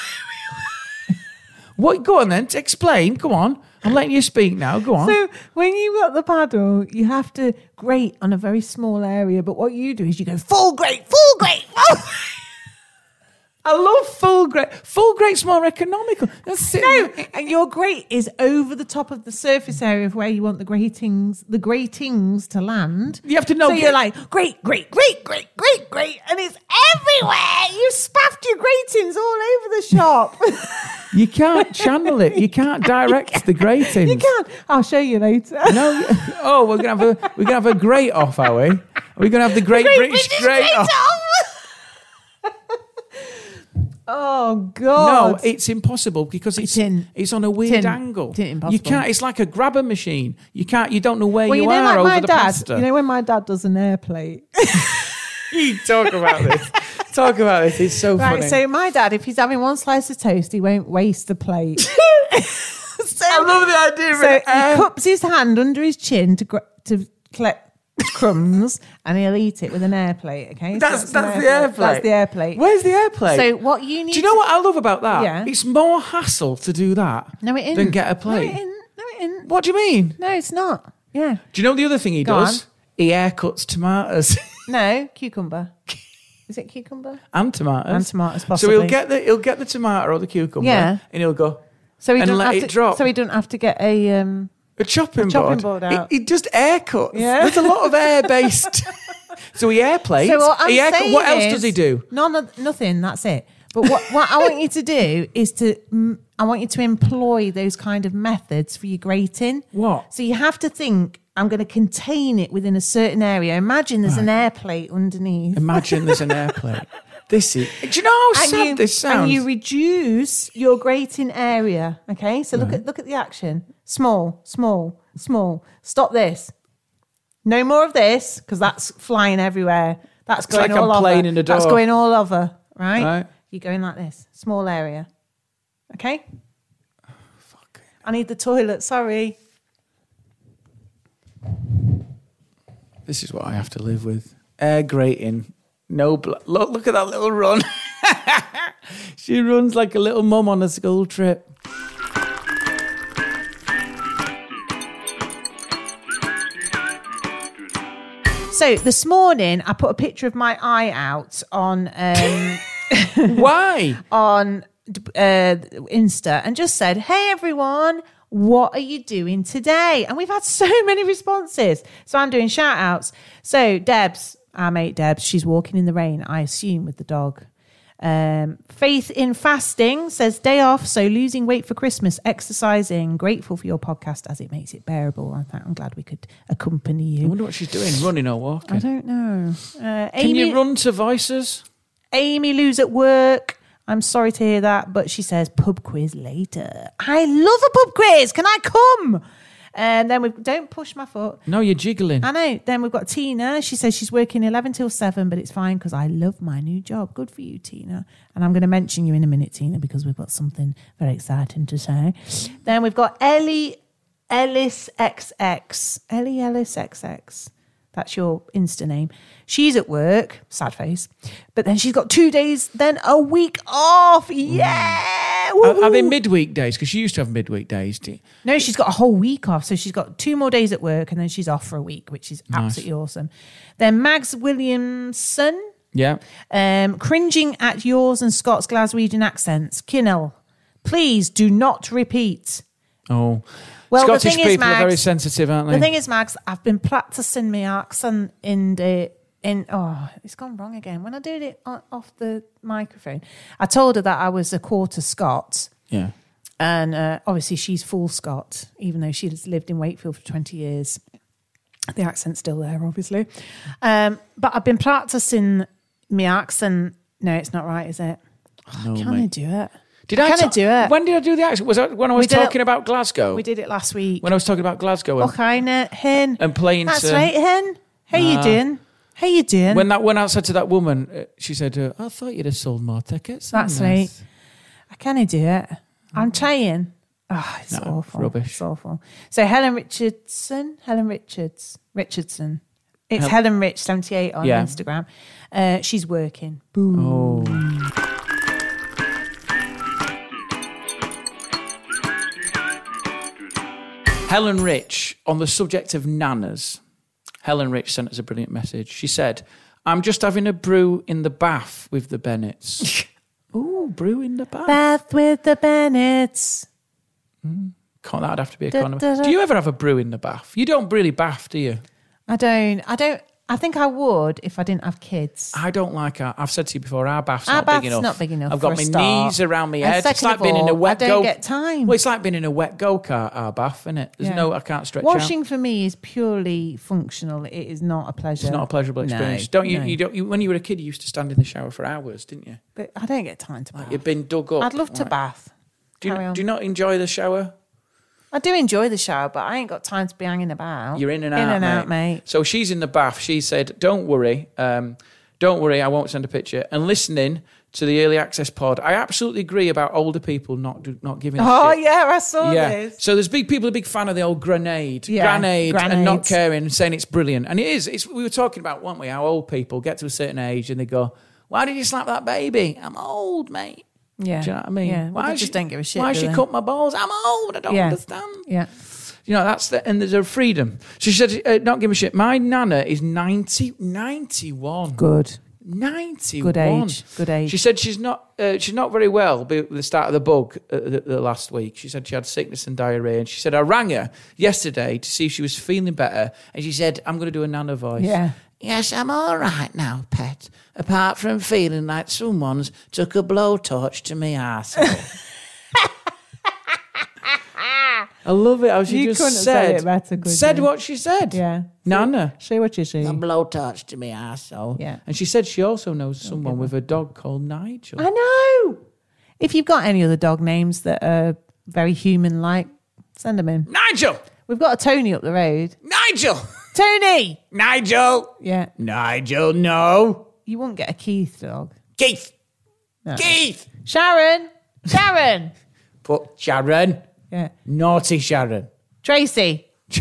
S5: What? Go on then. t- Explain. Go on. I'm letting you speak now. Go on.
S3: So when you got the paddle, you have to grate on a very small area. But what you do is you go full grate, full grate, full. grate."
S5: I love full grade. Full grade's more economical. That's it.
S3: No, and your grate is over the top of the surface area of where you want the gratings, the gratings to land.
S5: You have to know-
S3: So you're like great, great, great, great, great, great, and it's everywhere. You spaffed your gratings all over the shop.
S5: You can't channel it. You can't direct the grating.
S3: you can. I'll show you later.
S5: No. you- Oh, we're gonna have a we're gonna have a grate off, are we? Are we gonna have the Great,
S3: Great
S5: British,
S3: British
S5: grate,
S3: Grate
S5: off?
S3: oh
S5: No,
S3: God!
S5: it's impossible because it's
S3: in.
S5: it's on a weird
S3: in.
S5: angle.
S3: It's in
S5: You
S3: impossible.
S5: can't. It's like a grabber machine. You can't. You don't know where
S3: well,
S5: you,
S3: you,
S5: are
S3: know, like
S5: over
S3: my
S5: the
S3: dad.
S5: pasta.
S3: You know when my dad does an airplate.
S5: You talk about this. Talk about this. It's so
S3: Right,
S5: funny.
S3: so my dad, if he's having one slice of toast, he won't waste the plate. so,
S5: I love the idea. of
S3: so
S5: an
S3: he
S5: air-
S3: cups his hand under his chin to gr- to collect crumbs, and he'll eat it with an air plate. Okay, So
S5: that's
S3: an
S5: that's the airplane.
S3: That's the air plate.
S5: Where's the airplane?
S3: So what you need?
S5: do you know
S3: to-
S5: what I love about that?
S3: Yeah.
S5: It's more hassle to do that
S3: No, it isn't.
S5: than get a
S3: No,
S5: plate.
S3: it isn't. No, it isn't.
S5: What do you mean?
S3: No, it's not. Yeah.
S5: Do you know the other thing he
S3: Go
S5: does? He haircuts tomatoes
S3: No, cucumber. Is it cucumber?
S5: and tomatoes
S3: And tomatoes,
S5: So
S3: possibly.
S5: he'll get the he'll get the tomato or the cucumber.
S3: Yeah.
S5: and he'll go.
S3: So he
S5: And
S3: don't
S5: let
S3: have
S5: it
S3: to,
S5: drop.
S3: So he don't have to get a. Um,
S5: A chopping
S3: chopping
S5: board.
S3: board
S5: It-
S3: out.
S5: It, just air cuts.
S3: Yeah.
S5: There's a lot of air based. So he airplanes.
S3: So what, I'm
S5: he air-
S3: saying
S5: what else
S3: is-
S5: does he do?
S3: None of nothing. That's it. But what, what I want you to do is to mm, I want you to employ those kind of methods for your grating.
S5: What?
S3: So you have to think. I'm going to contain it within a certain area. Imagine there's an air plate underneath.
S5: Imagine there's an airplane. This is. Do you know how sad
S3: you,
S5: this sounds?
S3: and you reduce your grating area. Okay, so look at look at the action. Small, small, small. Stop this. No more of this because that's flying everywhere. That's
S5: It's
S3: going
S5: like I'm
S3: all
S5: playing
S3: over.
S5: in a
S3: That's
S5: door.
S3: going all over. Right?
S5: Right.
S3: You're going like this. Small area. Okay. I need the toilet. Sorry.
S5: This is what I have to live with. Air grating. No bl- look, look at that little run. she runs like a little mum on a school trip.
S3: So this morning I put a picture of my eye out on. Um,
S5: Why?
S3: on uh, Insta and just said, "Hey everyone, what are you doing today?" And we've had so many responses. So I'm doing shout outs. So Debs, our mate Debs, she's walking in the rain, I assume, with the dog. Um, Faith in fasting says day off, so losing weight for Christmas, exercising. Grateful for your podcast as it makes it bearable. I'm- I'm glad we could accompany
S5: I
S3: you.
S5: wonder what she's doing, running or walking.
S3: I don't know. Uh,
S5: Can
S3: Amy-
S5: you run to voices?
S3: Amy Lou's at work. I'm sorry to hear that, but she says pub quiz later. I love a pub quiz. Can I come? And then we don't push my foot.
S5: No, you're jiggling.
S3: I know. Then we've got Tina. She says she's working 11 till 7, but it's fine because I love my new job. Good for you, Tina. And I'm going to mention you in a minute, Tina, because we've got something very exciting to say. Then we've got Ellie Ellis XX. Ellie Ellis XX. That's your Insta name. She's at work, sad face, but then she's got two days, then a week off. Yeah.
S5: Are, are they
S3: Woohoo!
S5: midweek days? Because she used to have midweek days. Do you-
S3: No, she's got a whole week off. So she's got two more days at work and then she's off for a week, which is absolutely awesome. Then Mags Williamson,
S5: Yeah.
S3: um, cringing at yours and Scott's Glaswegian accents. Kinnell, please do not repeat.
S5: Oh.
S3: Well, the
S5: Scottish
S3: thing
S5: people
S3: is,
S5: are very
S3: Max,
S5: sensitive, aren't they?
S3: The thing is, Mags, I've been practicing my accent in the in oh, it's gone wrong again. When I did it o- off the microphone, I told her that I was a quarter Scot.
S5: yeah.
S3: And uh, obviously, she's full Scot, even though she's lived in Wakefield for 20 years. The accent's still there, obviously. Um, but I've been practicing my accent. No, it's not right, is it?
S5: No,
S3: Can I
S5: mate.
S3: do it?
S5: Did I
S3: can I
S5: ta-
S3: do it?
S5: When did I do the accent? Was that when I was
S3: did it-
S5: talking about Glasgow?
S3: We did it last week.
S5: When I was talking about Glasgow and,
S3: Okay, now, Hen.
S5: and playing
S3: That's
S5: to-
S3: right, Hen. How you doing? How you doing?
S5: When that when I said to that woman, uh, she said, uh, "I thought you'd have sold more tickets."
S3: That's
S5: Nice.
S3: right. I can I do it? I'm trying. Oh, it's
S5: No,
S3: awful.
S5: rubbish.
S3: It's awful. So Helen Richardson, Helen Richards, Richardson. It's Helen Rich seventy eight on
S5: Yeah.
S3: Instagram. Uh, she's working.
S5: Oh, Helen Rich on the subject of nanas. Helen Rich sent us a brilliant message. She said, "I'm just having a brew in the bath with the Bennetts." Ooh, brew in the bath.
S3: Bath with the Bennetts.
S5: Can't, that'd have to be a
S3: Da,
S5: condom.
S3: da, da.
S5: Do you ever have a brew in the bath? You don't really bath, do you?
S3: I don't. I don't. I think I would if I didn't have kids.
S5: I don't like our. I've said to you before, our bath's
S3: Our
S5: not
S3: bath's
S5: big enough.
S3: not big enough
S5: I've
S3: for
S5: got
S3: a
S5: my
S3: start.
S5: knees around my
S3: And
S5: head. It's
S3: second
S5: like
S3: of
S5: being in
S3: all,
S5: a
S3: I
S5: wet
S3: don't
S5: go-
S3: get time.
S5: Well, it's like being in a wet go kart. Our bath, isn't it? There's
S3: Yeah.
S5: no, I can't stretch
S3: Washing
S5: out.
S3: for me is purely functional. It is not a pleasure.
S5: It's not a pleasurable
S3: No,
S5: experience. don't you?
S3: no.
S5: You don't. You, when you were a kid, you used to stand in the shower for hours, didn't you?
S3: But I don't get time to bath.
S5: You've been dug up.
S3: I'd love to
S5: Right.
S3: bath.
S5: Do
S3: Carry
S5: you,
S3: on.
S5: do you not enjoy the shower?
S3: I do enjoy the shower, but I ain't got time to be hanging about.
S5: You're in and out.
S3: in and out, mate.
S5: So she's in the bath. She said, "Don't worry, um, don't worry. I won't send a picture." And listening to the early access pod, I absolutely agree about older people not do, not giving. a
S3: Oh
S5: shit.
S3: yeah, I saw this.
S5: So there's big people are big fan of the old grenade,
S3: Yeah,
S5: grenade, and not
S3: grenades.
S5: caring, and saying it's brilliant, and it is. It's we were talking about, weren't we? How old people get to a certain age and they go, "Why did you slap that baby? I'm old, mate."
S3: Yeah,
S5: Do you know what I mean?
S3: Yeah, well, they
S5: is
S3: just
S5: she-
S3: don't give a shit.
S5: Why
S3: do
S5: she
S3: they?
S5: cut my balls? I'm old. I don't
S3: Yeah.
S5: understand.
S3: Yeah,
S5: You know that's the and there's a freedom. So she said, uh, "Not give a shit." My nana is 90, 91.
S3: good.
S5: 91.
S3: age, good age.
S5: She said she's not uh, she's not very well be- with the start of the bug uh, the, the last week. She said she had sickness and diarrhea. And she said, I rang her yesterday to see if she was feeling better. And she said, I'm going to do a nana voice.
S3: Yeah.
S5: Yes, I'm all right now, pet. Apart from feeling like someone's took a blowtorch to my arsehole. I love it how she
S3: You couldn't
S5: just
S3: say
S5: said
S3: it better, could
S5: said
S3: you?
S5: what she said.
S3: Yeah.
S5: Nana.
S3: Say what you see.
S5: A blowtorch to my arsehole.
S3: Yeah.
S5: And she said she also knows someone with a dog called Nigel.
S3: I know. If you've got any other dog names that are very human like, send them in.
S5: Nigel!
S3: We've got a Tony up the road.
S5: Nigel!
S3: Tony!
S5: Nigel!
S3: Yeah.
S5: Nigel, no!
S3: You wouldn't get a Keith dog.
S5: Keith!
S3: No.
S5: Keith!
S3: Sharon! Sharon!
S5: Put Sharon.
S3: yeah.
S5: Naughty Sharon.
S3: Tracy. Can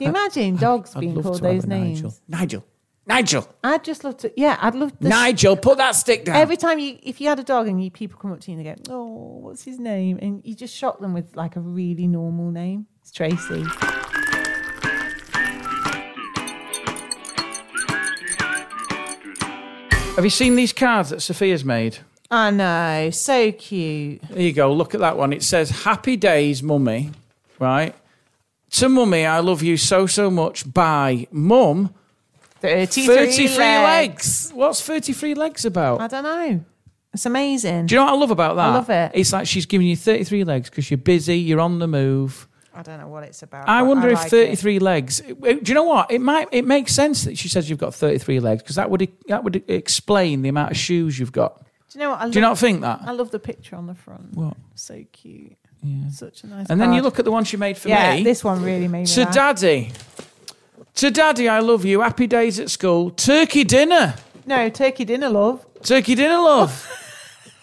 S3: you imagine dogs
S5: Uh, I'd
S3: being
S5: love
S3: called
S5: to have
S3: those
S5: a
S3: names?
S5: Nigel. Nigel. Nigel.
S3: I'd just love to. Yeah, I'd love to.
S5: Nigel, put that stick down.
S3: Every time you, if you had a dog and you people come up to you and they go, "Oh, what's his name?" and you just shock them with like a really normal name. It's Tracy.
S5: Have you seen these cards that Sophia's made?
S3: I know, so cute.
S5: There you go. Look at that one. It says "Happy Days, Mummy." Right to Mummy, I love you so so much. Bye, Mum.
S3: 33,
S5: Thirty-three
S3: legs.
S5: legs. What's thirty-three legs
S3: I
S5: about?
S3: don't know. It's amazing.
S5: Do you know what I love about that?
S3: I love it.
S5: It's like she's giving you thirty-three legs because you're busy, you're on the move.
S3: I don't know what it's about.
S5: I
S3: but
S5: wonder if
S3: like it.
S5: thirty-three legs. Do you know what? It might. It makes sense that she says you've got thirty-three legs because that would that would explain the amount of shoes you've got.
S3: Do you know what? I love,
S5: Do you not think that?
S3: I love the picture on the front.
S5: What?
S3: So cute. Such a nice.
S5: And then you
S3: card.
S5: look at the one she made for
S3: Yeah,
S5: me.
S3: this one really made me.
S5: To
S3: laugh.
S5: daddy. To daddy, I love you. Happy days at school. Turkey dinner.
S3: No turkey dinner, love.
S5: Turkey dinner, love.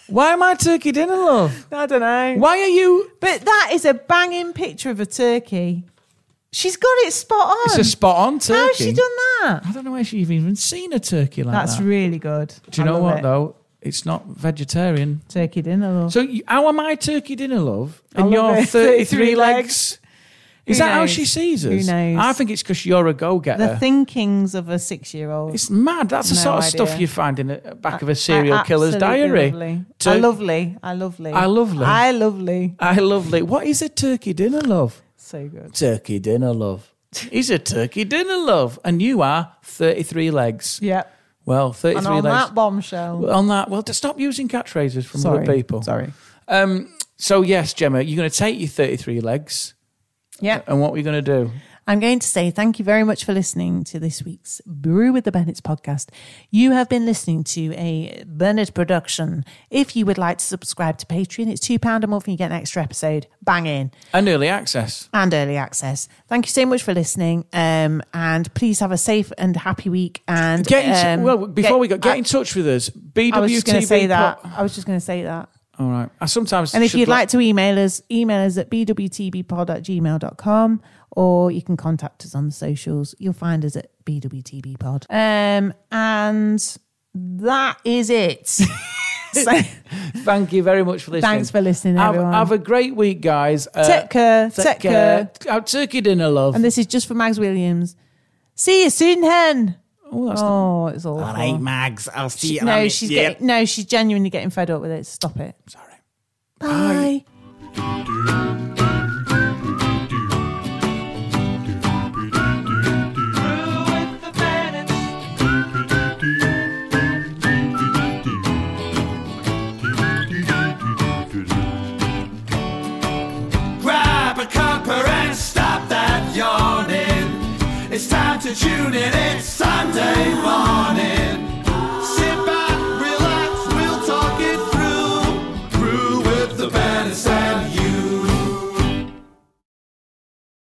S5: Why am I turkey dinner, love?
S3: I don't know.
S5: Why are you.
S3: But that is a banging picture of a turkey. She's got it spot on.
S5: It's a spot on turkey.
S3: How's she done that?
S5: I don't know where she's even seen a turkey like
S3: That's
S5: that.
S3: really good.
S5: Do you
S3: I
S5: know
S3: love
S5: what,
S3: it.
S5: though? It's not vegetarian.
S3: Turkey dinner, love.
S5: So, you, how am I turkey dinner, love?
S3: I
S5: And
S3: love
S5: your
S3: it.
S5: 33
S3: 33
S5: legs? Is
S3: Who
S5: that how
S3: knows?
S5: she sees us?
S3: Who knows?
S5: I think it's because you're a go
S3: the
S5: getter.
S3: thinkings of a six-year-old.
S5: It's mad. That's the
S3: No
S5: sort of stuff
S3: idea.
S5: you find in the back of
S3: I-
S5: a serial
S3: I
S5: killer's
S3: absolutely
S5: diary.
S3: Lovely. I
S5: Tur-
S3: lovely. I lovely.
S5: I lovely.
S3: I lovely.
S5: I lovely. What is a turkey dinner, love?
S3: So good.
S5: Turkey dinner, love. Is a turkey dinner, love. And you are 33 legs.
S3: Yeah.
S5: Well, 33
S3: And
S5: legs.
S3: on that bombshell.
S5: Well, on that, well, to stop using catchphrases from
S3: sorry.
S5: other people.
S3: Sorry.
S5: Um, so, yes, Gemma, you're going to take your 33 legs.
S3: Yeah.
S5: And what are you going to do?
S3: I'm going to say thank you very much for listening to this week's Brew with the Bennetts podcast. You have been listening to a Bennett production. If you would like to subscribe to Patreon, it's £2 a month and you get an extra episode. Bang in.
S5: And early access.
S3: And early access. Thank you so much for listening. Um, and please have a safe and happy week. And
S5: Get in,
S3: um,
S5: well, before
S3: get-
S5: we go, get
S3: I-
S5: in touch with us. BWTB.
S3: I was just going to say that.
S5: pod-
S3: I was just going to say that.
S5: All right. I sometimes.
S3: And if
S5: should
S3: you'd
S5: let-
S3: like to email us, email us at bwtbpod at gmail.com or you can contact us on the socials. You'll find us at bwtbpod. Um, and that is it. so,
S5: Thank you very much for listening.
S3: Thanks for listening,
S5: Have,
S3: everyone.
S5: have a great week, guys. Uh,
S3: Take care, take care.
S5: Have turkey dinner, love.
S3: and this is just for Mags Williams. See you soon, hen.
S5: oh, that's not-
S3: Oh, it's awful.
S4: Mags. I'll see
S3: no, she's getting, no, she's genuinely getting fed up with it. Stop it. Sorry. Bye.
S4: Grab a cuppa and stop that yawning. It's time to tune in. It's Sunday morning.